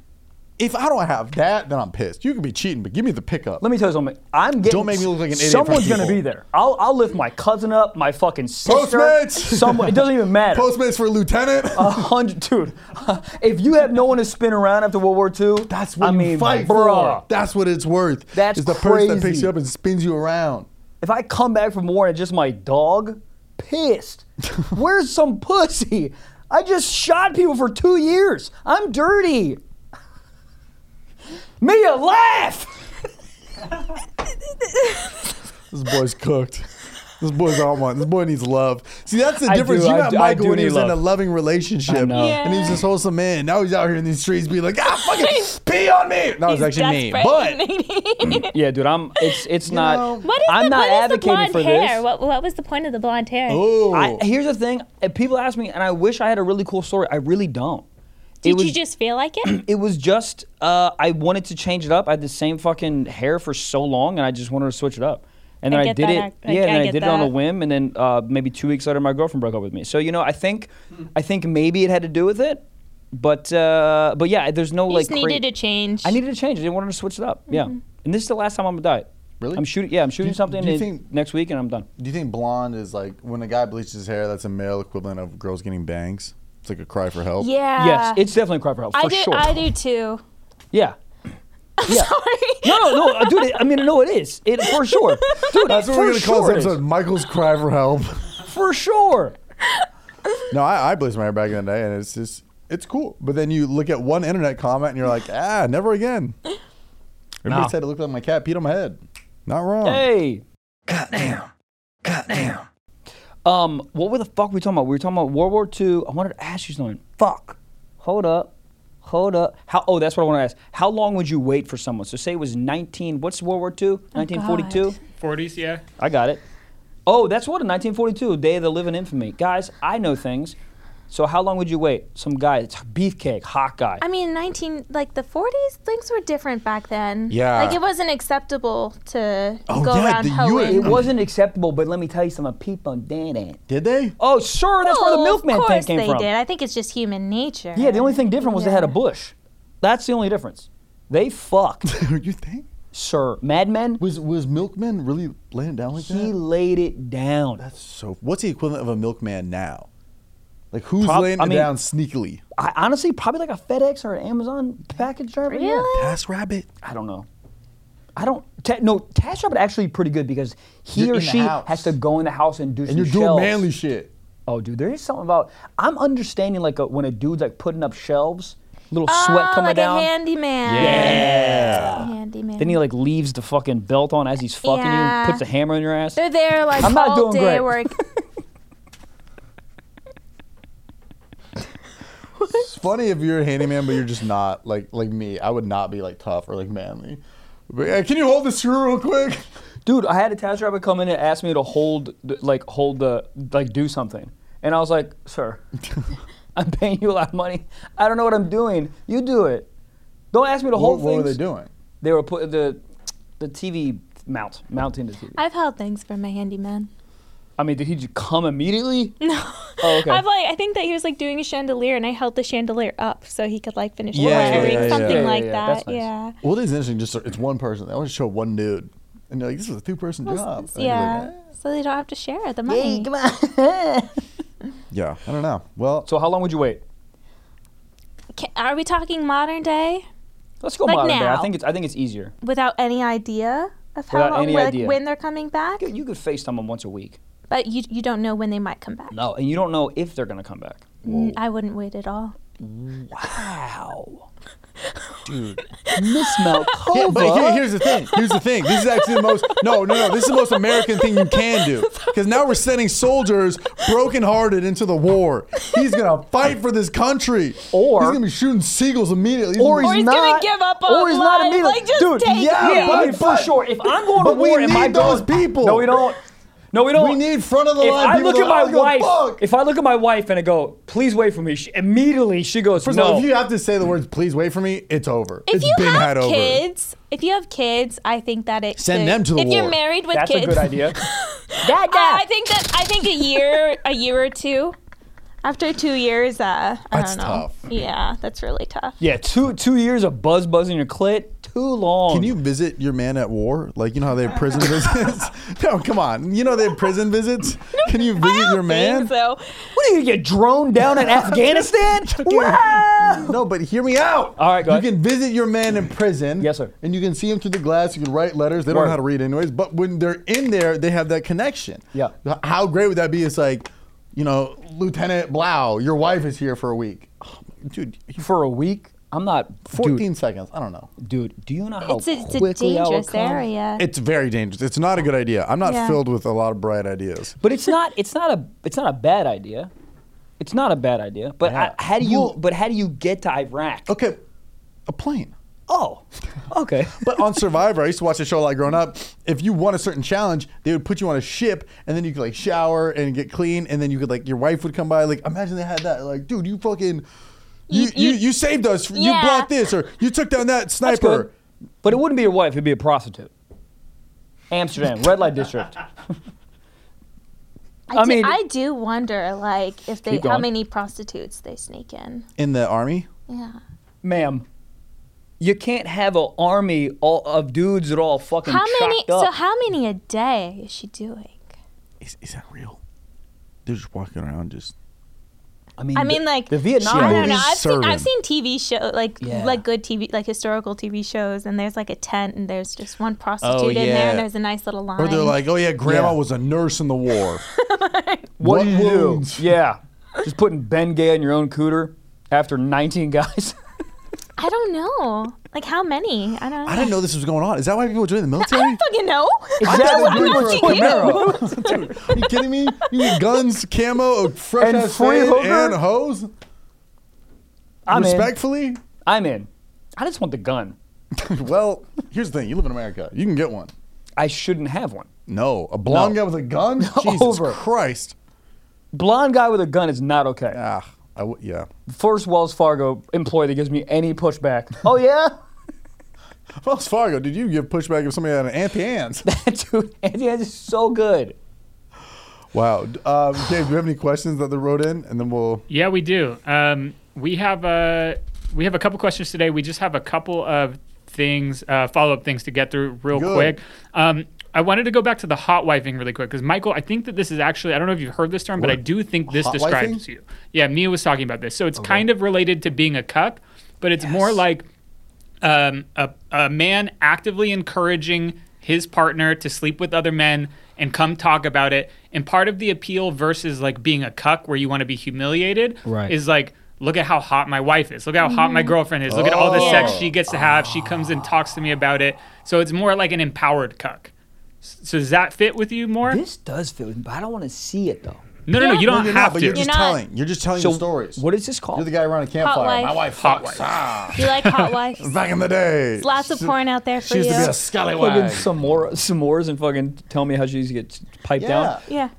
Speaker 3: If I don't have that, then I'm pissed. You could be cheating, but give me the pickup.
Speaker 2: Let me tell you something. I'm getting.
Speaker 3: Don't make me look like an idiot in front of
Speaker 2: Someone's gonna
Speaker 3: people.
Speaker 2: be there. I'll, I'll lift my cousin up, my fucking sister.
Speaker 3: Postmates!
Speaker 2: Someone. It Uh, doesn't even matter.
Speaker 3: Postmates for lieutenant.
Speaker 2: A hundred, dude. If you have no one to spin around after World War II,
Speaker 3: That's what
Speaker 2: I
Speaker 3: you
Speaker 2: mean,
Speaker 3: fight
Speaker 2: bruh.
Speaker 3: for. That's what it's worth.
Speaker 2: That's
Speaker 3: is the person that picks
Speaker 2: crazy.
Speaker 3: you up and spins you around.
Speaker 2: If I come back from war and it's just my dog, pissed. Where's some pussy? I just shot people for two years. I'm dirty. Mia, laugh.
Speaker 3: This boy's cooked. This boy's on one. This boy needs love. See, that's the
Speaker 2: I
Speaker 3: difference.
Speaker 2: do-
Speaker 3: you
Speaker 2: I
Speaker 3: got
Speaker 2: do- I
Speaker 3: Michael
Speaker 2: do
Speaker 3: when he
Speaker 2: need
Speaker 3: was in a
Speaker 2: love.
Speaker 3: loving
Speaker 2: I
Speaker 3: relationship,
Speaker 2: know.
Speaker 3: and he was
Speaker 1: Yeah.
Speaker 3: this wholesome man. Now he's out here in these streets, being like, "Ah, fucking pee on me." That was
Speaker 1: He's
Speaker 3: actually me.
Speaker 1: desperate.
Speaker 3: But
Speaker 2: Yeah, dude, I'm. It's it's not.
Speaker 1: what is
Speaker 2: I'm
Speaker 1: the,
Speaker 2: not
Speaker 1: what is
Speaker 2: advocating
Speaker 1: the blonde
Speaker 2: for
Speaker 1: hair?
Speaker 2: this.
Speaker 1: What, what was the point of the blonde hair?
Speaker 3: oh,
Speaker 2: I, here's the thing. If people ask me, and I wish I had a really cool story. I really don't.
Speaker 1: Did
Speaker 2: it was,
Speaker 1: you just feel like it?
Speaker 2: it was just uh, I wanted to change it up. I had the same fucking hair for so long, and I just wanted to switch it up. And then
Speaker 1: I
Speaker 2: I,
Speaker 1: get
Speaker 2: did
Speaker 1: that,
Speaker 2: it.
Speaker 1: I- I-
Speaker 2: yeah, and
Speaker 1: I
Speaker 2: then I
Speaker 1: get
Speaker 2: did it on a
Speaker 1: that.
Speaker 2: whim, and then uh, maybe two weeks later, my girlfriend broke up with me. So you know, I think, I think maybe it had to do with it, but uh, but yeah, there's no
Speaker 1: you
Speaker 2: like.
Speaker 1: just needed Mm-hmm.
Speaker 2: crea-
Speaker 1: a change.
Speaker 2: I needed to change. I didn't want to switch it up. Yeah, and this is the last time I'm on the diet.
Speaker 3: Really?
Speaker 2: I'm shooting. Yeah, I'm shooting
Speaker 3: Do-
Speaker 2: something
Speaker 3: do you
Speaker 2: in-
Speaker 3: think-
Speaker 2: next week, and I'm done.
Speaker 3: do you think blonde is like when a guy bleaches his hair? That's a male equivalent of girls getting bangs. It's like a cry for help.
Speaker 1: yeah.
Speaker 2: yes, it's definitely a cry for help for
Speaker 1: Uh, I do.
Speaker 2: sure.
Speaker 1: I do too.
Speaker 2: Yeah. Yeah.
Speaker 1: Sorry.
Speaker 2: No, no, no, dude. It, I mean, no, it is. It for sure, dude.
Speaker 3: That's what
Speaker 2: for
Speaker 3: we're gonna
Speaker 2: sure
Speaker 3: call
Speaker 2: it
Speaker 3: this
Speaker 2: is.
Speaker 3: episode. Michael's cry for help.
Speaker 2: For sure.
Speaker 3: no, I, I bleached my hair back in the day, and it's just it's cool. But then you look at one internet comment, and you're like, ah, never again. Everybody
Speaker 2: No.
Speaker 3: said it looked like my cat peed on my head. Not wrong.
Speaker 2: Hey. Goddamn. Goddamn. Um, what were the fuck we talking about? We were talking about World War II. I wanted to ask you something. Fuck. Hold up. Hold up. How? Oh, that's what I want to ask. How long would you wait for someone? So say it was 19. What's World War II? 1942.
Speaker 8: 40s, yeah.
Speaker 2: I got it. Oh, that's what in 1942, Day of the Living Infamy. Guys, I know things. So how long would you wait? Some guy, it's beefcake, hot guy.
Speaker 1: I mean, nineteen like the forties, things were different back then.
Speaker 3: Yeah.
Speaker 1: like it wasn't acceptable to
Speaker 3: Oh,
Speaker 1: go
Speaker 3: yeah,
Speaker 1: around
Speaker 3: the
Speaker 1: hoeing.
Speaker 2: it wasn't acceptable, but let me tell you something. People did it.
Speaker 3: Did they?
Speaker 2: Oh, sure, that's where
Speaker 1: Well,
Speaker 2: the milkman
Speaker 1: of
Speaker 2: thing
Speaker 1: course
Speaker 2: came
Speaker 1: they
Speaker 2: from.
Speaker 1: did. I think it's just human nature.
Speaker 2: Yeah, the only thing different was they had a
Speaker 1: Yeah.
Speaker 2: bush. That's the only difference. They fucked,
Speaker 3: you think?
Speaker 2: sir. Mad Men.
Speaker 3: Was was Milkman really laying down like
Speaker 2: He
Speaker 3: that?
Speaker 2: laid it down.
Speaker 3: So what's the equivalent of a milkman now? Like who's
Speaker 2: Prob-
Speaker 3: laying
Speaker 2: I
Speaker 3: it
Speaker 2: mean-
Speaker 3: down sneakily?
Speaker 2: I, honestly, probably like a FedEx or an Amazon package driver. yeah.
Speaker 1: Really?
Speaker 3: Pass rabbit.
Speaker 2: I don't know. I don't. Ta- no, Tash Rabbit actually pretty good because he
Speaker 3: You're
Speaker 2: or
Speaker 3: in the
Speaker 2: she
Speaker 3: house.
Speaker 2: has to go in the house and do
Speaker 3: And
Speaker 2: some
Speaker 3: you're doing
Speaker 2: shelves.
Speaker 3: manly shit.
Speaker 2: Oh, dude, there is something about. I'm understanding like a, when a dude's like putting up shelves, little sweat
Speaker 1: oh,
Speaker 2: coming
Speaker 1: like
Speaker 2: down.
Speaker 1: a handyman.
Speaker 2: Yeah.
Speaker 1: Handyman.
Speaker 2: Then he like leaves the fucking belt on as he's fucking
Speaker 1: Yeah.
Speaker 2: you, puts a hammer in your ass.
Speaker 1: They're there like
Speaker 2: I'm not
Speaker 1: all
Speaker 2: doing
Speaker 1: day
Speaker 2: great.
Speaker 1: work.
Speaker 3: It's funny if you're a handyman, but you're just not like like me. I would not be like tough or like manly. But, uh, can you hold the screw real quick?
Speaker 2: Dude, I had a task rabbit come in and ask me to hold, th- like, hold the, like, do something. And I was like, sir, I'm paying you a lot of money. I don't know what I'm doing. You do it. Don't ask me to
Speaker 3: What,
Speaker 2: hold
Speaker 3: what were
Speaker 2: things.
Speaker 3: they doing?
Speaker 2: They were put the, the TV mount, mounting the TV. I,
Speaker 1: I've held things for my handyman.
Speaker 2: mean, did he just come immediately?
Speaker 1: No.
Speaker 2: Oh, okay.
Speaker 1: I've like I think that he was like doing a chandelier and I held the chandelier up so he could like finish
Speaker 3: Yeah,
Speaker 1: wiring,
Speaker 3: yeah, yeah,
Speaker 1: something
Speaker 3: yeah,
Speaker 1: like
Speaker 2: yeah, yeah,
Speaker 1: that.
Speaker 2: that's nice.
Speaker 1: Yeah.
Speaker 3: Well, it is interesting. Just it's one person. They always show one dude, and they're like, "This is a two-person job." And you're
Speaker 1: yeah.
Speaker 3: like, eh.
Speaker 1: So they don't have to share the money.
Speaker 2: on.
Speaker 3: Yeah. I don't know. Well,
Speaker 2: so how long would you wait?
Speaker 1: Can, are we talking modern day
Speaker 2: Let's go
Speaker 1: Like
Speaker 2: modern day. I
Speaker 1: now.
Speaker 2: think it's, I think it's easier.
Speaker 1: without any idea of how
Speaker 2: Without
Speaker 1: long,
Speaker 2: any
Speaker 1: like,
Speaker 2: idea.
Speaker 1: when they're coming back?
Speaker 2: You could FaceTime them once a week.
Speaker 1: But you you don't know when they might come back.
Speaker 2: No, and you don't know if they're gonna come back.
Speaker 1: Mm, I wouldn't wait at all.
Speaker 2: Wow. Dude. Miss Malkova.
Speaker 3: But here- here's the thing. Here's the thing. This is actually the most no, no, no. This is the most American thing you can do because now we're sending soldiers brokenhearted into the war. He's gonna fight for this country,
Speaker 2: Or-
Speaker 3: he's gonna be shooting seagulls immediately.
Speaker 2: or he's,
Speaker 1: he's
Speaker 2: not,
Speaker 1: gonna give up on
Speaker 2: or he's not
Speaker 1: life.
Speaker 2: immediately.
Speaker 1: Like, just
Speaker 2: Dude,
Speaker 1: take
Speaker 2: yeah,
Speaker 1: it.
Speaker 2: yeah,
Speaker 3: But-
Speaker 2: I mean, for
Speaker 3: but-
Speaker 2: sure. If I'm going to
Speaker 3: but we
Speaker 2: war, and my
Speaker 3: need those
Speaker 2: girl-
Speaker 3: people.
Speaker 2: No, we don't. No, we don't.
Speaker 3: We need front of the
Speaker 2: if
Speaker 3: line
Speaker 2: I
Speaker 3: people
Speaker 2: look at
Speaker 3: that
Speaker 2: my
Speaker 3: I go,
Speaker 2: wife,
Speaker 3: "Fuck."
Speaker 2: if I look at my wife and I go, "Please wait for me," she, immediately she goes,
Speaker 3: First
Speaker 2: "No."
Speaker 3: of all, if you have to say the words, please wait for me. It's over.
Speaker 1: If
Speaker 3: It's
Speaker 1: you
Speaker 3: been
Speaker 1: have
Speaker 3: had over.
Speaker 1: kids, if you have kids, I think that it
Speaker 3: Send
Speaker 1: could-
Speaker 3: them to the
Speaker 1: If
Speaker 3: war.
Speaker 1: you're married with
Speaker 2: That's
Speaker 1: kids,
Speaker 2: a good idea.
Speaker 1: Uh, I think that I think a year, a year or two. After two years, uh, I
Speaker 3: That's
Speaker 1: don't know.
Speaker 3: tough.
Speaker 1: Yeah, that's really tough.
Speaker 2: yeah, two two years of buzz buzzing your clit, too long.
Speaker 3: Can you visit your man at war? Like you know how they have prison visits? no, come on. You know they have prison visits. Can you
Speaker 1: I
Speaker 3: visit
Speaker 1: don't
Speaker 3: your man?
Speaker 1: think so.
Speaker 2: What are you gonna get droned down in Afghanistan? Wow.
Speaker 3: No, but hear me out.
Speaker 2: All right, go
Speaker 3: You
Speaker 2: ahead.
Speaker 3: can visit your man in prison.
Speaker 2: Yes, sir.
Speaker 3: And you can see him through the glass. You can write letters. They don't
Speaker 2: Word.
Speaker 3: know how to read, anyways. But when they're in there, they have that connection.
Speaker 2: Yeah.
Speaker 3: H- How great would that be? It's like, you know, Lieutenant Blau, your wife is here for a week. Oh, my- dude, you-
Speaker 2: For a week, I'm not.
Speaker 3: 14 seconds. I don't know.
Speaker 2: Dude, dude, do you know how
Speaker 1: It's a, it's a
Speaker 2: quickly I would
Speaker 1: dangerous
Speaker 2: come?
Speaker 1: area.
Speaker 3: It's very dangerous. It's not a good idea. I'm not
Speaker 1: Yeah.
Speaker 3: filled with a lot of bright ideas.
Speaker 2: But it's not. It's not a. It's not a bad idea. It's not a bad idea. But
Speaker 3: Yeah.
Speaker 2: I, how do you?
Speaker 3: Well-
Speaker 2: but how do you get to Iraq?
Speaker 3: Okay, a plane.
Speaker 2: Oh, okay.
Speaker 3: But on Survivor, I used to watch the show a lot growing up. If you won a certain challenge, they would put you on a ship, and then you could like shower and get clean, and then you could like your wife would come by. Like imagine they had that. Like, dude, you fucking, you you, you,
Speaker 1: you-
Speaker 3: saved us. You
Speaker 1: Yeah.
Speaker 3: blocked this, or you took down that
Speaker 2: That's good.
Speaker 3: sniper.
Speaker 2: But it wouldn't be your wife. It'd be a prostitute. Amsterdam, red light district. I
Speaker 1: do,
Speaker 2: mean-
Speaker 1: I do wonder, like, if they
Speaker 2: Keep
Speaker 1: how
Speaker 2: going.
Speaker 1: many prostitutes they sneak in.
Speaker 3: In the army,
Speaker 1: Yeah.
Speaker 2: Ma'am, you can't have an army all, of dudes that are all fucking
Speaker 1: How many?
Speaker 2: chocked up.
Speaker 1: So how many a day is she doing?
Speaker 3: is, is that real? They're just walking around, just
Speaker 2: mean,
Speaker 1: I mean,
Speaker 2: the-
Speaker 1: like
Speaker 2: the
Speaker 1: I
Speaker 2: Vietnam.
Speaker 3: She
Speaker 1: don't
Speaker 3: will
Speaker 1: know.
Speaker 3: be
Speaker 1: I've seen, I've seen
Speaker 3: serving.
Speaker 1: TV show like
Speaker 2: Yeah.
Speaker 1: like good TV like historical TV shows, and there's like a tent, and there's just one prostitute
Speaker 2: Oh,
Speaker 1: in
Speaker 3: yeah.
Speaker 1: there, and there's a nice little line.
Speaker 3: or they're like, oh yeah, grandma
Speaker 2: Yeah.
Speaker 3: was a nurse in the war.
Speaker 2: What, do you
Speaker 3: wounds?
Speaker 2: do? Yeah. Just putting Ben Gay in your own cooter after 19 guys.
Speaker 1: I don't know, like how many? I don't. know.
Speaker 3: I didn't know this was going on. Is that why people join the
Speaker 1: I
Speaker 3: military?
Speaker 1: don't fucking know.
Speaker 2: Is that what
Speaker 1: I'm
Speaker 2: people
Speaker 1: asking
Speaker 2: put
Speaker 1: you.
Speaker 2: now?
Speaker 3: Dude, are you kidding me? You get guns, camo, a fresh
Speaker 2: And
Speaker 3: ass
Speaker 2: free
Speaker 3: fade,
Speaker 2: hooker?
Speaker 3: and hose.
Speaker 2: I'm in.
Speaker 3: Respectfully,
Speaker 2: I'm in. I just want the gun.
Speaker 3: well, here's the thing: you live in America, you can get one.
Speaker 2: I shouldn't have one.
Speaker 3: No, a blonde
Speaker 2: No.
Speaker 3: guy with a gun. Jesus
Speaker 2: Over.
Speaker 3: Christ.
Speaker 2: Blonde guy with a gun is not okay.
Speaker 3: Ah, I w- yeah.
Speaker 2: First Wells Fargo employee that gives me any pushback. Oh yeah,
Speaker 3: Wells Fargo, did you give pushback if somebody had an anti hands?
Speaker 2: dude, Andy Hands is so good.
Speaker 3: wow. D- Um, Dave, do you have any questions that they wrote in, and then we'll.
Speaker 8: Yeah, uh, we do. Um, we have a we have a couple questions today. We just have a couple of things, uh, follow up things to get through real
Speaker 3: Good.
Speaker 8: quick. Um, I wanted to go back to the hot wifing really quick because Michael, I think that this is actually I don't know if you've heard this term, but I do think this
Speaker 3: Hot
Speaker 8: describes
Speaker 3: wifing?
Speaker 8: you. Yeah, Mia was talking about this, so it's kind of related to being a cuck, but it's more like um, a, a man actively encouraging his partner to sleep with other men and come talk about it. And part of the appeal versus like being a cuck where you want to be humiliated
Speaker 2: Right.
Speaker 8: is like, look at how hot my wife is. Look how hot my girlfriend is. Look at all the
Speaker 1: Oh.
Speaker 8: sex she gets to have. She comes and talks to me about it. So it's more like an empowered cuck. S- So does that fit with you more?
Speaker 2: This does fit with me, but I don't want to see it though.
Speaker 8: no, no, no.
Speaker 1: Yeah.
Speaker 8: You
Speaker 1: No,
Speaker 8: don't
Speaker 3: You're
Speaker 8: have
Speaker 3: not, but
Speaker 8: to.
Speaker 3: you're just
Speaker 1: You're not.
Speaker 3: telling. You're just telling the stories.
Speaker 2: what is this called?
Speaker 3: You're the guy around a campfire.
Speaker 1: wife.
Speaker 3: My wife
Speaker 8: Hot
Speaker 3: hot
Speaker 8: wife.
Speaker 1: You like hot wife?
Speaker 3: Back in the day.
Speaker 1: Lots of
Speaker 3: She-
Speaker 1: porn out there for
Speaker 3: She
Speaker 1: you.
Speaker 3: used to be a
Speaker 2: Fucking
Speaker 3: scallywag.
Speaker 2: s'more, s'mores and fucking tell me how she used to get piped
Speaker 3: Yeah.
Speaker 2: down.
Speaker 1: yeah.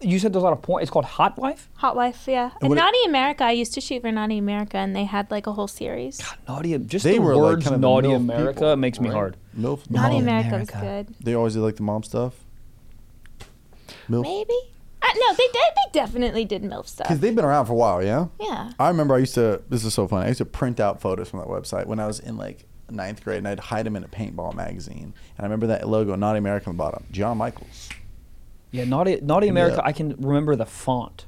Speaker 2: You said there's a lot of porn. It's called Hot Wife?
Speaker 1: Hot Wife, yeah. And Naughty America, I used to shoot for Naughty America, and they had like a whole series.
Speaker 2: Naughty, just
Speaker 3: They
Speaker 2: the
Speaker 3: were, like,
Speaker 2: words
Speaker 3: kind of
Speaker 2: Naughty
Speaker 3: MILF
Speaker 2: America
Speaker 3: people,
Speaker 2: makes me
Speaker 3: right?
Speaker 2: hard.
Speaker 3: Milf.
Speaker 1: Naughty
Speaker 3: Mom.
Speaker 1: America, was
Speaker 2: America.
Speaker 1: good.
Speaker 3: They always did like the mom stuff. Milf.
Speaker 1: Maybe? Uh, no, they did. They definitely did MILF
Speaker 3: Because
Speaker 1: stuff.
Speaker 3: they've been around for a while, yeah?
Speaker 1: Yeah.
Speaker 3: I remember I used to, this is so funny, I used to print out photos from that website when I was in like ninth grade and I'd hide them in a paintball magazine. And I remember that logo, Naughty America on the bottom, John Michaels.
Speaker 2: Yeah, Naughty, Naughty America,
Speaker 3: Yeah.
Speaker 2: I can remember the font.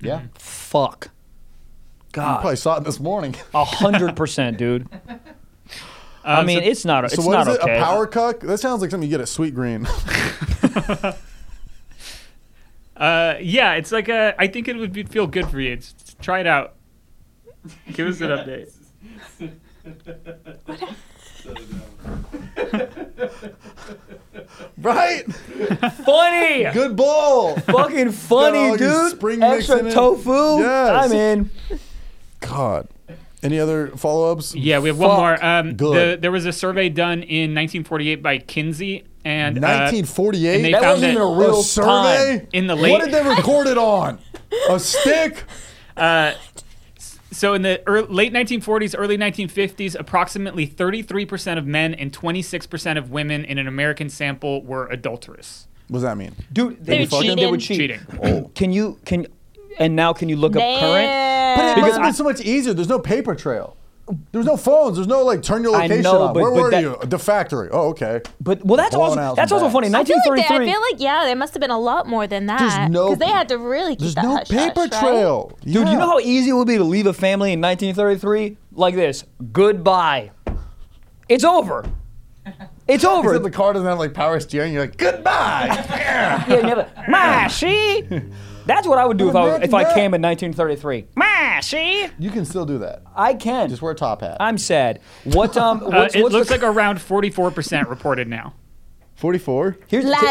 Speaker 3: Yeah.
Speaker 2: Fuck.
Speaker 3: You
Speaker 2: God.
Speaker 3: probably saw it this morning.
Speaker 2: A hundred percent, dude. I mean, it's not. It's
Speaker 3: Um, so what
Speaker 2: not
Speaker 3: is it?
Speaker 2: okay.
Speaker 3: A power cuck? That sounds like something you get at Sweet Green.
Speaker 8: Uh, yeah, it's like a. I think it would be, feel good for you. It's, try it out. Give us an update.
Speaker 3: right?
Speaker 2: funny.
Speaker 3: Good ball.
Speaker 2: Fucking funny,
Speaker 3: all your
Speaker 2: dude.
Speaker 3: spring mix
Speaker 2: Extra
Speaker 3: in it.
Speaker 2: tofu.
Speaker 3: Yes.
Speaker 2: I'm in.
Speaker 3: God. Any other follow ups?
Speaker 8: Yeah, we have one
Speaker 2: Fuck.
Speaker 8: more. Um,
Speaker 3: Good.
Speaker 8: The, there was a survey done in 1948 by Kinsey and uh,
Speaker 3: 1948?
Speaker 8: and they
Speaker 2: That
Speaker 8: found
Speaker 2: wasn't
Speaker 8: that-
Speaker 2: even a real
Speaker 3: a survey?
Speaker 2: time.
Speaker 8: in the
Speaker 3: What
Speaker 8: late-
Speaker 3: did they record it on? A stick?
Speaker 8: So in the ear late 1940s, early 1950s, approximately 33% of men and 26% of women in an American sample were adulterous.
Speaker 3: What does that mean?
Speaker 2: Dude,
Speaker 1: They
Speaker 2: they,
Speaker 1: were
Speaker 2: cheating. They were
Speaker 1: cheating.
Speaker 2: cheating.
Speaker 8: Cheating.
Speaker 2: Can you can and now can you look up current?
Speaker 1: Damn.
Speaker 3: But it
Speaker 2: Because
Speaker 3: must have
Speaker 2: I-
Speaker 3: been so much easier. There's no paper trail. There's no phones. There's no like turn your
Speaker 2: I
Speaker 3: location
Speaker 2: know,
Speaker 3: on.
Speaker 2: but-
Speaker 3: Where
Speaker 2: but
Speaker 3: were
Speaker 2: that-
Speaker 3: you? The factory. Oh, okay.
Speaker 2: But well, that's
Speaker 3: Blowing
Speaker 2: also
Speaker 3: out
Speaker 2: that's
Speaker 3: some
Speaker 2: also funny.
Speaker 3: bags.
Speaker 1: I feel, like they, I
Speaker 2: 1933.
Speaker 1: feel like, yeah, there must have been a lot more than that.
Speaker 3: There's no-
Speaker 1: Because they had to really keep
Speaker 3: There's
Speaker 1: that
Speaker 3: no
Speaker 1: hush
Speaker 3: paper
Speaker 1: hush, right?
Speaker 3: trail.
Speaker 2: Dude, you know how easy it would be to leave a family in 1933 like this? Goodbye. It's over. It's over.
Speaker 3: Except the car doesn't have like power steering. You're like, goodbye.
Speaker 2: Yeah, never. Ma, see? That's what I would do if I was, if I
Speaker 3: Imagine
Speaker 2: came in 1933. Ma, see?
Speaker 3: you can still do that.
Speaker 2: I can.
Speaker 3: Just wear a top hat.
Speaker 2: I'm sad. What um?
Speaker 8: Uh,
Speaker 2: What's,
Speaker 8: it
Speaker 2: what's
Speaker 8: looks
Speaker 2: the,
Speaker 8: like around 44% reported now.
Speaker 3: 44.
Speaker 2: here's the-
Speaker 1: Lies.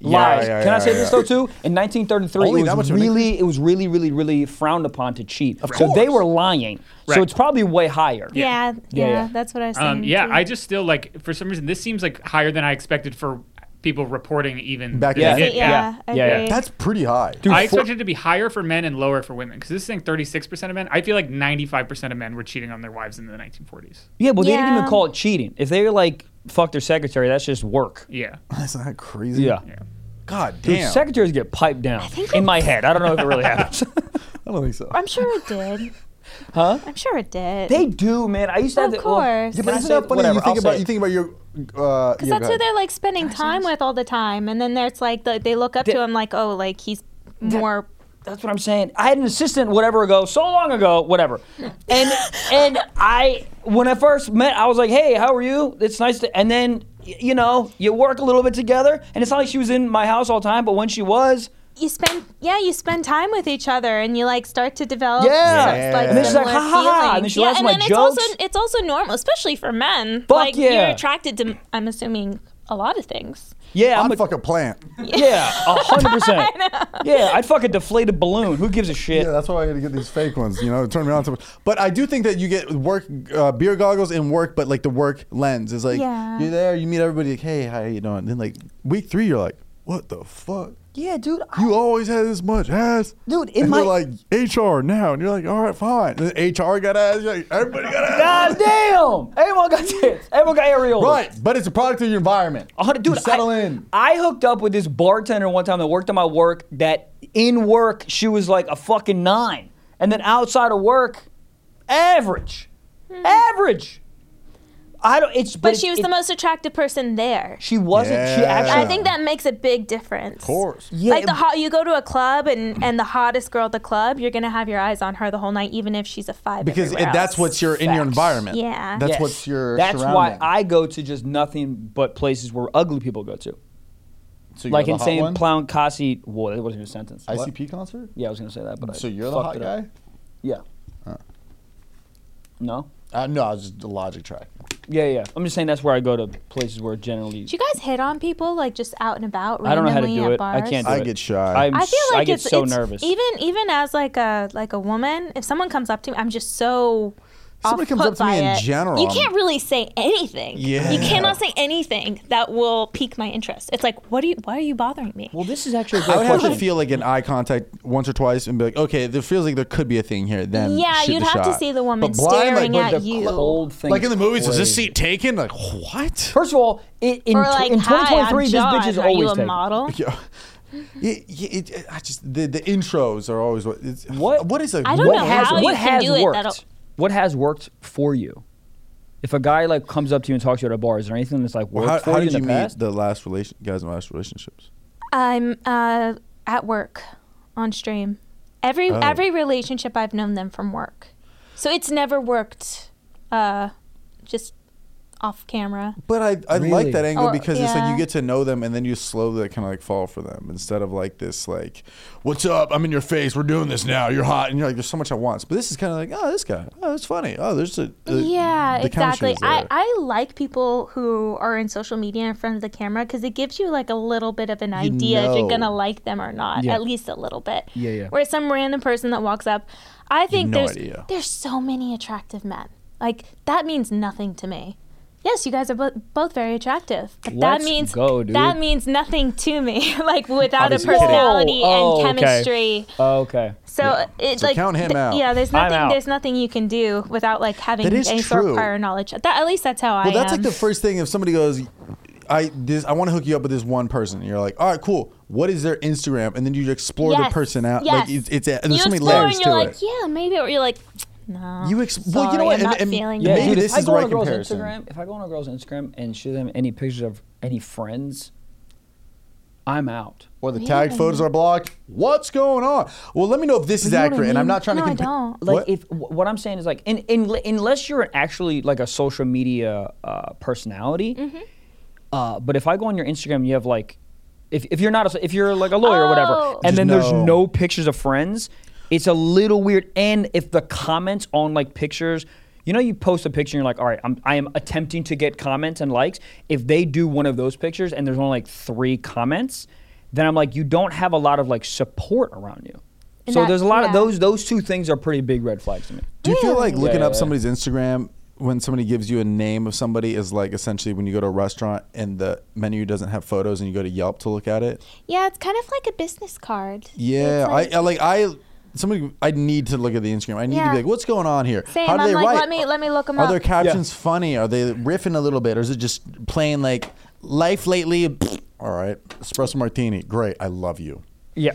Speaker 2: lies.
Speaker 3: Yeah, yeah,
Speaker 2: Can I
Speaker 3: yeah,
Speaker 2: say
Speaker 3: yeah.
Speaker 2: this though too? In 1933,
Speaker 3: Only
Speaker 2: it
Speaker 3: that
Speaker 2: was
Speaker 3: much of an
Speaker 2: really it was really really really frowned upon to cheat. so
Speaker 3: course.
Speaker 2: they were lying.
Speaker 8: Right.
Speaker 2: So it's probably way higher.
Speaker 1: Yeah, yeah,
Speaker 2: yeah.
Speaker 1: that's what I was saying.
Speaker 8: Um, yeah,
Speaker 1: too.
Speaker 8: I just still like, for some reason, this seems like higher than I expected for people reporting even.
Speaker 3: Back
Speaker 8: than
Speaker 3: then.
Speaker 8: it
Speaker 1: Yeah,
Speaker 8: did.
Speaker 2: yeah,
Speaker 1: I
Speaker 2: yeah, yeah.
Speaker 1: agree.
Speaker 3: That's pretty high.
Speaker 2: Dude,
Speaker 8: I
Speaker 2: for-
Speaker 8: expected it to be higher for men and lower for women because this is saying 36% of men. I feel like 95% of men were cheating on their wives in the 1940s.
Speaker 2: yeah, but they didn't even
Speaker 1: Yeah.
Speaker 2: call it cheating. If they were like fuck their secretary, that's just work.
Speaker 8: Yeah.
Speaker 3: Isn't that crazy? God
Speaker 2: Dude,
Speaker 3: damn.
Speaker 2: secretaries get piped down.
Speaker 1: think
Speaker 2: in
Speaker 1: I-
Speaker 2: my head, I don't know if it really happens.
Speaker 3: I don't think so.
Speaker 1: I'm sure it did. huh? I'm sure it did.
Speaker 2: they do, man. I used to
Speaker 1: Of
Speaker 2: have. the- well,
Speaker 1: course. Yeah,
Speaker 3: But
Speaker 2: can I
Speaker 3: isn't
Speaker 2: say-
Speaker 3: that funny?
Speaker 2: whatever,
Speaker 3: you
Speaker 2: I'll
Speaker 3: think
Speaker 2: say
Speaker 3: about
Speaker 2: it.
Speaker 3: you think about your. Uh, yeah,
Speaker 1: Because
Speaker 3: go
Speaker 1: that's who
Speaker 3: ahead.
Speaker 1: they're like spending time with all the time, and then there's like the, they look up
Speaker 2: Did-
Speaker 1: to him like, oh, like he's more.
Speaker 2: That's what I'm saying. I had an assistant whatever ago, so long ago, whatever. And and I when I first met, I was like, "Hey, how are you? It's nice to." And then y- you know, you work a little bit together, and it's not like she was in my house all the time, but when she was,
Speaker 1: You spend yeah, you spend time with each other, and you like start to develop.
Speaker 2: Yeah.
Speaker 1: some, like,
Speaker 3: And then she's
Speaker 2: like,
Speaker 1: similar
Speaker 2: "Ha, ha, ha,"
Speaker 1: feelings.
Speaker 2: and then she
Speaker 1: yeah,
Speaker 2: laughs at
Speaker 1: and
Speaker 2: my
Speaker 1: then
Speaker 2: jokes.
Speaker 1: it's also it's also normal, especially for men. like
Speaker 2: yeah.
Speaker 1: you're attracted to I'm assuming a lot of things.
Speaker 2: yeah, I'm
Speaker 3: I'd
Speaker 2: a,
Speaker 3: fuck a plant.
Speaker 2: yeah, a hundred percent. Yeah, I'd fuck a deflated balloon. Who gives a shit?
Speaker 3: Yeah, that's why I got to get these fake ones. You know, turn me on to. But I do think that you get work uh, beer goggles and work, but like the work lens is like
Speaker 1: Yeah.
Speaker 3: you're there, you meet everybody, like, hey, how you doing? Then like week three, you're like, what the fuck?
Speaker 2: Yeah, dude. I,
Speaker 3: You always had this much ass,
Speaker 2: Dude, it
Speaker 3: and
Speaker 2: might-
Speaker 3: they're like HR now, and you're like, all right, fine. And then HR got ass. You're like, everybody got
Speaker 2: God
Speaker 3: ass.
Speaker 2: damn! Everyone got tits. Everyone got areolas.
Speaker 3: Right, but it's a product of your environment.
Speaker 2: A hundred-
Speaker 3: You
Speaker 2: dude,
Speaker 3: settle
Speaker 2: I,
Speaker 3: in.
Speaker 2: I hooked up with this bartender one time that worked at my work. That in work she was like a fucking nine, and then outside of work, average, average. I don't. It's but,
Speaker 1: Hmm. But she was
Speaker 2: it-
Speaker 1: the most attractive person there.
Speaker 2: She wasn't. She
Speaker 3: Yeah.
Speaker 2: actually.
Speaker 1: I think that makes a big difference. Of
Speaker 3: course.
Speaker 2: Yeah,
Speaker 1: like the
Speaker 2: it-
Speaker 1: hot, you go to a club and and the hottest girl at the club, you're gonna have your eyes on her the whole night, even if she's a five.
Speaker 3: because
Speaker 1: everywhere
Speaker 3: it, that's
Speaker 1: else.
Speaker 3: what's your in your
Speaker 2: Facts.
Speaker 3: environment.
Speaker 1: Yeah.
Speaker 3: that's
Speaker 2: Yes.
Speaker 3: what's your.
Speaker 2: That's why
Speaker 3: surrounding.
Speaker 2: I go to just nothing but places where ugly people go to.
Speaker 3: So you're
Speaker 2: Like
Speaker 3: the hot
Speaker 2: insane
Speaker 3: one?
Speaker 2: clown Kasi. Whoa, that wasn't even a sentence. What?
Speaker 3: ICP concert.
Speaker 2: Yeah, I was gonna say that, but I
Speaker 3: So you're the
Speaker 2: fucked
Speaker 3: hot
Speaker 2: it up.
Speaker 3: guy.
Speaker 2: Yeah. No.
Speaker 3: Uh, no, I was just a logic track.
Speaker 2: Yeah, yeah. I'm just saying that's where I go to places where generally.
Speaker 1: Do you guys hit on people like just out and about? Randomly
Speaker 2: I don't know how to do
Speaker 1: at
Speaker 2: it. I
Speaker 1: Bars?
Speaker 2: can't do
Speaker 3: I
Speaker 2: it.
Speaker 3: get shy.
Speaker 2: I'm,
Speaker 1: I feel
Speaker 2: s-
Speaker 1: like
Speaker 2: I get
Speaker 1: it's,
Speaker 2: so
Speaker 1: it's-
Speaker 2: nervous.
Speaker 1: Even even as like a like a woman, if someone comes up to me, I'm just so.
Speaker 3: Somebody comes
Speaker 1: off-put
Speaker 3: up to me
Speaker 1: by
Speaker 3: in
Speaker 1: it.
Speaker 3: general,
Speaker 1: You
Speaker 3: I'm-
Speaker 1: can't really say anything.
Speaker 3: Yeah.
Speaker 1: You cannot say anything that will pique my interest. It's like, what do you? Why are you bothering me?
Speaker 2: well, this is actually a
Speaker 3: I
Speaker 2: great
Speaker 3: would have
Speaker 2: question.
Speaker 3: to feel like an eye contact once or twice and be like, okay, there feels like there could be a thing here. Then
Speaker 1: yeah,
Speaker 3: shoot
Speaker 1: you'd
Speaker 3: the
Speaker 1: have to
Speaker 3: shot.
Speaker 1: see the woman
Speaker 3: But blind, like,
Speaker 1: staring
Speaker 3: with
Speaker 1: at
Speaker 2: the
Speaker 1: you.
Speaker 2: cold thing.
Speaker 3: Like in the movies, was this
Speaker 2: crazy.
Speaker 3: seat taken? Like what?
Speaker 2: First of all, it, in,
Speaker 1: or
Speaker 2: tw-
Speaker 1: like,
Speaker 2: in
Speaker 1: hi,
Speaker 2: 2023,
Speaker 1: I'm
Speaker 2: this
Speaker 1: John.
Speaker 2: bitch is
Speaker 1: are
Speaker 2: always
Speaker 1: you a
Speaker 2: taken.
Speaker 1: model?
Speaker 3: Yeah. It, it, it- I just the, the intros are always what. It's,
Speaker 2: What-
Speaker 3: What is a
Speaker 1: I don't
Speaker 2: what
Speaker 1: know
Speaker 2: has
Speaker 1: how
Speaker 2: what
Speaker 1: you can
Speaker 2: has
Speaker 1: do it
Speaker 2: worked?
Speaker 1: that'll-
Speaker 2: what has worked for you? If a guy like comes up to you and talks to you at a bar, is there anything that's like worked
Speaker 3: Well, how,
Speaker 2: for
Speaker 3: how
Speaker 2: you
Speaker 3: did
Speaker 2: in
Speaker 3: you
Speaker 2: the
Speaker 3: meet
Speaker 2: past?
Speaker 3: the last relation guys in last relationships?
Speaker 1: I'm uh, at work on stream. Every every relationship I've known them from work, so it's never worked. Uh, just off camera.
Speaker 3: But I, I
Speaker 2: Really?
Speaker 3: like that angle
Speaker 1: Or-
Speaker 3: because it's like
Speaker 1: Oh, yeah.
Speaker 3: you get to know them and then you slowly like, kind of like fall for them instead of like this like, what's up? I'm in your face. We're doing this now. You're hot, and you're like, there's so much at once. But this is kind of like, oh, this guy. Oh, that's funny. Oh, there's a the-
Speaker 1: yeah,
Speaker 3: the
Speaker 1: exactly.
Speaker 3: chemistry is
Speaker 1: I,
Speaker 3: there."
Speaker 1: I like people who are in social media in front of the camera because it gives you like a little bit of an idea if
Speaker 3: know.
Speaker 1: you're gonna like them or not,
Speaker 2: Yeah.
Speaker 1: at least a little bit.
Speaker 2: Yeah, yeah.
Speaker 1: Whereas some random person that walks up, I think
Speaker 3: no
Speaker 1: there's
Speaker 3: idea.
Speaker 1: there's so many attractive men. Like that means nothing to me. Yes, you guys are both both very attractive, but
Speaker 2: Let's
Speaker 1: that means
Speaker 2: go, dude.
Speaker 1: that means nothing to me. like without
Speaker 3: Obviously
Speaker 1: a
Speaker 3: kidding.
Speaker 1: personality
Speaker 2: Whoa, oh,
Speaker 1: and
Speaker 2: okay.
Speaker 1: chemistry.
Speaker 2: Oh, okay.
Speaker 1: So it's
Speaker 3: So
Speaker 1: like
Speaker 3: count him out.
Speaker 1: Yeah, there's
Speaker 2: I'm
Speaker 1: nothing.
Speaker 2: out.
Speaker 1: There's nothing you can do without like having
Speaker 3: That is
Speaker 1: any sort
Speaker 3: true.
Speaker 1: of prior knowledge. That at least that's how I
Speaker 3: Well, that's
Speaker 1: am.
Speaker 3: like the first thing. If somebody goes, I this I want to hook you up with this one person, and you're like, all right, cool. What is their Instagram? And then you explore the
Speaker 1: Yes,
Speaker 3: person out.
Speaker 1: yes.
Speaker 3: Like it's, it's a, there's
Speaker 1: you
Speaker 3: so many
Speaker 1: explore
Speaker 3: layers
Speaker 1: and
Speaker 3: to
Speaker 1: you're
Speaker 3: it.
Speaker 1: like, yeah, maybe, or you're like, no.
Speaker 3: You ex-
Speaker 1: sorry,
Speaker 3: well, you know what?
Speaker 1: I'm not
Speaker 3: and, and
Speaker 1: feeling
Speaker 2: Yeah,
Speaker 1: it.
Speaker 3: maybe
Speaker 2: dude,
Speaker 3: this
Speaker 2: if I
Speaker 3: is the
Speaker 2: go on
Speaker 3: right
Speaker 2: a girl's
Speaker 3: comparison.
Speaker 2: Instagram, if I go on a girl's Instagram and she doesn't have any pictures of any friends, I'm out.
Speaker 3: Or the tagged photos are blocked. What's going on? Well, let me know if this is
Speaker 2: know what I
Speaker 3: accurate. And I'm
Speaker 2: mean?
Speaker 3: not trying
Speaker 1: No,
Speaker 3: to
Speaker 1: I
Speaker 3: compare.
Speaker 1: don't.
Speaker 2: Like
Speaker 3: What?
Speaker 2: if wh- what I'm saying is like, in, in, unless you're actually like a social media uh, personality,
Speaker 3: Mm-hmm.
Speaker 2: uh, but if I go on your Instagram, you have like, if, if you're not a, if you're like a lawyer or
Speaker 1: Oh.
Speaker 2: whatever, and
Speaker 3: Just
Speaker 2: then there's
Speaker 3: no.
Speaker 2: no pictures of friends, it's a little weird. And if the comments on like pictures. You know, you post a picture and you're like, all right, I'm, I am attempting to get comments and likes. If they do one of those pictures and there's only like three comments, then I'm like, you don't have a lot of like support around you.
Speaker 1: And
Speaker 2: so
Speaker 1: that-
Speaker 2: there's a lot of
Speaker 1: yeah.
Speaker 2: those those two things are pretty big red flags to me.
Speaker 3: Do you feel like looking
Speaker 2: yeah,
Speaker 3: up
Speaker 2: yeah.
Speaker 3: somebody's Instagram when somebody gives you a name of somebody is like essentially when you go to a restaurant and the menu doesn't have photos and you go to Yelp to look at it?
Speaker 1: Yeah, it's kind of like a business card.
Speaker 3: Yeah,
Speaker 1: It's like,
Speaker 3: I, I like I somebody I need to look at the Instagram. I need to
Speaker 1: Yeah.
Speaker 3: be like, what's going on here?
Speaker 1: Same.
Speaker 3: How do
Speaker 1: I'm
Speaker 3: they
Speaker 1: like,
Speaker 3: write?
Speaker 1: let me let me look them
Speaker 3: Are
Speaker 1: up.
Speaker 3: their captions funny? Are they riffing a little bit, or is it just plain like life lately? All right, espresso martini, great. I love you.
Speaker 2: Yeah.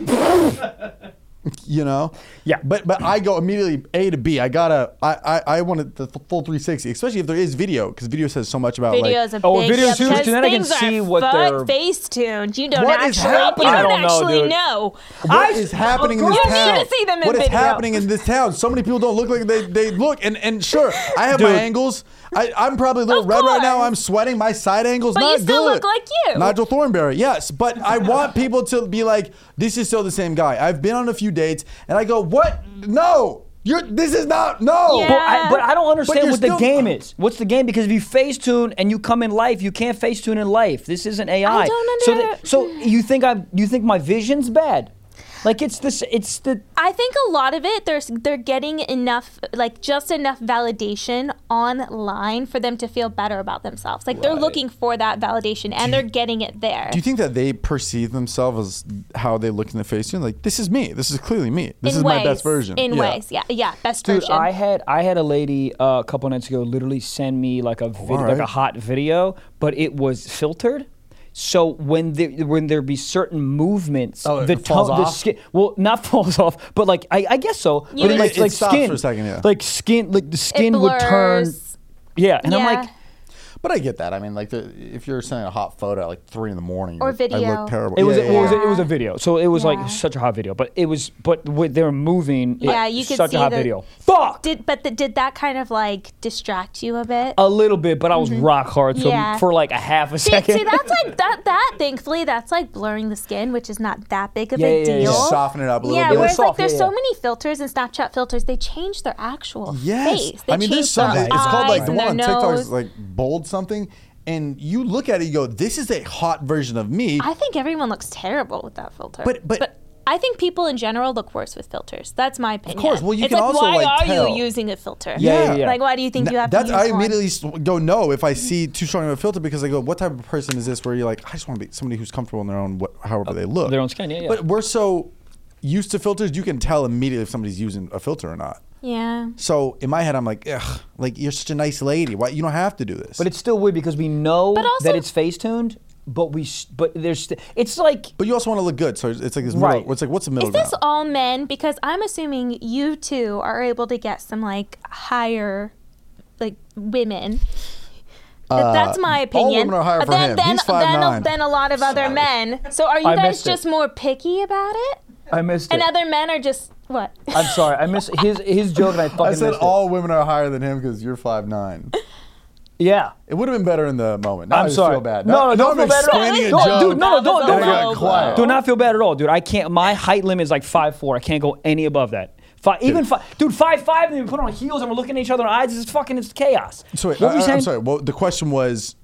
Speaker 3: you know
Speaker 2: Yeah.
Speaker 3: but but i go immediately a to b i gotta i i, I wanted the f- full 360 especially if there is video because video says so much about
Speaker 1: Videos
Speaker 3: like
Speaker 1: of
Speaker 2: Oh,
Speaker 1: big
Speaker 2: videos too, 'cause
Speaker 1: because
Speaker 2: then I can
Speaker 1: things are
Speaker 2: see what they're-
Speaker 1: fun, face tuned. You don't
Speaker 3: What is
Speaker 1: actually
Speaker 3: happening?
Speaker 1: you
Speaker 2: I
Speaker 1: don't,
Speaker 2: don't know,
Speaker 1: actually
Speaker 2: dude.
Speaker 1: know.
Speaker 3: what
Speaker 2: I-
Speaker 3: is happening in
Speaker 2: Of
Speaker 3: this
Speaker 1: course. oh, You
Speaker 3: town?
Speaker 1: need to see them in
Speaker 3: What is
Speaker 1: video.
Speaker 3: happening in this town? So many people don't look like they, they look. And and sure, I have my
Speaker 2: Dude.
Speaker 3: angles. I, I'm probably a little
Speaker 1: Of
Speaker 3: red right now.
Speaker 1: course.
Speaker 3: I'm sweating. My side angles
Speaker 1: But you
Speaker 3: not
Speaker 1: still
Speaker 3: good.
Speaker 1: look like you.
Speaker 3: Nigel Thornberry, yes. But I want people to be like, this is still the same guy. I've been on a few dates, and I go, what? No, you're. This is not. No.
Speaker 1: Yeah.
Speaker 2: But I, but I don't understand
Speaker 3: you're
Speaker 2: what
Speaker 3: still-
Speaker 2: the game is. What's the game? Because if you Facetune and you come in life, you can't Facetune in life. This isn't AI.
Speaker 1: I don't
Speaker 2: so,
Speaker 1: under-
Speaker 2: so you think I you think my vision's bad? Like it's this it's the
Speaker 1: I think a lot of it there's they're getting enough like just enough validation online for them to feel better about themselves. Like they're looking for that validation and they're getting it there.
Speaker 3: Do you think that they perceive themselves as how they look in the face? You know, like this is me. This is clearly me. This
Speaker 1: in
Speaker 3: is
Speaker 1: ways,
Speaker 3: my best version.
Speaker 1: In
Speaker 3: Yeah.
Speaker 1: ways, yeah, yeah, best
Speaker 2: Dude,
Speaker 1: version.
Speaker 2: I had I had a lady uh, a couple nights ago literally send me like a vid- like
Speaker 3: alright.
Speaker 2: a hot video, but it was filtered. So when there when there be certain movements,
Speaker 3: Oh, it
Speaker 2: the
Speaker 3: falls
Speaker 2: the
Speaker 3: off?
Speaker 2: skin well not falls off, but like I, I guess so.
Speaker 1: You
Speaker 2: but
Speaker 1: would-
Speaker 2: like
Speaker 3: It- it
Speaker 2: like
Speaker 3: stops
Speaker 2: skin
Speaker 3: for a second, yeah.
Speaker 2: like skin like the skin would turn
Speaker 1: blurs.
Speaker 2: yeah, and I'm
Speaker 1: Yeah.
Speaker 2: like
Speaker 3: But I get that. I mean, like the, if you're sending a hot photo at like three in the morning,
Speaker 1: Or
Speaker 3: you're like, I
Speaker 1: video.
Speaker 3: look terrible.
Speaker 2: It was,
Speaker 3: Yeah, yeah,
Speaker 2: it, was
Speaker 3: yeah.
Speaker 2: it was a video, so it was
Speaker 1: Yeah.
Speaker 2: like such a hot video. But it was but with, they were moving.
Speaker 1: Yeah,
Speaker 2: it-
Speaker 1: you could
Speaker 2: such
Speaker 1: see
Speaker 2: a hot
Speaker 1: the-
Speaker 2: video. Fuck
Speaker 1: Did but the, did that kind of like distract you a bit?
Speaker 2: a little bit, but I was rock hard. So
Speaker 1: Mm-hmm. Yeah.
Speaker 2: for like a half a
Speaker 1: See,
Speaker 2: second.
Speaker 1: see, that's like that. That thankfully, that's like blurring the skin, which is not that big of
Speaker 2: Yeah,
Speaker 1: a
Speaker 2: yeah, yeah.
Speaker 1: deal.
Speaker 2: Just
Speaker 3: soften it up a little
Speaker 1: yeah,
Speaker 3: bit.
Speaker 1: whereas like
Speaker 2: soft, yeah,
Speaker 1: there's
Speaker 2: yeah.
Speaker 1: so many filters and Snapchat filters, they change their actual
Speaker 3: Yes.
Speaker 1: face. They
Speaker 3: I
Speaker 1: change
Speaker 3: mean, there's
Speaker 1: their
Speaker 3: something. It's called like
Speaker 1: eyes
Speaker 3: the
Speaker 1: and
Speaker 3: one on
Speaker 1: their
Speaker 3: TikTok is
Speaker 1: nose.
Speaker 3: like bold something, and you look at it, you go, "This is a hot version of me."
Speaker 1: I think everyone looks terrible with that filter.
Speaker 3: But- but-
Speaker 1: I think people in general look worse with filters. That's my opinion.
Speaker 3: course. Well, you
Speaker 1: it's
Speaker 3: can
Speaker 1: like,
Speaker 3: also,
Speaker 1: why
Speaker 3: like,
Speaker 1: are
Speaker 3: tell.
Speaker 1: you using a filter?
Speaker 2: Yeah, yeah, yeah.
Speaker 1: Like, why do you think
Speaker 3: N-
Speaker 1: you have
Speaker 3: that's
Speaker 1: to use
Speaker 3: I
Speaker 1: one?
Speaker 3: immediately s- go no if I see too strong of a filter because I go, what type of person is this? Where you're like, I just want to be somebody who's comfortable in their own what, however they look,
Speaker 2: their own skin, yeah, yeah.
Speaker 3: But we're so used to filters, you can tell immediately if somebody's using a filter or not.
Speaker 1: Yeah.
Speaker 3: So in my head, I'm like, ugh, like you're such a nice lady. Why you don't have to do this?
Speaker 2: But it's still weird because we know
Speaker 1: But also-
Speaker 2: that it's face tuned, but we s- but there's st- it's like
Speaker 3: But you also want to look good, so it's it's like this.
Speaker 2: Right.
Speaker 3: Middle, it's like what's the middle
Speaker 1: Is this
Speaker 3: ground?
Speaker 1: all men? Because I'm assuming you two are able to get some like higher, like women. Th- That's my opinion.
Speaker 3: Uh, women are higher
Speaker 1: Uh,
Speaker 3: for
Speaker 1: then,
Speaker 3: him.
Speaker 1: Then,
Speaker 3: He's
Speaker 1: then,
Speaker 3: 5'9".
Speaker 1: then a lot of other men. So are you
Speaker 2: I
Speaker 1: guys
Speaker 2: missed it.
Speaker 1: just more picky about it?
Speaker 2: I missed
Speaker 1: And
Speaker 2: it.
Speaker 1: other men are just what?
Speaker 2: I'm sorry, I missed his his joke and I fucking
Speaker 3: I said
Speaker 2: missed
Speaker 3: all women are higher than him because you're five nine.
Speaker 2: it. Yeah.
Speaker 3: It would have been better in the moment. Now I
Speaker 2: I'm
Speaker 3: just
Speaker 2: sorry.
Speaker 3: feel bad.
Speaker 2: No, no,
Speaker 3: Now
Speaker 2: don't
Speaker 3: I'm
Speaker 2: feel bad at all.
Speaker 3: explaining a
Speaker 1: No,
Speaker 3: joke.
Speaker 2: dude, no, no, don't,
Speaker 1: That
Speaker 2: don't,
Speaker 1: was a low
Speaker 2: feel,
Speaker 1: blow.
Speaker 2: do not feel bad at all, dude. I can't. My height limit is like five four. I can't go any above that. Five, even five, dude, five five. And then we put on heels and we're looking at each other in the eyes. This is fucking, it's chaos.
Speaker 3: So wait,
Speaker 2: what
Speaker 3: I,
Speaker 2: were you
Speaker 3: I-
Speaker 2: saying?
Speaker 3: I'm sorry. Well, the question was,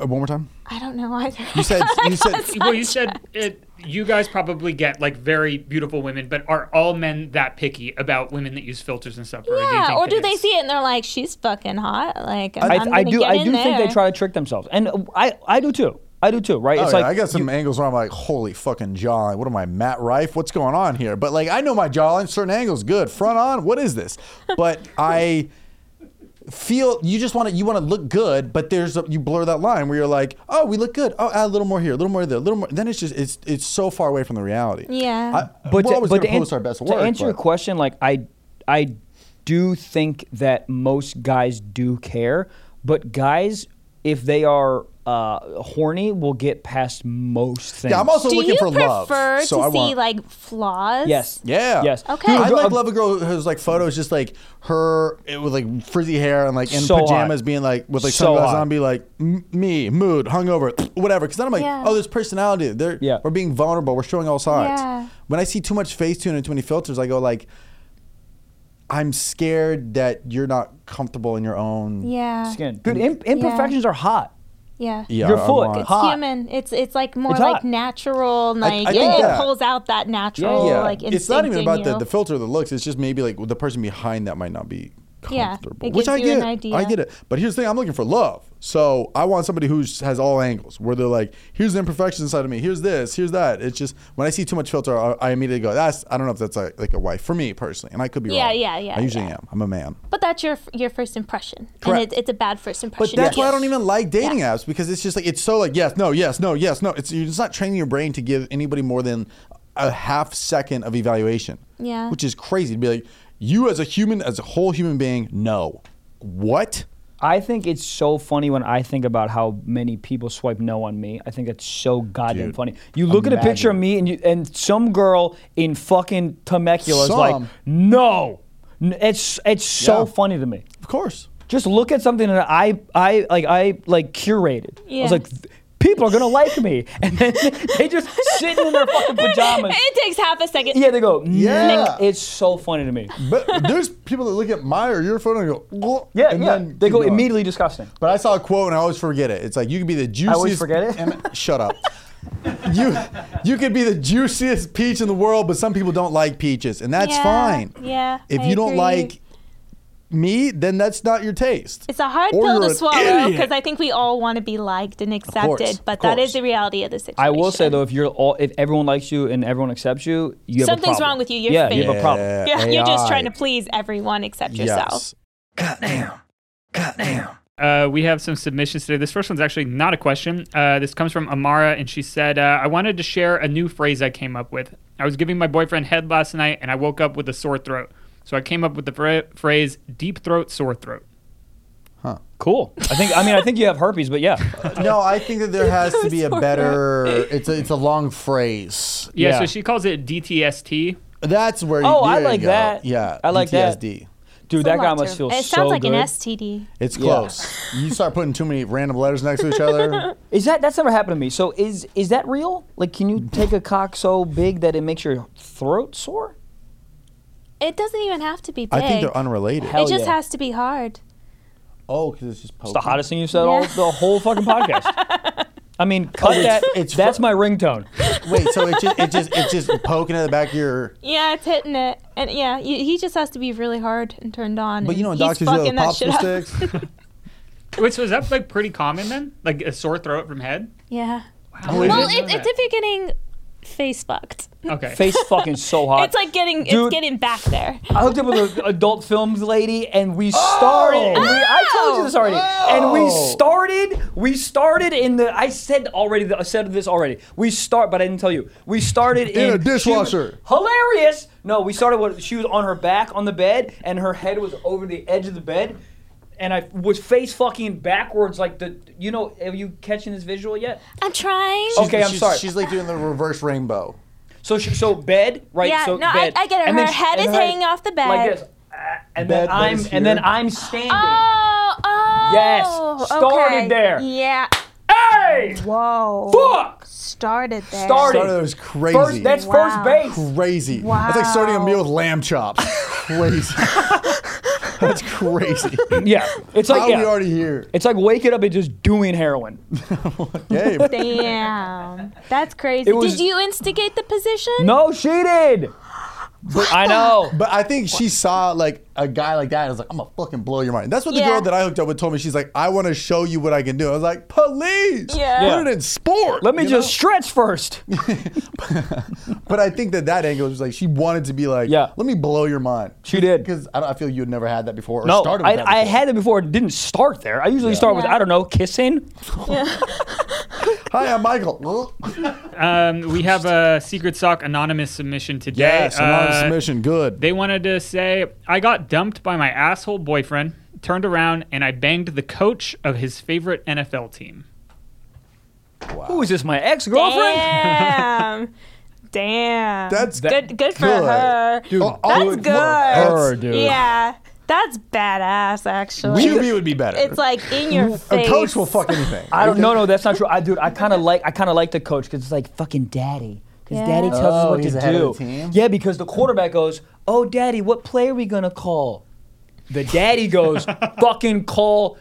Speaker 3: uh, one more time.
Speaker 1: I don't know either.
Speaker 3: You said you said
Speaker 8: well, you said it, you guys probably get like very beautiful women, but are all men that picky about women that use filters and stuff? do you
Speaker 1: yeah.
Speaker 8: think
Speaker 1: Or
Speaker 8: that
Speaker 1: do they
Speaker 8: it's-
Speaker 1: see it and they're like, she's fucking hot? Like, I'm,
Speaker 2: I,
Speaker 1: I'm
Speaker 2: I
Speaker 1: gonna
Speaker 2: do.
Speaker 1: get
Speaker 2: I
Speaker 1: in
Speaker 2: do think
Speaker 1: there.
Speaker 2: they try to trick themselves, and uh, I, I do too. I do too. Right?
Speaker 3: Oh,
Speaker 2: it's
Speaker 3: yeah,
Speaker 2: like
Speaker 3: I got some angles where I'm like, holy fucking jawline. What am I, Matt Rife? What's going on here? But like, I know my jawline, certain angles, good. Front on, what is this? But I feel you just want to you want to look good, but there's a, you blur that line where you're like, oh, we look good. Oh, add a little more here, a little more there, a little more. Then it's just it's it's so far away from the reality.
Speaker 1: Yeah.
Speaker 3: I,
Speaker 2: but
Speaker 3: we're
Speaker 2: to,
Speaker 3: always
Speaker 2: but
Speaker 3: gonna
Speaker 2: to an-
Speaker 3: post our best
Speaker 2: to
Speaker 3: work.
Speaker 2: answer your
Speaker 3: but-
Speaker 2: question, like I, I do think that most guys do care, but guys, if they are uh, horny, will get past most things.
Speaker 3: yeah, I'm also
Speaker 1: do
Speaker 3: looking
Speaker 1: you
Speaker 3: for love.
Speaker 1: prefer
Speaker 3: so
Speaker 1: to
Speaker 3: I
Speaker 1: see
Speaker 3: want,
Speaker 1: like flaws?
Speaker 2: Yes.
Speaker 3: Yeah.
Speaker 2: Yes.
Speaker 1: Okay.
Speaker 3: Dude, I
Speaker 2: Go-
Speaker 3: like love a girl who's like photos, just like her it with like frizzy hair and like in
Speaker 2: So
Speaker 3: pajamas,
Speaker 2: hot.
Speaker 3: being like with like
Speaker 2: So
Speaker 3: sunglasses
Speaker 2: hot.
Speaker 3: on, be like "M- me, mood, hungover, whatever. Because then I'm like,
Speaker 1: Yeah.
Speaker 3: oh, there's personality. They're,
Speaker 2: Yeah.
Speaker 3: we're being vulnerable. We're showing all sides.
Speaker 1: Yeah.
Speaker 3: When I see too much face tune and too many filters, I go like, I'm scared that you're not comfortable in your own.
Speaker 1: Yeah.
Speaker 2: skin. Dude, imp- imperfections are hot.
Speaker 1: Yeah.
Speaker 3: Yeah,
Speaker 2: Your
Speaker 3: I- I
Speaker 2: foot,
Speaker 3: want-
Speaker 2: it's
Speaker 1: It's
Speaker 2: hot.
Speaker 1: human. It's it's like more
Speaker 2: It's
Speaker 1: like
Speaker 2: hot.
Speaker 1: natural. Like
Speaker 3: I
Speaker 1: it,
Speaker 3: think that-
Speaker 1: it pulls out that natural
Speaker 2: Yeah.
Speaker 1: like instinct
Speaker 3: it's not even
Speaker 1: in
Speaker 3: about
Speaker 1: you.
Speaker 3: the, the filter or the looks. It's just maybe like the person behind that might not be
Speaker 1: Yeah, it
Speaker 3: comfortable,
Speaker 1: gives
Speaker 3: which I
Speaker 1: you an
Speaker 3: get.
Speaker 1: idea.
Speaker 3: I get it. But here's the thing: I'm looking for love, so I want somebody who has all angles, where they're like, "Here's the imperfection inside of me. Here's this. Here's that." It's just when I see too much filter, I, I immediately go, "That's I don't know if that's like, like a wife for me personally." And I could be
Speaker 1: Yeah,
Speaker 3: wrong.
Speaker 1: yeah, yeah,
Speaker 3: I usually
Speaker 1: yeah.
Speaker 3: am. I'm a man.
Speaker 1: but that's your your first impression,
Speaker 3: Correct.
Speaker 1: and it, it's a bad first
Speaker 3: But
Speaker 1: impression.
Speaker 3: that's
Speaker 1: to
Speaker 3: why I
Speaker 1: give.
Speaker 3: don't even like dating apps because it's just like it's so like yes, no, yes, no, yes, no. It's you're just not training your brain to give anybody more than a half second of evaluation.
Speaker 1: Yeah.
Speaker 3: Which is crazy to be like, you as a human, as a whole human being, no. What?
Speaker 2: I think it's so funny when I think about how many people swipe no on me. I think that's so goddamn
Speaker 3: Dude,
Speaker 2: funny. You look at a picture of me and you, and some girl in fucking Temecula is like,
Speaker 3: Some.
Speaker 2: no. N- It's it's so
Speaker 3: Yeah.
Speaker 2: funny to me.
Speaker 3: Of course.
Speaker 2: Just look at something that I I like I like curated. I
Speaker 1: Yeah.
Speaker 2: was like, people are gonna like me, and then they just sitting in their fucking pajamas.
Speaker 1: It takes half a second.
Speaker 2: Yeah, they go.
Speaker 3: Yeah.
Speaker 2: Yeah, it's so funny to me.
Speaker 3: But there's people that look at my or your photo and go, "Whoa,"
Speaker 2: Yeah,
Speaker 3: and
Speaker 2: yeah.
Speaker 3: then
Speaker 2: They
Speaker 3: keep
Speaker 2: go
Speaker 3: going.
Speaker 2: immediately disgusting.
Speaker 3: But I saw a quote and I always forget it. It's like you could be the juiciest.
Speaker 2: forget it?
Speaker 3: and- shut up. you you could be the juiciest peach in the world, but some people don't like peaches, and that's
Speaker 1: Yeah,
Speaker 3: fine.
Speaker 1: yeah,
Speaker 3: If
Speaker 1: I
Speaker 3: you don't
Speaker 1: agree.
Speaker 3: like me, then that's not your taste.
Speaker 1: It's a hard
Speaker 3: Or
Speaker 1: pill
Speaker 3: you're
Speaker 1: to
Speaker 3: an
Speaker 1: swallow
Speaker 3: idiot.
Speaker 1: because I think we all want to be liked and
Speaker 3: course,
Speaker 1: accepted,
Speaker 3: of
Speaker 1: but that
Speaker 3: course.
Speaker 1: is the reality of the situation.
Speaker 2: I will say though, if you're all, if everyone likes you and everyone accepts you, you have a
Speaker 1: something's
Speaker 2: problem.
Speaker 1: wrong with you. You're
Speaker 2: yeah,
Speaker 1: fake.
Speaker 2: you have a problem.
Speaker 3: Yeah,
Speaker 1: You're, you're just
Speaker 3: AI.
Speaker 1: trying to please everyone except yourself.
Speaker 3: Yes.
Speaker 8: Uh, we have some submissions today. This first one's actually not a question. Uh, this comes from Amara, and she said, uh, I wanted to share a new phrase I came up with. I was giving my boyfriend head last night, and I woke up with a sore throat. So I came up with the phra- phrase deep throat, sore throat.
Speaker 2: Cool. I think. I mean, I think you have herpes, but yeah.
Speaker 3: No, I think that there has to be a better. It's a, it's a long phrase.
Speaker 8: Yeah,
Speaker 2: Yeah.
Speaker 8: so she calls it DTST.
Speaker 3: That's where.
Speaker 2: Oh, I
Speaker 3: there you
Speaker 2: like
Speaker 3: go.
Speaker 2: that.
Speaker 3: Yeah,
Speaker 2: I like that.
Speaker 3: DTSD.
Speaker 2: Dude, that guy must feel
Speaker 1: It
Speaker 2: so
Speaker 1: sounds like
Speaker 2: good.
Speaker 1: an STD.
Speaker 3: It's close. you start putting too many random letters next to each other.
Speaker 2: Is that that's never happened to me? So is is that real? Like, can you take a cock so big that it makes your throat sore?
Speaker 1: It doesn't even have to be big.
Speaker 3: I think they're unrelated.
Speaker 2: Hell
Speaker 1: it just
Speaker 2: yeah.
Speaker 1: has to be hard.
Speaker 3: Oh, because it's just. Poking.
Speaker 2: It's the hottest thing you said all
Speaker 1: Yeah.
Speaker 2: the whole fucking podcast. I mean, cut
Speaker 3: Oh, it's-
Speaker 2: that.
Speaker 3: it's
Speaker 2: that's
Speaker 3: fr-
Speaker 2: my ringtone.
Speaker 3: Wait, so it just, it just it's just poking at the back of your.
Speaker 1: Yeah, it's hitting it, and yeah, you, he just has to be really hard and turned on.
Speaker 3: But you know, in
Speaker 1: and
Speaker 3: Doctor
Speaker 1: he's
Speaker 3: Who, the
Speaker 1: fucking that shit
Speaker 3: popsicle
Speaker 1: up.
Speaker 3: sticks.
Speaker 8: Which was that like pretty common then? Like a sore throat from head?
Speaker 1: Yeah.
Speaker 8: Wow. I
Speaker 1: Well,
Speaker 8: didn't know
Speaker 1: it, it's
Speaker 8: that.
Speaker 1: if you're getting face fucked.
Speaker 8: okay.
Speaker 2: Face fucking so hot.
Speaker 1: It's like getting
Speaker 2: Dude.
Speaker 1: it's getting back there.
Speaker 2: I hooked up with an adult films lady, and we started.
Speaker 3: Oh.
Speaker 2: and we- I told you this already. And we started. We started in the. I said already. I said this already. We start, but I didn't tell you. We started in,
Speaker 3: a
Speaker 2: she was-
Speaker 3: dishwasher.
Speaker 2: hilarious. No, we started. With, she was on her back on the bed, and her head was over the edge of the bed. And I was face fucking backwards, like the you know. Are you catching this visual yet?
Speaker 1: I'm trying.
Speaker 2: Okay, I'm
Speaker 3: she's,
Speaker 2: sorry.
Speaker 3: She's like doing the reverse rainbow.
Speaker 2: So she, so bed, right?
Speaker 1: Yeah,
Speaker 2: so
Speaker 1: no, I-
Speaker 2: bed.
Speaker 1: I get it.
Speaker 2: And then
Speaker 1: Her
Speaker 2: she-
Speaker 1: head
Speaker 2: and
Speaker 1: is
Speaker 2: her-
Speaker 1: hanging off the
Speaker 2: like
Speaker 1: bed.
Speaker 2: this. Ah, And
Speaker 3: Bed
Speaker 2: then
Speaker 3: that
Speaker 2: I'm
Speaker 3: is
Speaker 2: and then
Speaker 3: here.
Speaker 2: I'm standing.
Speaker 1: Oh, oh.
Speaker 2: Yes, started
Speaker 1: okay.
Speaker 2: there.
Speaker 1: Yeah.
Speaker 2: Hey!
Speaker 1: Whoa.
Speaker 2: Fuck!
Speaker 1: Started there.
Speaker 2: Started.
Speaker 3: Started was crazy.
Speaker 2: First, that's
Speaker 1: Wow.
Speaker 2: first base.
Speaker 3: crazy. That's like starting a
Speaker 1: Wow.
Speaker 3: meal with lamb chops. crazy. That's crazy.
Speaker 2: Yeah, it's
Speaker 3: How
Speaker 2: like
Speaker 3: are we
Speaker 2: yeah.
Speaker 3: already here?
Speaker 2: it's like wake it up and just doing heroin.
Speaker 3: Hey,
Speaker 1: Damn. That's crazy.
Speaker 2: was-
Speaker 1: Did you instigate the position?
Speaker 2: No, she did. I know.
Speaker 3: but I think she saw like a guy like that and was like, I'm gonna fucking blow your mind. That's what the
Speaker 1: Yeah.
Speaker 3: girl that I hooked up with told me. She's like, I want to show you what I can do. I was like, please,
Speaker 1: Yeah.
Speaker 3: put
Speaker 1: Yeah.
Speaker 3: it in sport.
Speaker 2: Let me
Speaker 3: you
Speaker 2: just
Speaker 3: know?
Speaker 2: stretch first.
Speaker 3: But I think that that angle was like she wanted to be like,
Speaker 2: Yeah.
Speaker 3: let me blow your mind.
Speaker 2: She did.
Speaker 3: because I, don't- I feel you had never had that before. Or
Speaker 2: No,
Speaker 3: started with
Speaker 2: I,
Speaker 3: that
Speaker 2: I
Speaker 3: before.
Speaker 2: had it before. It didn't start there. I usually start with
Speaker 1: Yeah.
Speaker 2: I don't know kissing.
Speaker 3: Hi, I'm Michael.
Speaker 8: Um, we have a Secret Sock anonymous submission today.
Speaker 3: yes, anonymous
Speaker 8: Uh,
Speaker 3: submission. Good.
Speaker 8: They wanted to say, I got dumped by my asshole boyfriend, turned around, and I banged the coach of his favorite NFL team.
Speaker 2: Who is this? My ex girlfriend?
Speaker 1: Damn. Damn.
Speaker 3: That's
Speaker 1: good. Good for
Speaker 3: good.
Speaker 1: her.
Speaker 3: Dude,
Speaker 1: That's
Speaker 3: good
Speaker 1: good.
Speaker 3: for her,
Speaker 2: dude.
Speaker 1: Yeah. That's badass, actually.
Speaker 3: QB would be better.
Speaker 1: it's like in your
Speaker 3: a
Speaker 1: face.
Speaker 3: coach will fuck anything.
Speaker 2: I don't. No, no, that's not true. I dude, I kind of like. I kind of like the coach because it's like fucking daddy. Because
Speaker 1: Yeah.
Speaker 2: daddy tells
Speaker 3: Oh,
Speaker 2: us what
Speaker 3: he's
Speaker 2: to
Speaker 3: the head of
Speaker 2: do.
Speaker 3: the team?
Speaker 2: Yeah, because the quarterback goes, "Oh, daddy, what play are we gonna call?" The daddy goes, "Fucking call,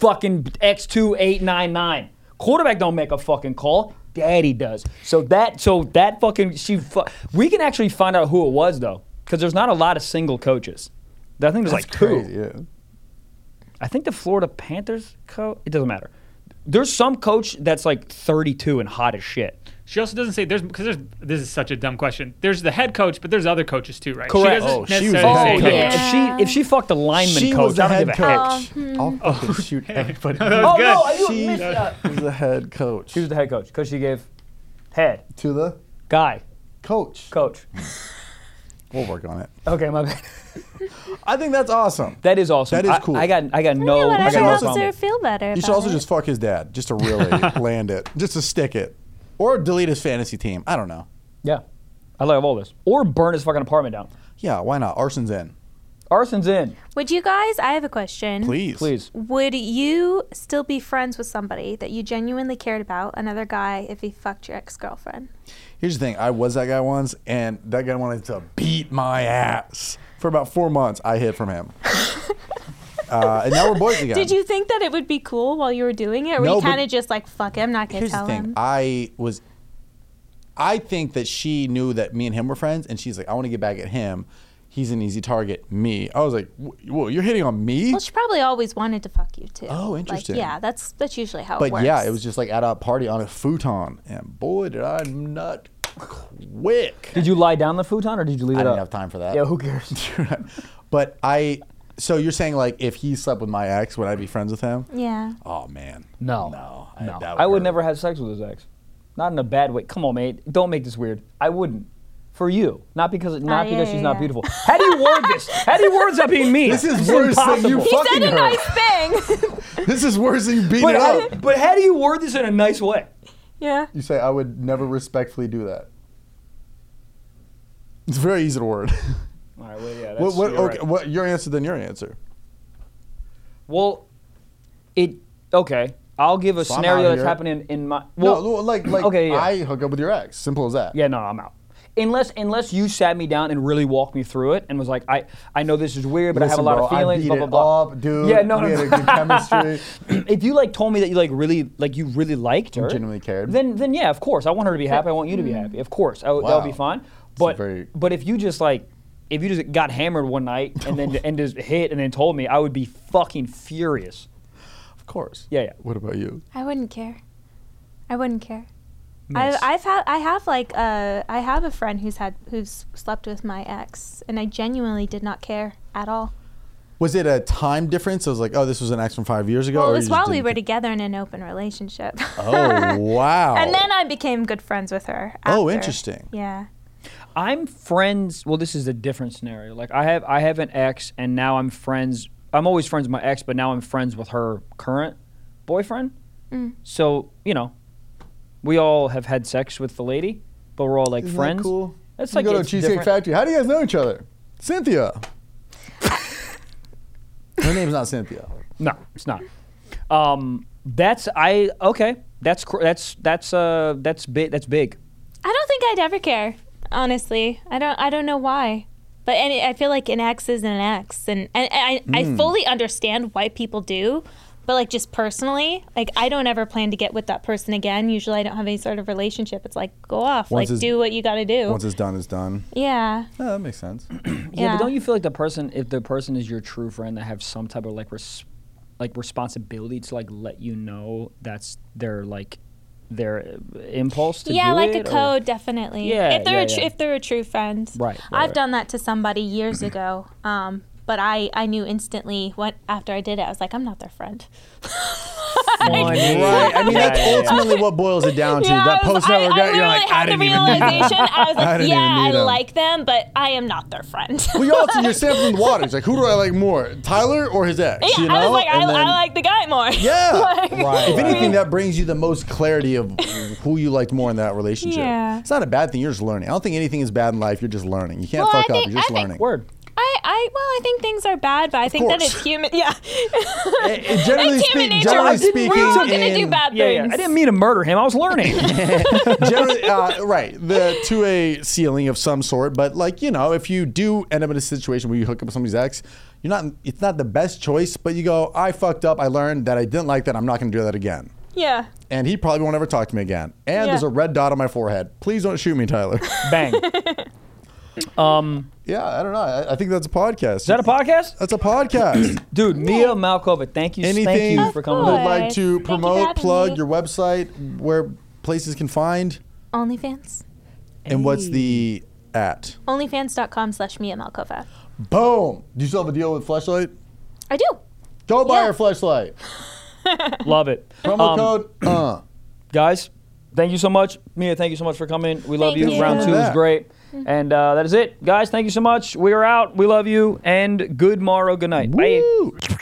Speaker 2: fucking X two eight nine nine. Quarterback don't make a fucking call. Daddy does. So that, so that fucking she. Fu- we can actually find out who it was though, because there's not a lot of single coaches. I think there's like two.
Speaker 3: Crazy, yeah.
Speaker 2: I think the Florida Panthers coach. It doesn't matter. There's some coach that's like 32 and hot as shit.
Speaker 8: She also doesn't say there's because there's this is such a dumb question. There's the head coach, but there's other coaches too, right?
Speaker 2: Correct.
Speaker 8: She doesn't
Speaker 3: Oh, she was
Speaker 8: necessarily
Speaker 3: the
Speaker 8: say
Speaker 3: head coach.
Speaker 8: head
Speaker 1: yeah.
Speaker 2: If she if she fucked a lineman
Speaker 3: She
Speaker 2: coach,
Speaker 3: was the
Speaker 2: I don't
Speaker 3: head
Speaker 2: give a hmm. Oh, heck.
Speaker 3: coach. I'll fucking shoot everybody.
Speaker 8: was
Speaker 2: Oh
Speaker 8: good.
Speaker 2: no, I you
Speaker 3: She
Speaker 2: missed that.
Speaker 3: was the head coach.
Speaker 2: She was the head coach because she gave head
Speaker 3: to the
Speaker 2: guy
Speaker 3: coach.
Speaker 2: coach.
Speaker 3: We'll work on it.
Speaker 2: Okay, my bad.
Speaker 3: I think that's awesome.
Speaker 2: That is awesome.
Speaker 3: That is
Speaker 2: I-
Speaker 3: cool.
Speaker 2: I, got I got
Speaker 1: Yeah,
Speaker 2: no. I
Speaker 1: whatever
Speaker 2: got no
Speaker 1: helps
Speaker 2: problem.
Speaker 1: her feel better.
Speaker 3: You should
Speaker 1: about
Speaker 3: also
Speaker 1: it.
Speaker 3: just fuck his dad, just to really land it, just to stick it, or delete his fantasy team. I don't know.
Speaker 2: Yeah, I love all this. Or burn his fucking apartment down.
Speaker 3: Yeah, why not? Arson's in.
Speaker 2: Arson's in.
Speaker 1: Would you guys? I have a question.
Speaker 3: Please,
Speaker 2: Please.
Speaker 1: Would you still be friends with somebody that you genuinely cared about, another guy, if he fucked your ex girlfriend?
Speaker 3: Here's the thing. I was that guy once, and that guy wanted to beat my ass for about four months. I hid from him, uh, and now we're boys again.
Speaker 1: Did you think that it would be cool while you were doing it? Or
Speaker 3: No,
Speaker 1: were you
Speaker 3: but-
Speaker 1: kind of just like, fuck it, I'm not going to
Speaker 3: Here's
Speaker 1: tell
Speaker 3: the thing.
Speaker 1: him?
Speaker 3: I was. I think that she knew that me and him were friends, and she's like, "I want to get back at him. He's an easy target. Me." I was like, "Wh- "Whoa, you're hitting on me?"
Speaker 1: Well, she probably always wanted to fuck you too.
Speaker 3: Oh, interesting.
Speaker 1: Like, yeah, that's that's usually how
Speaker 3: but
Speaker 1: it works.
Speaker 3: yeah, it was just like at a party on a futon, and boy, did I nut quick.
Speaker 2: Did you lie down the futon or did you leave
Speaker 3: I
Speaker 2: it
Speaker 3: didn't
Speaker 2: up?
Speaker 3: have time for that.
Speaker 2: Yeah, who cares?
Speaker 3: but I. So you're saying like if he slept with my ex, would I be friends with him?
Speaker 1: Yeah.
Speaker 3: Oh man.
Speaker 2: No.
Speaker 3: No.
Speaker 2: No.
Speaker 3: that
Speaker 2: I would
Speaker 3: hurt.
Speaker 2: never have sex with his ex. Not in a bad way. Come on, mate. Don't make this weird. I wouldn't. For you. Not because not
Speaker 1: Ah, yeah,
Speaker 2: because
Speaker 1: yeah,
Speaker 2: she's not
Speaker 1: yeah.
Speaker 2: beautiful. How do you word this? How do you word that being mean?
Speaker 3: This is worse than you
Speaker 2: impossible.
Speaker 3: fucking
Speaker 1: Said a
Speaker 3: her.
Speaker 1: nice thing.
Speaker 3: This is worse than you beat
Speaker 2: But,
Speaker 3: it
Speaker 2: how,
Speaker 3: up.
Speaker 2: but how do you word this in a nice way?
Speaker 1: Yeah.
Speaker 3: You say I would never respectfully do that. It's very easy to word.
Speaker 2: All right, well, yeah, that's,
Speaker 3: what, what,
Speaker 2: you're
Speaker 3: okay,
Speaker 2: right.
Speaker 3: what your answer than your answer?
Speaker 2: Well, it okay. I'll give a
Speaker 3: So I'm
Speaker 2: scenario
Speaker 3: outta
Speaker 2: that's
Speaker 3: here.
Speaker 2: happening in my. Well,
Speaker 3: no, like like
Speaker 2: okay, yeah.
Speaker 3: I hook up with your ex. Simple as that.
Speaker 2: Yeah, no, I'm out. Unless unless you sat me down and really walked me through it and was like, I, I know this is weird, but I have a
Speaker 3: Listen,
Speaker 2: lot
Speaker 3: bro,
Speaker 2: of feelings.
Speaker 3: I beat
Speaker 2: blah blah blah.
Speaker 3: it up, dude.
Speaker 2: Yeah, no,
Speaker 3: we
Speaker 2: no,
Speaker 3: had
Speaker 2: no.
Speaker 3: a good chemistry.
Speaker 2: if you like told me that you like really like you really liked her,
Speaker 3: genuinely cared. Mm.
Speaker 2: then then yeah, of course, I want her to be happy. I want you to be happy. Of course, I, would that would be
Speaker 3: Wow.
Speaker 2: fine. But
Speaker 3: very-
Speaker 2: but if you just like if you just got hammered one night and then and just hit and then told me, I would be fucking furious.
Speaker 3: Of course.
Speaker 2: Yeah, yeah.
Speaker 3: What about you?
Speaker 1: I wouldn't care. I wouldn't care.
Speaker 2: Miss.
Speaker 1: I, I've had I have like uh, I have a friend who's had who's slept with my ex, and I genuinely did not care at all.
Speaker 3: Was it a time difference? It was like, oh, this was an ex from five years ago.
Speaker 1: Well,
Speaker 3: or
Speaker 1: it
Speaker 3: you
Speaker 1: was
Speaker 3: just
Speaker 1: while we
Speaker 3: didn't
Speaker 1: were
Speaker 3: think-
Speaker 1: together in an open relationship.
Speaker 3: Oh wow.
Speaker 1: and then I became good friends with her.
Speaker 3: Oh,
Speaker 1: after.
Speaker 3: interesting.
Speaker 1: Yeah.
Speaker 2: I'm friends. Well, this is a different scenario. Like I have I have an ex, and now I'm friends. I'm always friends with my ex, but now I'm friends with her current boyfriend. So you know, we all have had sex with the lady, but we're all like
Speaker 3: Isn't that
Speaker 2: friends.
Speaker 3: cool.
Speaker 2: That's
Speaker 3: you
Speaker 2: like
Speaker 3: go to a
Speaker 2: it's
Speaker 3: Cheesecake
Speaker 2: different.
Speaker 3: Factory. How do you guys know each other? Cynthia. Her name's not Cynthia.
Speaker 2: No, it's not. Um, that's I okay. That's cr- that's that's uh that's big. That's big.
Speaker 1: I don't think I'd ever care, honestly. I don't. I don't know why. But any, I feel like an ex is an ex, and, and I,
Speaker 2: Hmm.
Speaker 1: I fully understand why people do. But like just personally, like I don't ever plan to get with that person again. Usually, I don't have any sort of relationship. It's like go off,
Speaker 3: Once
Speaker 1: like
Speaker 3: it's-
Speaker 1: do what you got to do.
Speaker 3: Once it's done, it's done.
Speaker 1: yeah,
Speaker 3: Yeah, that makes sense.
Speaker 2: Yeah.
Speaker 1: Yeah.
Speaker 2: but don't you feel like the person, if the person is your true friend, that have some type of like res- like responsibility to like let you know that's their like their uh, impulse to
Speaker 1: yeah,
Speaker 2: do
Speaker 1: like a
Speaker 2: it, or-
Speaker 1: code, definitely.
Speaker 2: Yeah,
Speaker 1: if they're
Speaker 2: yeah,
Speaker 1: a tr-
Speaker 2: yeah.
Speaker 1: if they're a true friend,
Speaker 2: Right, right,
Speaker 1: I've
Speaker 2: right.
Speaker 1: done that to somebody years ago, um, but I I knew instantly what after I did it. I was like, I'm not their friend.
Speaker 2: Funny.
Speaker 3: Right. I
Speaker 2: Yeah,
Speaker 3: mean, that's
Speaker 2: yeah, yeah.
Speaker 3: ultimately what boils it down to. that
Speaker 1: I was-
Speaker 3: post that
Speaker 1: I,
Speaker 3: we
Speaker 1: I
Speaker 3: got, you're
Speaker 1: literally
Speaker 3: like,
Speaker 1: had
Speaker 3: I didn't
Speaker 1: the
Speaker 3: even need
Speaker 1: realization. I was
Speaker 3: I
Speaker 1: like,
Speaker 3: didn't
Speaker 1: yeah,
Speaker 3: even
Speaker 1: I
Speaker 3: need 'em."
Speaker 1: like them, but I am not their friend.
Speaker 3: Well, you're also you're sampling the water. It's like, who do I like more, Tyler or his ex?
Speaker 1: yeah,
Speaker 3: you know?
Speaker 1: I was like, I,
Speaker 3: And then-
Speaker 1: I like the guy more.
Speaker 3: Yeah.
Speaker 1: Like-
Speaker 2: Right,
Speaker 3: If
Speaker 2: right.
Speaker 3: anything, that brings you the most clarity of who you liked more in that relationship.
Speaker 1: Yeah.
Speaker 3: It's not a bad thing. You're just learning. I don't think anything is bad in life. You're just learning. You can't
Speaker 1: Well, I
Speaker 3: fuck up.
Speaker 1: think-
Speaker 3: You're just
Speaker 1: I think-
Speaker 3: learning.
Speaker 2: Word.
Speaker 1: I, I, well, I think things are bad, but I think that
Speaker 3: course.
Speaker 1: it's human. Yeah,
Speaker 3: Eh, eh, generally
Speaker 1: It's human
Speaker 3: speak-
Speaker 1: nature.
Speaker 3: generally
Speaker 1: I didn't- we're all
Speaker 3: speaking
Speaker 1: gonna do
Speaker 3: in-
Speaker 1: bad
Speaker 2: Yeah, yeah.
Speaker 1: things.
Speaker 2: I didn't mean to murder him. I was learning.
Speaker 3: Generally, uh, right, the to a ceiling of some sort. But like you know, if you do end up in a situation where you hook up with somebody's ex, you're not. It's not the best choice, but you go, I fucked up. I learned that I didn't like that. I'm not going to do that again.
Speaker 1: yeah.
Speaker 3: And he probably won't ever talk to me again. And
Speaker 1: Yeah.
Speaker 3: there's a red dot on my forehead. Please don't shoot me, Tyler.
Speaker 2: Bang. Um,
Speaker 3: yeah, I don't know. I, I think that's a podcast.
Speaker 2: is that a podcast?
Speaker 3: That's a podcast.
Speaker 2: Dude, Mia Malkova, thank you.
Speaker 3: Anything
Speaker 2: Thank you for coming.
Speaker 1: course.
Speaker 3: would like to
Speaker 1: Thank you for
Speaker 3: promote,
Speaker 1: having
Speaker 3: plug
Speaker 1: me.
Speaker 3: your website, where places can find,
Speaker 1: OnlyFans.
Speaker 3: and what's the at?
Speaker 1: OnlyFans.com slash Mia Malkova.
Speaker 3: Boom. Do you still have a deal with Fleshlight?
Speaker 1: I do.
Speaker 3: Go buy
Speaker 1: Yeah.
Speaker 3: our Fleshlight.
Speaker 2: Love it.
Speaker 3: Promo
Speaker 2: Um,
Speaker 3: code. Uh.
Speaker 2: guys, thank you so much. Mia, thank you so much for coming. We love
Speaker 1: Thank
Speaker 2: you.
Speaker 1: you.
Speaker 2: Round two is
Speaker 3: Yeah.
Speaker 2: great. And uh, that is it. Guys, thank you so much. We are out. We love you. And good morrow. Good night. Bye.
Speaker 3: Woo.